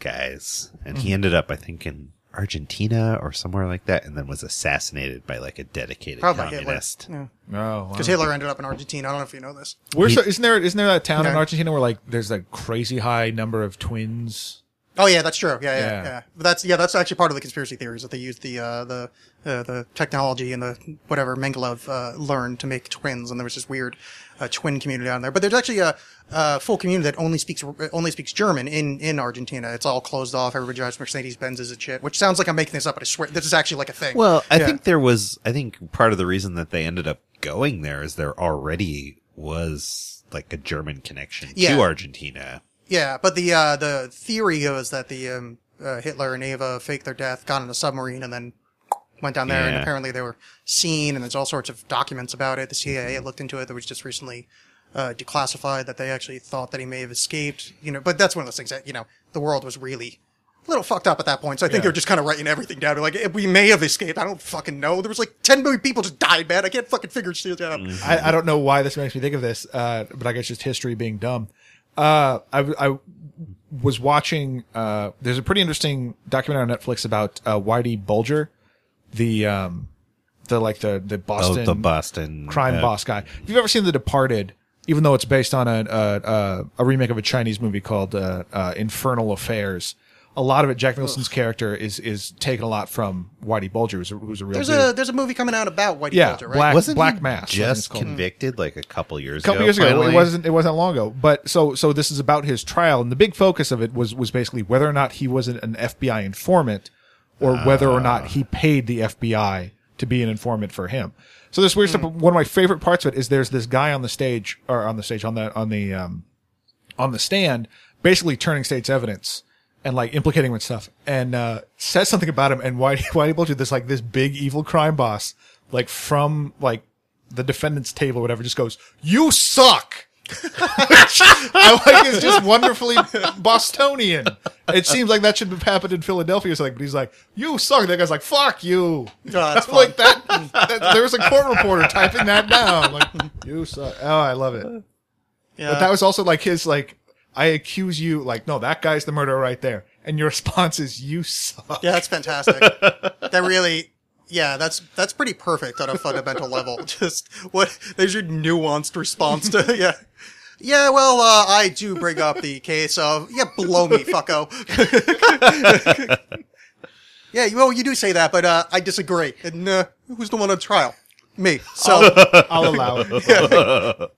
S6: guys, and
S4: Hmm.
S6: he ended up I think in Argentina or somewhere like that, and then was assassinated by like a dedicated
S4: Probably Hitler.
S6: communist.
S5: No. Oh, wow.
S4: because Hitler ended up in Argentina. I don't know if you know this.
S5: Where's the- isn't there isn't there that town in
S4: Yeah.
S5: Argentina where like there's a crazy high number of twins?
S4: Oh yeah, that's true. Yeah, yeah,
S5: Yeah.
S4: yeah. But that's yeah, that's actually part of the conspiracy theories that they used the uh, the uh, the technology and the whatever Mengelev uh, learned to make twins, and there was this weird uh, twin community down there. But there's actually a, a full community that only speaks only speaks German in in Argentina. It's all closed off. Everybody drives Mercedes Benzes and shit, which sounds like I'm making this up, but I swear this is actually like a thing.
S6: Well, I
S4: Yeah.
S6: think there was I think part of the reason that they ended up going there is there already was like a German connection
S4: Yeah.
S6: to Argentina.
S4: Yeah, but the uh, the theory goes that the um, uh, Hitler and Ava faked their death, got on a submarine, and then went down there. And
S6: Yeah.
S4: apparently they were seen, and there's all sorts of documents about it. The CIA looked into it. That was just recently uh, declassified. That they actually thought that he may have escaped. You know, but that's one of those things that you know the world was really. A little fucked up at that point, so I think
S5: Yeah.
S4: they were just kind of writing everything down. They're Like "Eh, we may have escaped. I don't fucking know. There was like ten million people just died, man. I can't fucking figure shit out.
S5: I, I don't know why this makes me think of this, uh, but I guess just history being dumb. Uh, I, w- I was watching, uh, there's a pretty interesting documentary on Netflix about, uh, Whitey Bulger, the, um, the, like the, the
S6: Oh,
S5: Boston,
S6: the Boston
S5: crime
S6: uh,
S5: boss guy. If you've ever seen The Departed, even though it's based on a, a, a, a remake of a Chinese movie called, uh, uh, Infernal Affairs, a lot of it, Jack Nicholson's character is, is taken a lot from Whitey Bulger, who's a, who's a real
S4: There's
S5: dude.
S4: a there's a movie coming out about Whitey
S5: Yeah,
S4: Bulger, right?
S5: Black-
S6: wasn't
S5: Black
S6: he
S5: Mass, I think it's
S6: just
S5: called.
S6: convicted like a couple years
S5: couple
S6: ago.
S5: years ago.
S6: finally?
S5: It wasn't. It wasn't long ago. But so so this is about his trial, and the big focus of it was was basically whether or not he was an, an FBI informant, or whether or not
S4: Ah.
S5: he paid the FBI to be an informant for him. So this
S4: Hmm.
S5: weird stuff. but One of my favorite parts of it is there's this guy on the stage or on the stage on the on the um on the stand, basically turning state's evidence. And like implicating him with stuff, and uh, says something about him, and why why able to this like this big evil crime boss, like from like the defendant's table, or whatever, just goes, "You suck," I like it's just wonderfully Bostonian. It seems like that should have happened in Philadelphia or something. But he's like, "You suck." That guy's like, "Fuck you."
S4: that's
S5: I'm like that, that. There was a court reporter typing that down. Like, "You suck." Oh, I love it.
S4: Yeah.
S5: But that was also like his like, "I accuse you." Like, no, that guy's the murderer right there. And your response is, "You suck."
S4: Yeah, that's fantastic. that really, yeah, that's that's pretty perfect on a fundamental level. Just what there's your nuanced response to yeah. Yeah, well, uh, I do bring up the case of yeah, blow me, fucko. yeah, well, you do say that, but uh, I disagree. And uh, who's the one on trial? Me. So
S5: I'll allow it.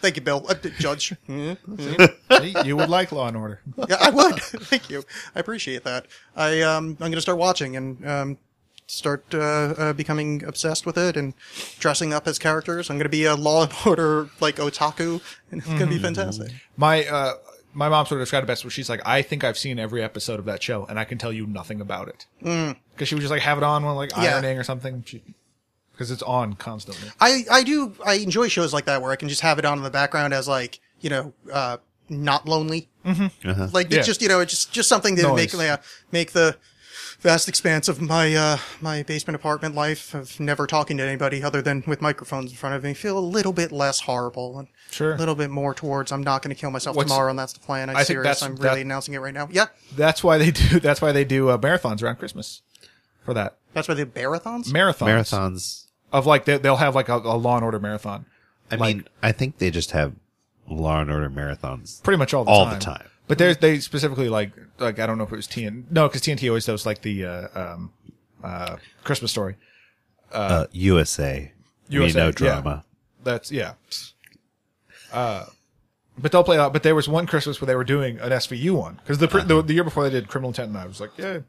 S4: thank you, Bill, uh, Judge. Hmm?
S5: See, you would like Law and Order.
S4: yeah, I would. Thank you. I appreciate that. I um, I'm going to start watching and um, start uh, uh, becoming obsessed with it and dressing up as characters. I'm going to be a Law and Order like otaku, and it's going to be fantastic.
S5: My uh, my mom sort of described it best where she's like, I think I've seen every episode of that show, and I can tell you nothing about it because she would just like have it on when like
S4: Yeah.
S5: ironing or something. Because it's on constantly.
S4: I I do I enjoy shows like that where I can just have it on in the background as like you know uh, not lonely. Mm-hmm. Like
S5: Yeah.
S4: it's just you know it's just just something to
S5: Noise.
S4: make yeah, make the vast expanse of my uh, my basement apartment life of never talking to anybody other than with microphones in front of me feel a little bit less horrible and
S5: Sure.
S4: a little bit more towards I'm not going to kill myself
S5: What's-
S4: tomorrow and that's the plan. I'm
S5: I think
S4: serious.
S5: that's-
S4: I'm really
S5: that-
S4: announcing it right now. Yeah,
S5: That's why they do. That's why they do uh, marathons around Christmas for that
S4: that's why the marathons.
S5: marathons
S6: Marathons.
S5: of like they, they'll have like a, a Law and Order marathon.
S6: I
S5: Like-
S6: mean, I think they just have Law and Order marathons.
S5: pretty much all the
S6: All
S5: time.
S6: the time.
S5: But there's they specifically like like I don't know if it was TN no because TNT always does like the uh, um, uh, Christmas story.
S6: Uh, USA.
S5: USA,
S6: We
S5: yeah.
S6: know drama.
S5: That's yeah. Uh, but they'll play out. But there was one Christmas where they were doing an SVU one because the, pr the the year before they did Criminal Intent, and I was like, yeah,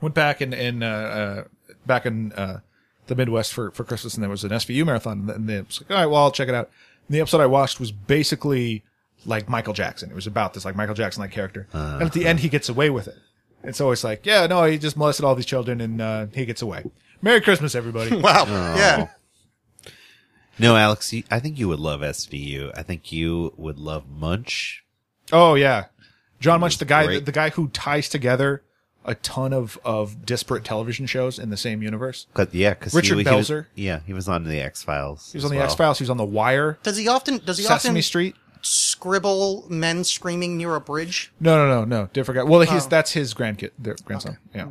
S5: went back in in uh, uh, back in uh, the Midwest for for Christmas, and there was an SVU marathon, and they was like, all right, well, I'll check it out. And the episode I watched was basically like Michael Jackson. It was about this like Michael Jackson like character, and at the end he gets away with it. It's always like, yeah, no, he just molested all these children, and uh, he gets away. Merry Christmas, everybody.
S4: Wow. Yeah.
S6: No, Alex, you, I think you would love SVU. I think you would love Munch.
S5: Oh yeah, John Munch, the guy, the,
S6: great.
S5: the guy who ties together a ton of of disparate television shows in the same universe.
S6: 'Cause- yeah, because
S5: Richard
S6: he,
S5: Belzer.
S6: was, yeah, he was on the X Files.
S5: He was on the X Files. He was on The Wire.
S4: Does he often does he
S5: Sesame
S4: often
S5: Street.
S4: scribble men screaming near a bridge?
S5: No, no, no, no. Different guy. Well,
S4: Oh.
S5: he's that's his grandkid, their grandson. Yeah.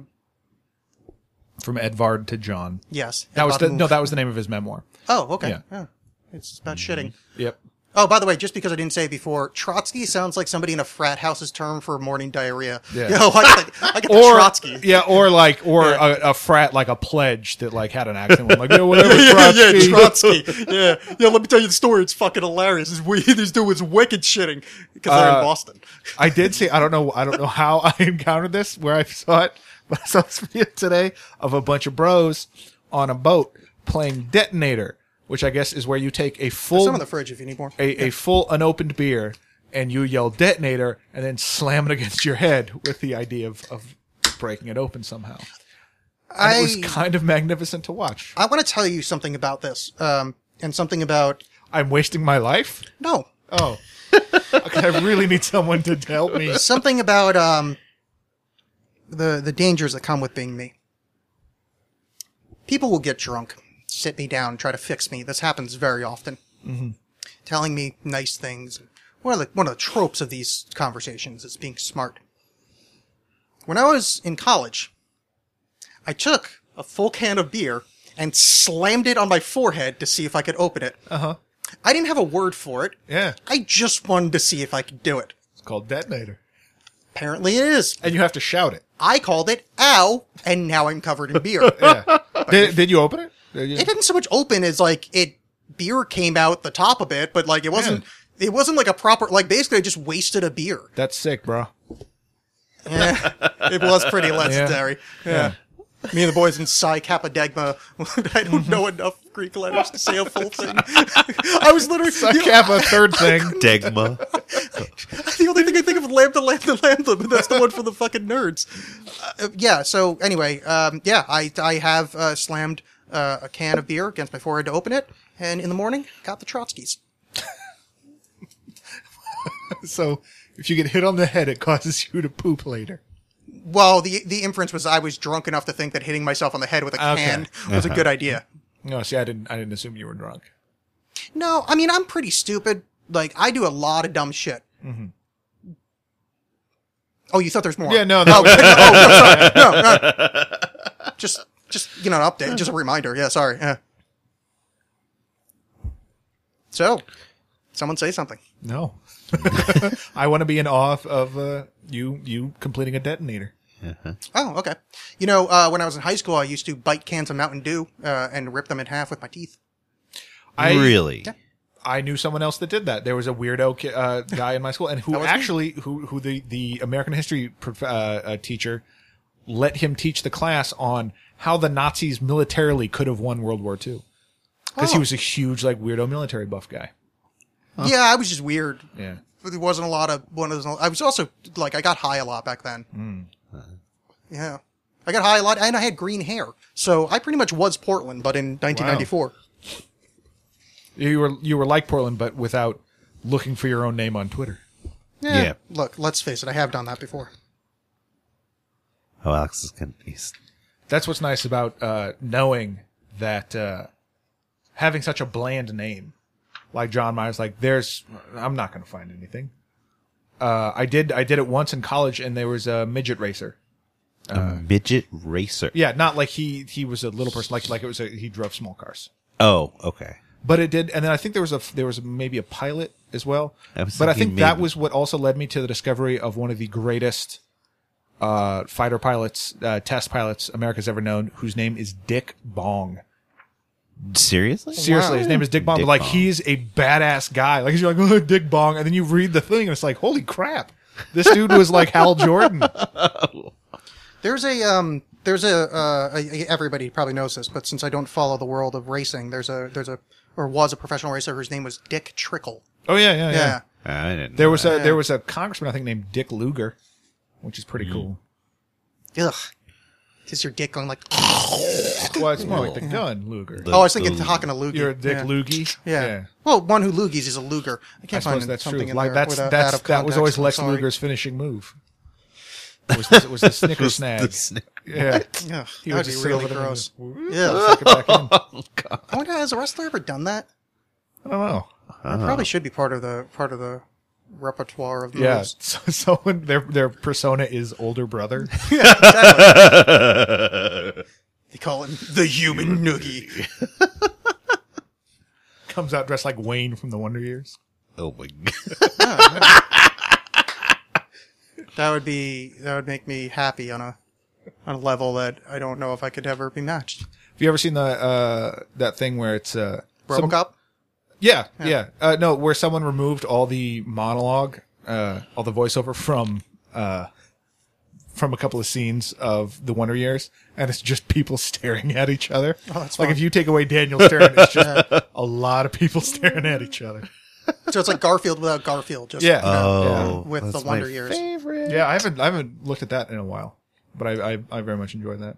S5: From Edvard to John.
S4: Yes.
S5: That was the,
S4: Button-
S5: no. That was the name of his memoir.
S4: Oh, okay.
S5: Yeah.
S4: Oh. It's about shitting.
S5: Yep.
S4: Oh, by the way, just because I didn't say it before, Trotsky sounds like somebody in a frat house's term for morning diarrhea.
S5: Yeah.
S4: Yo, I get the, I get the
S5: Or
S4: Trotsky.
S5: yeah, or like or a, a frat like a pledge that like had an accent. Like yeah, whatever. Trotsky.
S4: Trotsky. Yeah, yeah. Let me tell you the story. It's fucking hilarious. This, we, this dude was wicked shitting because they're
S5: Uh,
S4: in Boston.
S5: I did see. I don't know. I don't know how I encountered this, where I saw it, but I saw this video today of a bunch of bros on a boat playing detonator, which I guess is where you take a full
S4: Some in the fridge if you need more.
S5: a, a full unopened beer and you yell detonator and then slam it against your head with the idea of, of breaking it open somehow. And it was
S4: I-
S5: kind of magnificent to watch.
S4: I want to tell you something about this, um, and something about
S5: I'm wasting my life.
S4: no,
S5: Oh, Okay, I really need someone to help me.
S4: something about um, the the dangers that come with being me. People will get drunk, sit me down, try to fix me. This happens very often. Mm-hmm. Telling me nice things. One of the one of the tropes of these conversations is being smart. When I was in college, I took a full can of beer and slammed it on my forehead to see if I could open it. Uh huh. I didn't have a word for it.
S5: Yeah,
S4: I just wanted to see if I could do it.
S5: it's called detonator,
S4: Apparently, it is.
S5: and you have to shout it.
S4: I called it ow, and now I'm covered in beer. it
S5: Yeah. did, did you open it? Did you-
S4: didn't so much open as like it beer came out the top of it, but like it wasn't it wasn't like a proper like basically I just wasted a beer.
S5: That's sick, bro.
S4: Eh, it was pretty legendary.
S5: Yeah.
S4: Me and the boys in Psi Kappa Degma. I don't know enough Greek letters to say a full thing. I was literally
S5: I have a third thing.
S6: Degma.
S4: the only thing I think of is lambda, lambda, lambda, but that's the one for the fucking nerds. Uh, yeah. So anyway, um, yeah, I I have uh, slammed uh, a can of beer against my forehead to open it, and in the morning got the Trotskys.
S5: so if you get hit on the head, it causes you to poop later.
S4: Well, the the inference was I was drunk enough to think that hitting myself on the head with a
S5: Okay. Uh-huh.
S4: can was a good idea.
S5: No, see, I didn't. I didn't assume you were drunk.
S4: No, I mean I'm pretty stupid. Like I do a lot of dumb shit. Oh, you thought there's more?
S5: Mm-hmm. Yeah, no,
S4: Oh,
S5: that
S4: oh,
S5: was-
S4: no, sorry. no, no. Just, just you know, an update, just a reminder. Yeah, sorry. Yeah. So, someone say something.
S5: No. I want to be in awe of- of uh, you you completing a detonator.
S4: Oh, okay. You know, uh, when I was in high school, I used to bite cans of Mountain Dew uh, and rip them in half with my teeth.
S5: I
S6: really?
S5: I knew someone else that did that. There was a weirdo ki- uh, guy in my school, and who
S4: was me.
S5: actually who who the the American history prof- uh, uh, teacher let him teach the class on how the Nazis militarily could have won World War II because he
S4: Oh.
S5: was a huge like weirdo military buff guy.
S4: Yeah, I was just weird.
S5: Yeah.
S4: There wasn't a lot of one of those. I was also like I got high a lot back then. Yeah, I got high a lot, and I had green hair, so I pretty much was Portland, but in 1994.
S5: You were you were like Portland, but without looking for your own name on Twitter.
S4: Yeah.
S6: Yeah.
S4: Look, let's face it, I have done that before.
S6: Oh, Alex is gonna. He's,
S5: That's what's nice about uh, knowing that uh, having such a bland name, like John Myers. Like, there's, I'm not gonna find anything. Uh, I did, I did it once in college, and there was a midget racer.
S6: a midget racer.
S5: Uh, Yeah, not like he he was a little person, like like it was a, he drove small cars.
S6: Oh, okay.
S5: But it did, and then I think there was a there was maybe a pilot as well.
S6: I was
S5: But I think
S6: thinking
S5: that
S6: maybe-
S5: was what also led me to the discovery of one of the greatest uh, fighter pilots, uh, test pilots America's ever known, whose name is Dick Bong.
S6: Seriously?
S5: Seriously, his name is Dick Bong.
S6: Dick
S5: but like,
S6: Bong.
S5: he's a badass guy. Like, you're like, oh, Dick Bong, and then you read the thing, and it's like, holy crap, this dude was like Hal Jordan.
S4: There's a um, there's a, uh, a a- everybody probably knows this, but since I don't follow the world of racing, there's a there's a or was a professional racer whose name was Dick Trickle.
S5: Oh yeah, yeah, yeah.
S4: Yeah.
S6: I didn't.
S5: There was a there was a congressman I think named Dick Luger, which is pretty cool.
S4: Ugh. Is your dick going like?
S5: Well, it's more like the gun Luger.
S4: oh, I was thinking Hawking a loogie.
S5: You're a Dick
S4: yeah.
S5: Loogie.
S4: Yeah. Well, one who loogies is a luger. I
S5: I
S4: can't
S5: suppose
S4: find
S5: that's true.
S4: something in
S5: Like
S4: there
S5: that's
S4: without- out
S5: that's
S4: of
S5: that was
S4: context.
S5: always
S4: I'm
S5: Lex
S4: sorry.
S5: Luger's finishing move. It was the, it was the snicker snag.
S6: The snake.
S5: yeah,
S4: Ugh,
S5: he
S4: that
S5: would
S4: would be
S5: just
S4: really gross. Yeah.
S5: Stick it back in.
S4: I wonder has a wrestler ever done that?
S5: I don't know.
S4: That probably should be part of the part of the repertoire of the
S5: Yeah, so, someone their their persona is older brother.
S4: They call him the human noogie.
S5: comes out dressed like Wayne from the Wonder Years.
S6: Oh my god.
S4: That would be that would make me happy on a on a level that I don't know if I could ever be matched.
S5: Have you ever seen the uh that thing where it's uh some-
S4: RoboCop.
S5: yeah, yeah. Uh no, where someone removed all the monologue, uh all the voiceover from uh from a couple of scenes of the Wonder Years, and it's just people staring at each other. Oh,
S4: that's
S5: like
S4: fun.
S5: if you take away Daniel Stern, it's just a lot of people staring at each other.
S4: So it's like Garfield without Garfield. Just
S5: Yeah.
S4: you know,
S6: Oh,
S4: with the
S6: that's
S4: Wonder
S6: my
S4: Years.
S5: Yeah, I haven't I haven't looked at that in a while, but I I, I very much enjoyed that.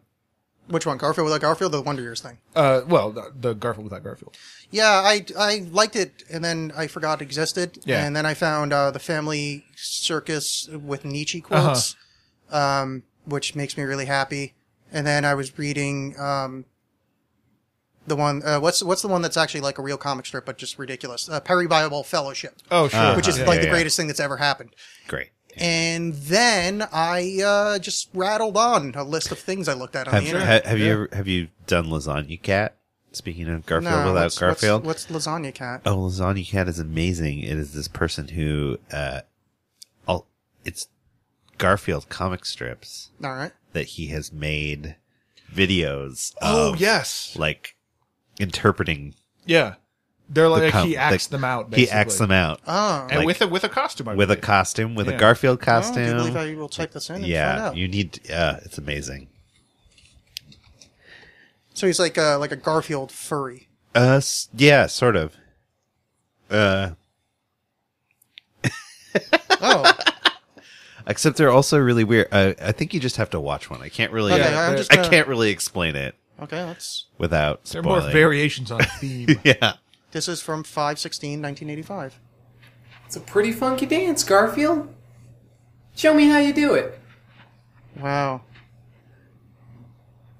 S4: Which one? Garfield without Garfield, or the Wonder Years thing.
S5: Uh, well, the, the Garfield without Garfield.
S4: Yeah, I, I liked it, and then I forgot it existed.
S5: Yeah.
S4: And then I found uh, the Family Circus with Nietzsche
S5: Uh-huh.
S4: quotes, um, which makes me really happy. And then I was reading um, the one. Uh, what's what's the one that's actually like a real comic strip, but just ridiculous? Uh, Perry Bible Fellowship,
S5: Oh sure,
S4: which is
S6: yeah,
S4: like
S6: yeah,
S4: the
S6: yeah.
S4: greatest thing that's ever happened.
S6: Great.
S4: And then I uh, just rattled on a list of things I looked at on
S6: Have,
S4: the
S6: ha,
S4: internet.
S6: have you ever, have you done lasagna cat? Speaking of Garfield
S4: No,
S6: without
S4: what's- what's-
S6: Garfield,
S4: What's, lasagna cat?
S6: oh, lasagna cat is amazing. It is this person who, uh, all it's Garfield comic strips
S4: All right.
S6: that he has made videos.
S5: Oh
S6: of,
S5: yes,
S6: like interpreting.
S5: yeah. They're like
S6: com-
S5: he acts
S6: the-
S5: them out.
S6: He acts
S5: basically.
S6: them out
S4: Oh.
S5: and
S6: like-
S5: with a with a costume. I
S6: with a
S5: believe.
S6: costume, with
S5: Yeah.
S6: a Garfield
S4: Oh, do you
S6: costume.
S4: believe I will type this in and find
S6: yeah,
S4: out?
S6: you need. Uh, it's amazing.
S4: so he's like a, like a Garfield furry.
S6: Uh, s- yeah, sort of. Uh,
S4: Oh,
S6: except they're also really weird. Uh, I think you just have to watch one. I can't really. uh,
S4: okay.
S5: Yeah,
S4: I'm
S5: they're-
S4: just
S6: I
S4: gonna,
S6: can't really explain it
S4: Okay, let's.
S6: without
S5: There are
S6: spoiling.
S5: more variations on theme.
S6: yeah.
S4: This is from 5 16, 1985.
S7: It's a pretty funky dance, Garfield. Show me how you do it.
S4: Wow.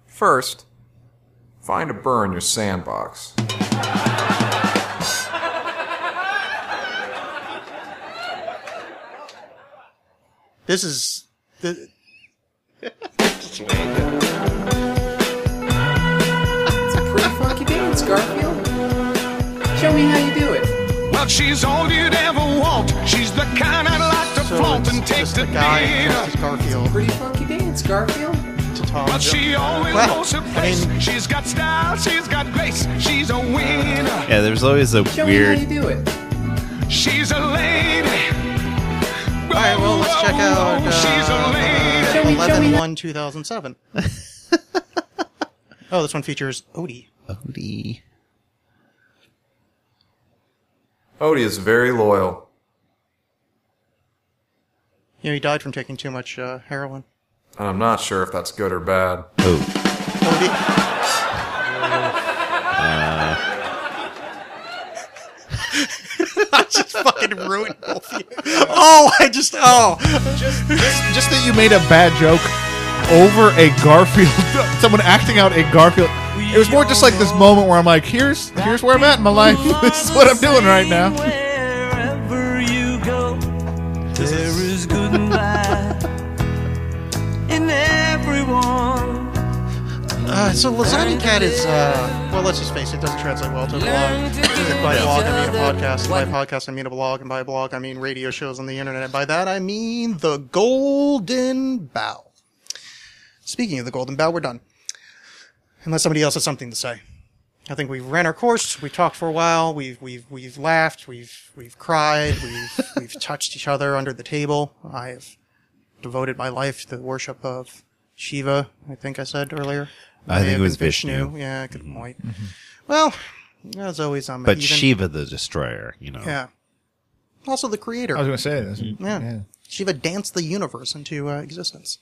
S8: First, find a burr in your sandbox.
S4: This is the
S7: It's a pretty funky dance, Garfield. Show me how you do it.
S9: Well, she's all you'd ever want. She's the kind I'd like to
S4: so
S9: flaunt
S4: it's
S9: and take
S4: just
S9: to
S4: the guy and
S9: dinner.
S4: Francis Garfield
S7: Pretty funky dance, Garfield.
S4: to Tom.
S9: But
S4: Jones.
S9: she always
S4: Well,
S9: knows her
S4: I
S9: place.
S4: mean-
S9: she's got style, she's got grace, she's a winner.
S6: Yeah, there's always a
S7: Show me
S6: weird.
S7: how you do it.
S9: She's a lady. All
S4: right, well, let's check out, uh,
S9: she's a lady.
S7: Show me, show me.
S4: 11 1 2007. oh, this one features Odie.
S6: Odie.
S8: Odie is very loyal.
S4: You know, he died from taking too much uh, heroin.
S8: And I'm not sure if that's good or bad.
S6: Oh,
S4: Odie. I just fucking ruined both of you. Oh, I just oh.
S5: Just, just that you made a bad joke over a Garfield, someone acting out a Garfield. It was more just like this moment where I'm like, here's here's where I'm at in my life. This is what I'm doing right now.
S10: Wherever you go, there is goodbye in everyone.
S4: Uh, so Lasagna Cat is uh, well. Let's just face it; it doesn't translate well to a blog. by blog, I mean a podcast. And by podcast, I mean a blog. And by blog, I mean radio shows on the internet. And by that, I mean the Golden Bough. Speaking of the Golden Bough, we're done. Unless somebody else has something to say. I think we've ran our course. We talked for a while. We've we've we've laughed. We've we've cried. We've we've touched each other under the table. I have devoted my life to the worship of Shiva. I think I said earlier.
S6: I think
S4: May
S6: it
S4: have
S6: was
S4: been
S6: Vishnu. Mm-hmm.
S4: Yeah, good point. Well, as always, I'm.
S6: but
S4: even-
S6: Shiva the Destroyer, you know.
S4: Yeah. Also the creator.
S5: I was gonna say this.
S4: yeah. Shiva danced the universe into uh, existence.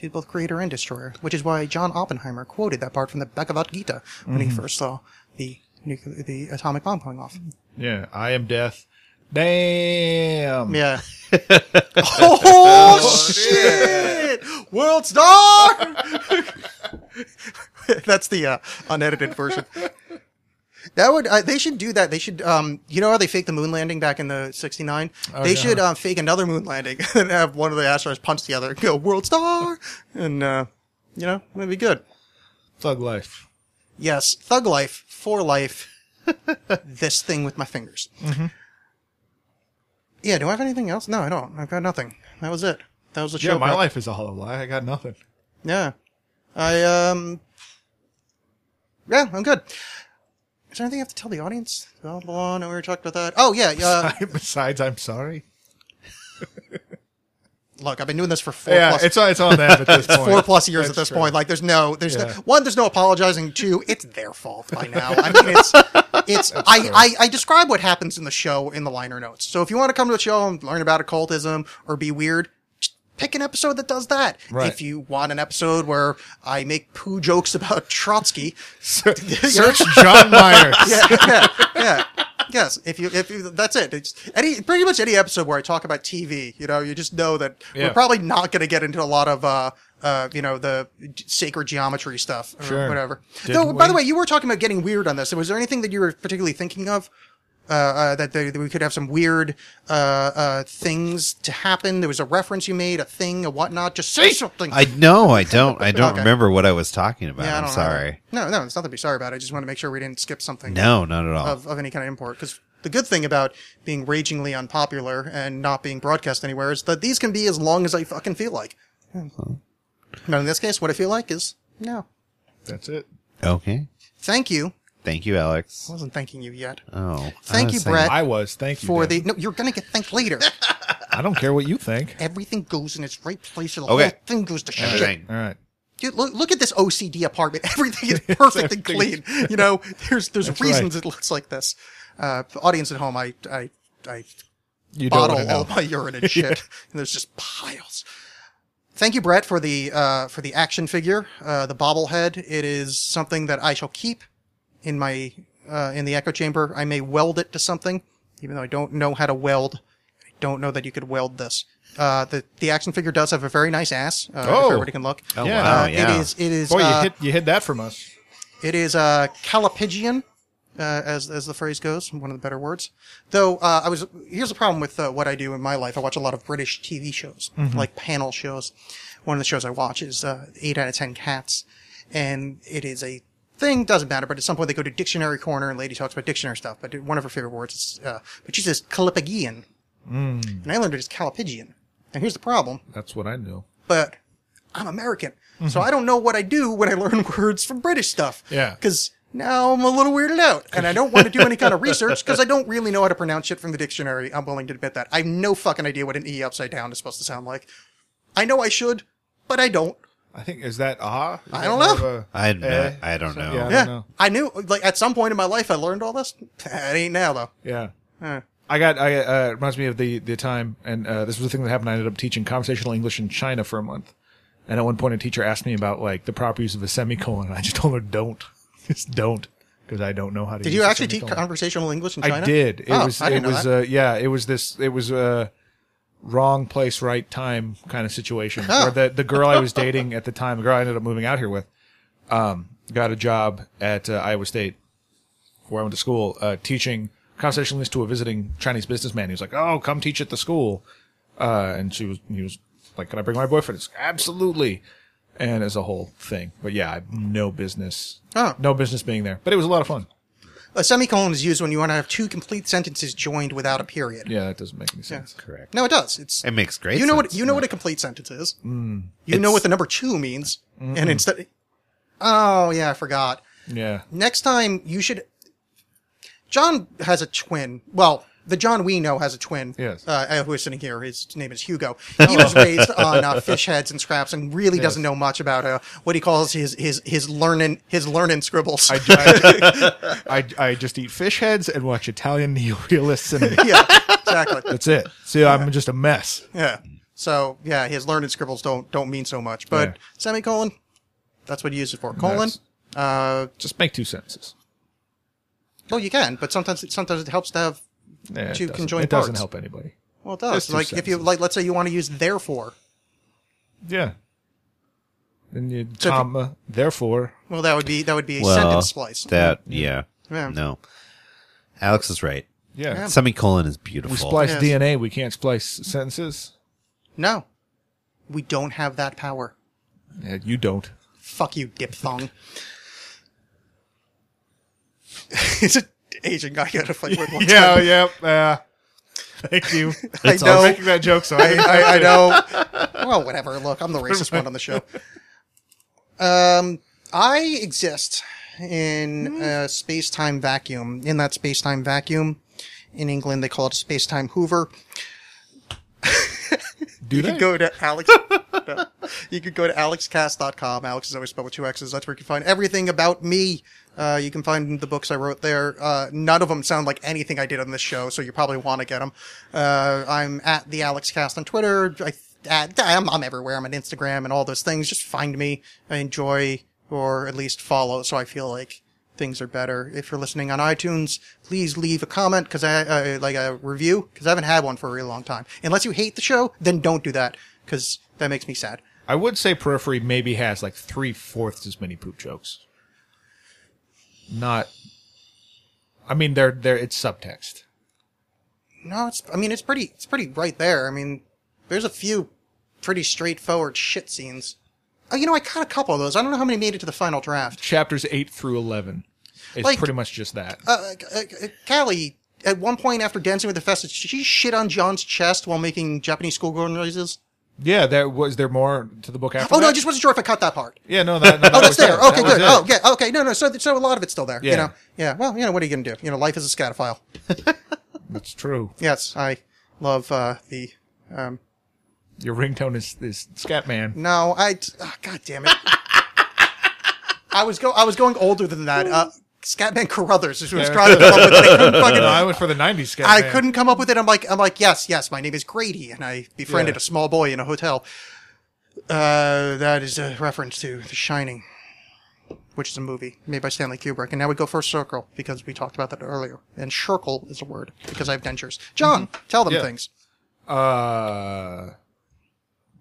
S4: She's both creator and destroyer, which is why John Oppenheimer quoted that part from the Bhagavad Gita when
S5: Mm-hmm.
S4: he first saw the nuclear, the atomic bomb going off.
S5: Yeah, I am death. Damn.
S4: Yeah. oh shit! World star. That's the uh, unedited version. That would uh, they should do that. They should um you know how they faked the moon landing back in the '69? they
S5: yeah.
S4: should um, fake another moon landing and have one of the astronauts punch the other and go World Star, and uh, you know it'd be good.
S5: Thug life.
S4: Yes, thug life for life. this thing with my fingers.
S5: Mm-hmm.
S4: Yeah, do I have anything else? No, I don't. I've got nothing. That was it. That was the show.
S5: Yeah, my
S4: prep.
S5: life is a hollow lie. I got nothing.
S4: Yeah, I um. Yeah, I'm good. Is there anything I have to tell the audience? Blah blah. blah. No, we were talking about that. Oh yeah. Uh,
S5: Besides, I'm sorry.
S4: look, I've been doing this for four
S5: Yeah,
S4: plus
S5: it's on, it's on them at this point.
S4: four plus years at
S5: That's
S4: this
S5: true.
S4: point. Like, there's no, there's no,
S5: Yeah.
S4: one, there's no apologizing. Two, it's their fault by now. I mean, it's, it's. I, I, I describe what happens in the show in the liner notes. So if you want to come to the show and learn about occultism or be weird, just pick an episode that does that.
S5: Right.
S4: If you want an episode where I make poo jokes about Trotsky,
S5: Search John Meyer.
S4: yeah, yeah, yeah. Yes, if you if you, that's it. It's any pretty much any episode where I talk about TV, you know, you just know that
S5: Yeah.
S4: we're probably not going to get into a lot of uh uh you know the g- sacred geometry stuff or
S5: Sure.
S4: whatever.
S5: Didn't
S4: Though, by the
S5: we?
S4: way, you were talking about getting weird on this. Was there anything that you were particularly thinking of? Uh, uh, that, they, that we could have some weird uh, uh, things to happen. There was a reference you made, a thing, a whatnot. Just say something.
S6: I no, I don't. I don't
S4: Okay.
S6: remember what I was talking about.
S4: Yeah, I
S6: I'm
S4: don't know.
S6: sorry.
S4: No, no, it's not to be sorry about. I just want to make sure we didn't skip something
S6: No, not at all.
S4: of, of any kind of import. Because the good thing about being ragingly unpopular and not being broadcast anywhere is that these can be as long as I fucking feel like. Now, in this case, what I feel like is no.
S5: That's it.
S6: okay.
S4: Thank you.
S6: Thank you, Alex.
S4: I wasn't thanking you yet.
S6: Oh, I
S4: Thank
S6: was
S4: you,
S6: saying-
S4: Brett.
S5: I was. Thank you.
S4: For
S5: Dad.
S4: the no, you're gonna get thanked later.
S5: I don't care what you think.
S4: Everything goes in its right place, and the
S6: Okay.
S4: whole thing goes to shit.
S6: Everything.
S5: All right.
S4: Dude, look, look at this OCD apartment. Everything is perfect and clean.
S5: everything.
S4: You know, there's there's
S5: That's
S4: reasons it
S5: right.
S4: looks like this. Uh, the audience at home, I I I
S5: You don't want to
S4: bottle
S5: know.
S4: all my urine and shit, and there's just piles. Thank you, Brett, for the uh, for the action figure, uh, the bobblehead. It is something that I shall keep in my uh, in the echo chamber. I may weld it to something, even though I don't know how to weld. don't know that you could weld this. Uh, the the action figure does have a very nice ass. Uh,
S5: Oh.
S4: if everybody can look.
S6: Oh,
S5: Yeah.
S6: wow.
S4: Uh,
S6: yeah.
S4: It is. It is.
S5: Boy, you
S4: uh,
S5: hid you hid that from us.
S4: It is uh, calipigian, uh, as as the phrase goes, one of the better words. Though uh, I was here's the problem with uh, what I do in my life. I watch a lot of British TV shows, like panel shows. One of the shows I watch is uh, Eight Out of Ten Cats, and it is a thing doesn't matter. But at some point they go to dictionary corner, and lady talks about dictionary stuff. But one of her favorite words is, uh, but she says calipigian, and I learned it as calipigian. Now here's the problem
S5: That's what I knew.
S4: but I'm American. So I don't know what I do when I learn words from British stuff.
S5: Mm-hmm. Yeah.
S4: Because now I'm a little weirded out and I don't want to do any kind of research because I don't really know how to pronounce shit from the dictionary. I'm willing to admit that. I have no fucking idea what an E upside down is supposed to sound like. I know I should, but I don't.
S5: I think is that ah? Is
S4: I
S5: that
S4: don't
S5: more of
S4: know.
S5: a-
S6: I admit-
S5: eh?
S6: I don't know.
S5: Yeah, I
S4: yeah.
S5: don't know.
S4: I knew, like, at some point in my life, I learned all this. It ain't now, though.
S5: Yeah. I got. I uh, it reminds me of the the time, and uh, this was the thing that happened. I ended up teaching conversational English in China for a month, and at one point, a teacher asked me about like the properties of a semicolon, and I just told her, "Don't, just don't," because I don't know how to.
S4: Did
S5: use
S4: you
S5: a
S4: actually teach
S5: semicolon.
S4: conversational English in China?
S5: I did. It
S4: Oh,
S5: was.
S4: I
S5: It
S4: didn't know
S5: was.
S4: that.
S5: Uh, yeah. It was this. It was a wrong place, right time kind of situation where the the girl I was dating at the time, the girl I ended up moving out here with, um, got a job at uh, Iowa State, where I went to school, uh, teaching conversational English to a visiting Chinese businessman. He was like, "Oh, come teach at the school," uh, and she was. He was like, "Can I bring my boyfriend?" It's absolutely. And as a whole thing, but yeah, I have no business,
S4: Oh.
S5: no business being there. But it was a lot of fun.
S4: a semicolon is used when you want to have two complete sentences joined without a period.
S5: Yeah, that doesn't make any sense.
S6: Correct.
S4: No, it does. It's
S6: It makes great
S4: You know what
S6: sense.
S4: you know what a complete sentence is. You know what the number two means, and instead, oh yeah, I forgot.
S5: Yeah.
S4: Next time you should. John has a twin. Well, the John we know has a twin.
S5: Yes.
S4: Uh, who is sitting here? His name is Hugo. He was raised on uh, fish heads and scraps, and really doesn't know much about uh, what he calls his his his learning his learning scribbles.
S5: I, I, I, I just eat fish heads and watch Italian neorealist cinema.
S4: yeah, exactly.
S5: That's it. See, I'm just a mess.
S4: Yeah. So yeah, his learned scribbles don't don't mean so much, but
S5: Yeah.
S4: semicolon, that's what you use it for. Colon. Uh,
S5: Just make two sentences.
S4: well, you can, but sometimes it, sometimes it helps to have.
S5: Yeah, it
S4: Two
S5: doesn't-
S4: conjoined
S5: It doesn't
S4: parts.
S5: help anybody.
S4: Well, it
S5: There's
S4: does.
S5: two
S4: Like if you
S5: sentences.
S4: like, let's say you want to use therefore.
S5: Yeah. And you
S4: So if you-
S5: comma, therefore.
S4: Well, that would be that would be a
S6: Well,
S4: sentence splice.
S6: That, yeah.
S4: Yeah.
S6: No. Alex is right.
S5: Yeah.
S6: Semicolon is
S5: We
S6: beautiful.
S5: splice
S4: Yes.
S5: DNA. We can't splice sentences.
S4: no, we don't have that power.
S5: Yeah, you don't.
S4: Fuck you, diphthong. it's an Asian guy I gotta fight with. One time.
S5: yep. thank you.
S4: I
S6: It's
S4: know.
S5: that joke, so
S4: I, I, I know. Well, whatever. Look, I'm the racist one on the show. Um, I exist in a space time vacuum. In that space time vacuum, in England, they call it space time Hoover.
S5: do
S4: You
S5: that.
S4: could go to Alex. no. You could go to alexcast.com. Alex is always spelled with two X's. That's where you can find everything about me. Uh, you can find the books I wrote there. Uh, none of them sound like anything I did on this show, so you probably want to get them. Uh, I'm at the Alex Cast on Twitter. I, at, I'm, I'm everywhere. I'm on Instagram and all those things. Just find me. I enjoy or at least follow, so I feel like things are better. If you're listening on iTunes, please leave a comment because I uh, like a review because I haven't had one for a really long time. Unless you hate the show, then don't do that because that makes me sad.
S5: I would say Periphery maybe has like three fourths as many poop jokes. Not. I mean, they're they're it's subtext.
S4: No, it's I mean it's pretty it's pretty right there. I mean, there's a few pretty straightforward shit scenes. Oh, you know, I caught a couple of those. I don't know how many made it to the final draft.
S5: Chapters eight through eleven is
S4: Like-
S5: pretty much just that.
S4: uh, uh, uh, Callie, at one point after dancing with the Festus, she shit on John's chest while making Japanese schoolgirl noises.
S5: yeah, there was there more to the book after.
S4: Oh no,
S5: that?
S4: I just wasn't sure if I cut that part.
S5: yeah, no, that, no, that
S4: Oh, that's
S5: was it.
S4: there. Okay,
S5: That was
S4: good.
S5: it.
S4: Oh, yeah. Okay, no, no. So, so a lot of it's still there.
S5: Yeah.
S4: You know. Yeah. Well, you know, what are you gonna do? You know, life is a scatophile.
S5: that's true.
S4: Yes, I love uh, the. Um,
S5: Your ringtone is is Scatman.
S4: no, I. ah, God damn it. I was go. I was going older than that. Uh, Scatman Carruthers is who I was trying to come up with. it. I couldn't fucking.
S5: No, I went for the '90s Scatman.
S4: I couldn't come up with it. I'm like, I'm like, yes, yes. My name is Grady, and I befriended
S5: Yeah.
S4: a small boy in a hotel. Uh, that is a reference to The Shining, which is a movie made by Stanley Kubrick. And now we go for circle because we talked about that earlier. And circle is a word because I have dentures. John, tell them
S5: Mm-hmm. Yeah.
S4: things.
S5: Uh,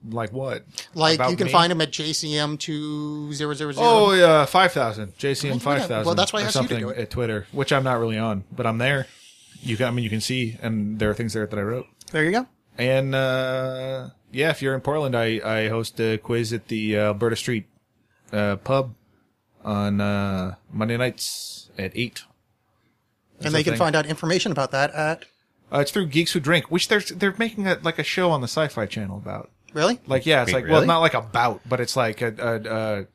S5: like what?
S11: Like
S5: About
S11: you can
S5: me?
S11: find him at JCM two zero zero zero.
S5: Oh yeah, five thousand JCM
S11: Well, yeah,
S5: five thousand.
S11: well, that's why I asked you to do it.
S5: at Twitter, which I'm not really on, but I'm there. You can, I mean, you can see, and there are things there that I wrote.
S4: There you go.
S5: And uh, yeah, if you're in Portland, I, I host a quiz at the uh, Alberta Street uh, pub on uh, Monday nights at eight.
S4: And they can find out information about that at
S5: Uh, it's through Geeks Who Drink, which they're they're making a, like a show on the Sci Fi Channel about.
S4: really.
S5: Like yeah, it's
S6: Wait,
S5: like well,
S6: really?
S5: not like about, but it's like a, a, a,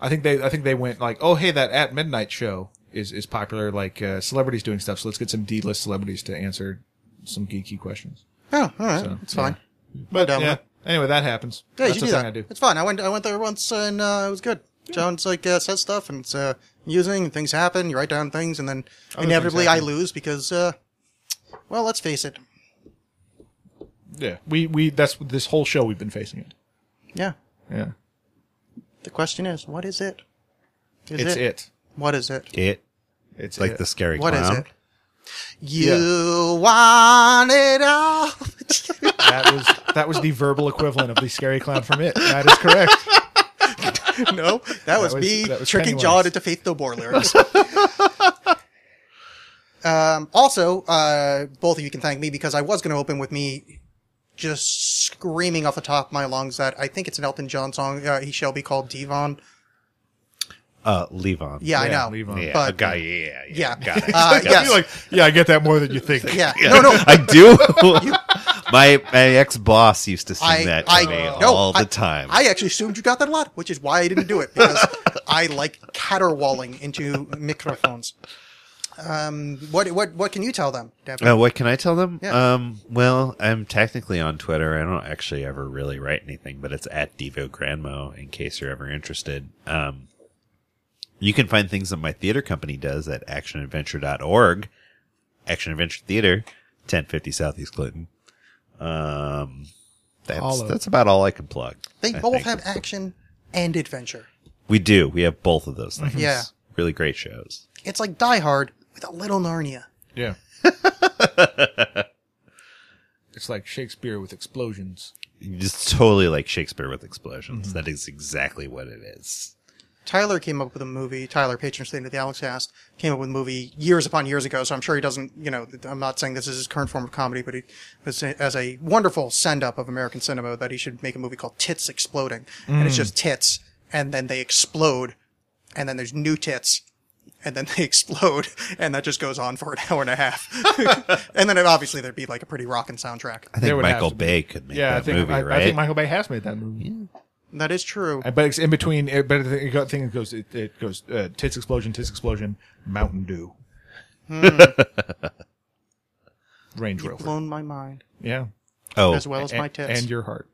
S5: I think they I think they went like oh hey that at midnight show is is popular like uh, celebrities doing stuff, so let's get some D list celebrities to answer some geeky questions.
S4: Oh, all right,
S5: So,
S4: it's
S5: yeah.
S4: fine.
S5: But
S4: down
S5: yeah,
S4: with
S5: anyway that happens.
S4: Yeah, you
S5: That's
S4: should
S5: the
S4: do
S5: thing
S4: that.
S5: I do.
S4: It's fun. I went I went there once and uh, it was good. John's like uh, says stuff and it's uh, amusing. And things happen. You write down things and then
S5: things
S4: inevitably I
S5: happen.
S4: lose because uh, well, let's face it.
S5: Yeah, we we that's this whole show we've been facing it.
S4: Yeah.
S5: Yeah,
S4: The question is, what is it? Is
S5: it's it.
S4: What is it?
S6: It
S5: It's
S6: like
S5: it.
S6: the scary
S4: What is
S6: clown.
S4: it? You want it all.
S5: that was that was the verbal equivalent of the scary clown from it. That is correct.
S4: no, that, was,
S5: was-
S4: me
S5: that was
S4: tricking
S5: Pennywise.
S4: John into Faith No More lyrics. um, also, uh, both of you can thank me because I was going to open with me just screaming off the top of my lungs that I think it's an Elton John song. Uh, he shall be called Devon.
S6: Uh, Levon.
S4: Yeah,
S5: Yeah,
S4: I know.
S5: Levon.
S6: Yeah,
S4: but-
S6: a guy, yeah, yeah,
S4: Yeah.
S6: Got it.
S4: Uh,
S6: Got it.
S4: yes.
S5: like yeah, I get that more than you think.
S4: Yeah. No, no.
S6: I do. my my ex boss used to sing
S4: I,
S6: that to
S4: I,
S6: me
S4: no,
S6: all
S4: I-
S6: the time.
S4: I actually assumed you got that a lot, which is why I didn't do it because I like caterwauling into microphones. Um, what, what, what can you tell them, Devin?
S6: Uh, what can I tell them?
S4: Yeah.
S6: Um, well, I'm technically on Twitter. I don't actually ever really write anything, but it's at Devo Grandmo in case you're ever interested. Um, you can find things that my theater company does at actionadventure.org, Action Adventure Theater, 1050 Southeast Clinton. Um, that's,
S5: Hollow.
S6: that's about all I can plug.
S4: They
S6: I
S4: both
S6: think.
S4: have action and adventure.
S6: We do. We have both of those things.
S4: Mhm. Yeah.
S6: Really great shows.
S4: It's like Die Hard with a little Narnia.
S5: Yeah. it's like Shakespeare with explosions.
S6: It's totally like Shakespeare with
S4: Mhm.
S6: explosions. That is exactly what it is.
S4: Tyler came up with a movie. Tyler, patron saint of the Alex Cast, came up with a movie years upon years ago. So I'm sure he doesn't. You know, I'm not saying this is his current form of comedy, but he was as a wonderful send up of American cinema that he should make a movie called Tits Exploding, and it's just tits, and then they explode, and then there's new tits. And then they explode, and that just goes on for an hour and a half. and then it, obviously there'd be like a pretty rockin' soundtrack.
S6: I
S5: There
S6: think
S5: would have
S6: Michael
S5: to be-
S6: Bay could make
S5: yeah,
S6: that
S5: I think
S6: movie,
S5: I,
S6: right?
S5: I think Michael Bay has made that movie.
S4: That is true.
S5: Uh, But it's in between. It, but the thing- thing goes, it, it goes uh, tits explosion, tits explosion, Mountain Dew,
S4: Hmm.
S5: Range Rover.
S4: Blown my mind.
S5: Yeah,
S6: oh,
S4: as well as my
S5: And-
S4: tits.
S5: and your heart.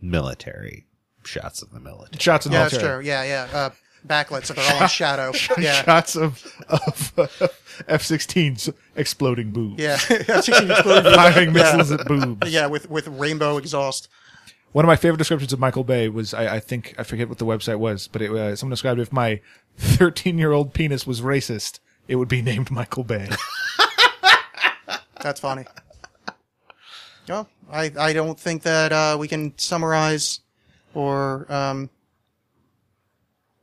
S6: military shots of the military.
S5: Shots of
S4: yeah, that's
S5: military.
S4: true. Yeah, yeah. Uh, backlit, so they're all in shadow. Yeah.
S5: Shots of of F-16s exploding boobs.
S4: Yeah, That's actually included.
S5: Firing missiles at boobs.
S4: yeah, with with rainbow exhaust.
S5: One of my favorite descriptions of Michael Bay was I, I think I forget what the website was, but it, uh, someone described if my 13 year old penis was racist, it would be named Michael Bay.
S4: That's funny. Well, I I don't think that uh, we can summarize or um,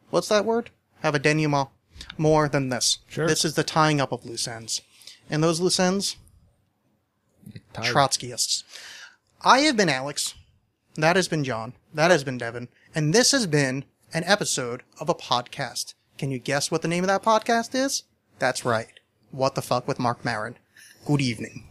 S4: what's that word? Have a denouement more than this.
S5: Sure.
S4: This is the tying up of loose ends, and those loose ends, Trotskyists. I have been Alex. That has been John. That has been Devin. And this has been an episode of a podcast. Can you guess what the name of that podcast is? That's right. What the fuck with Mark Marin. Good evening.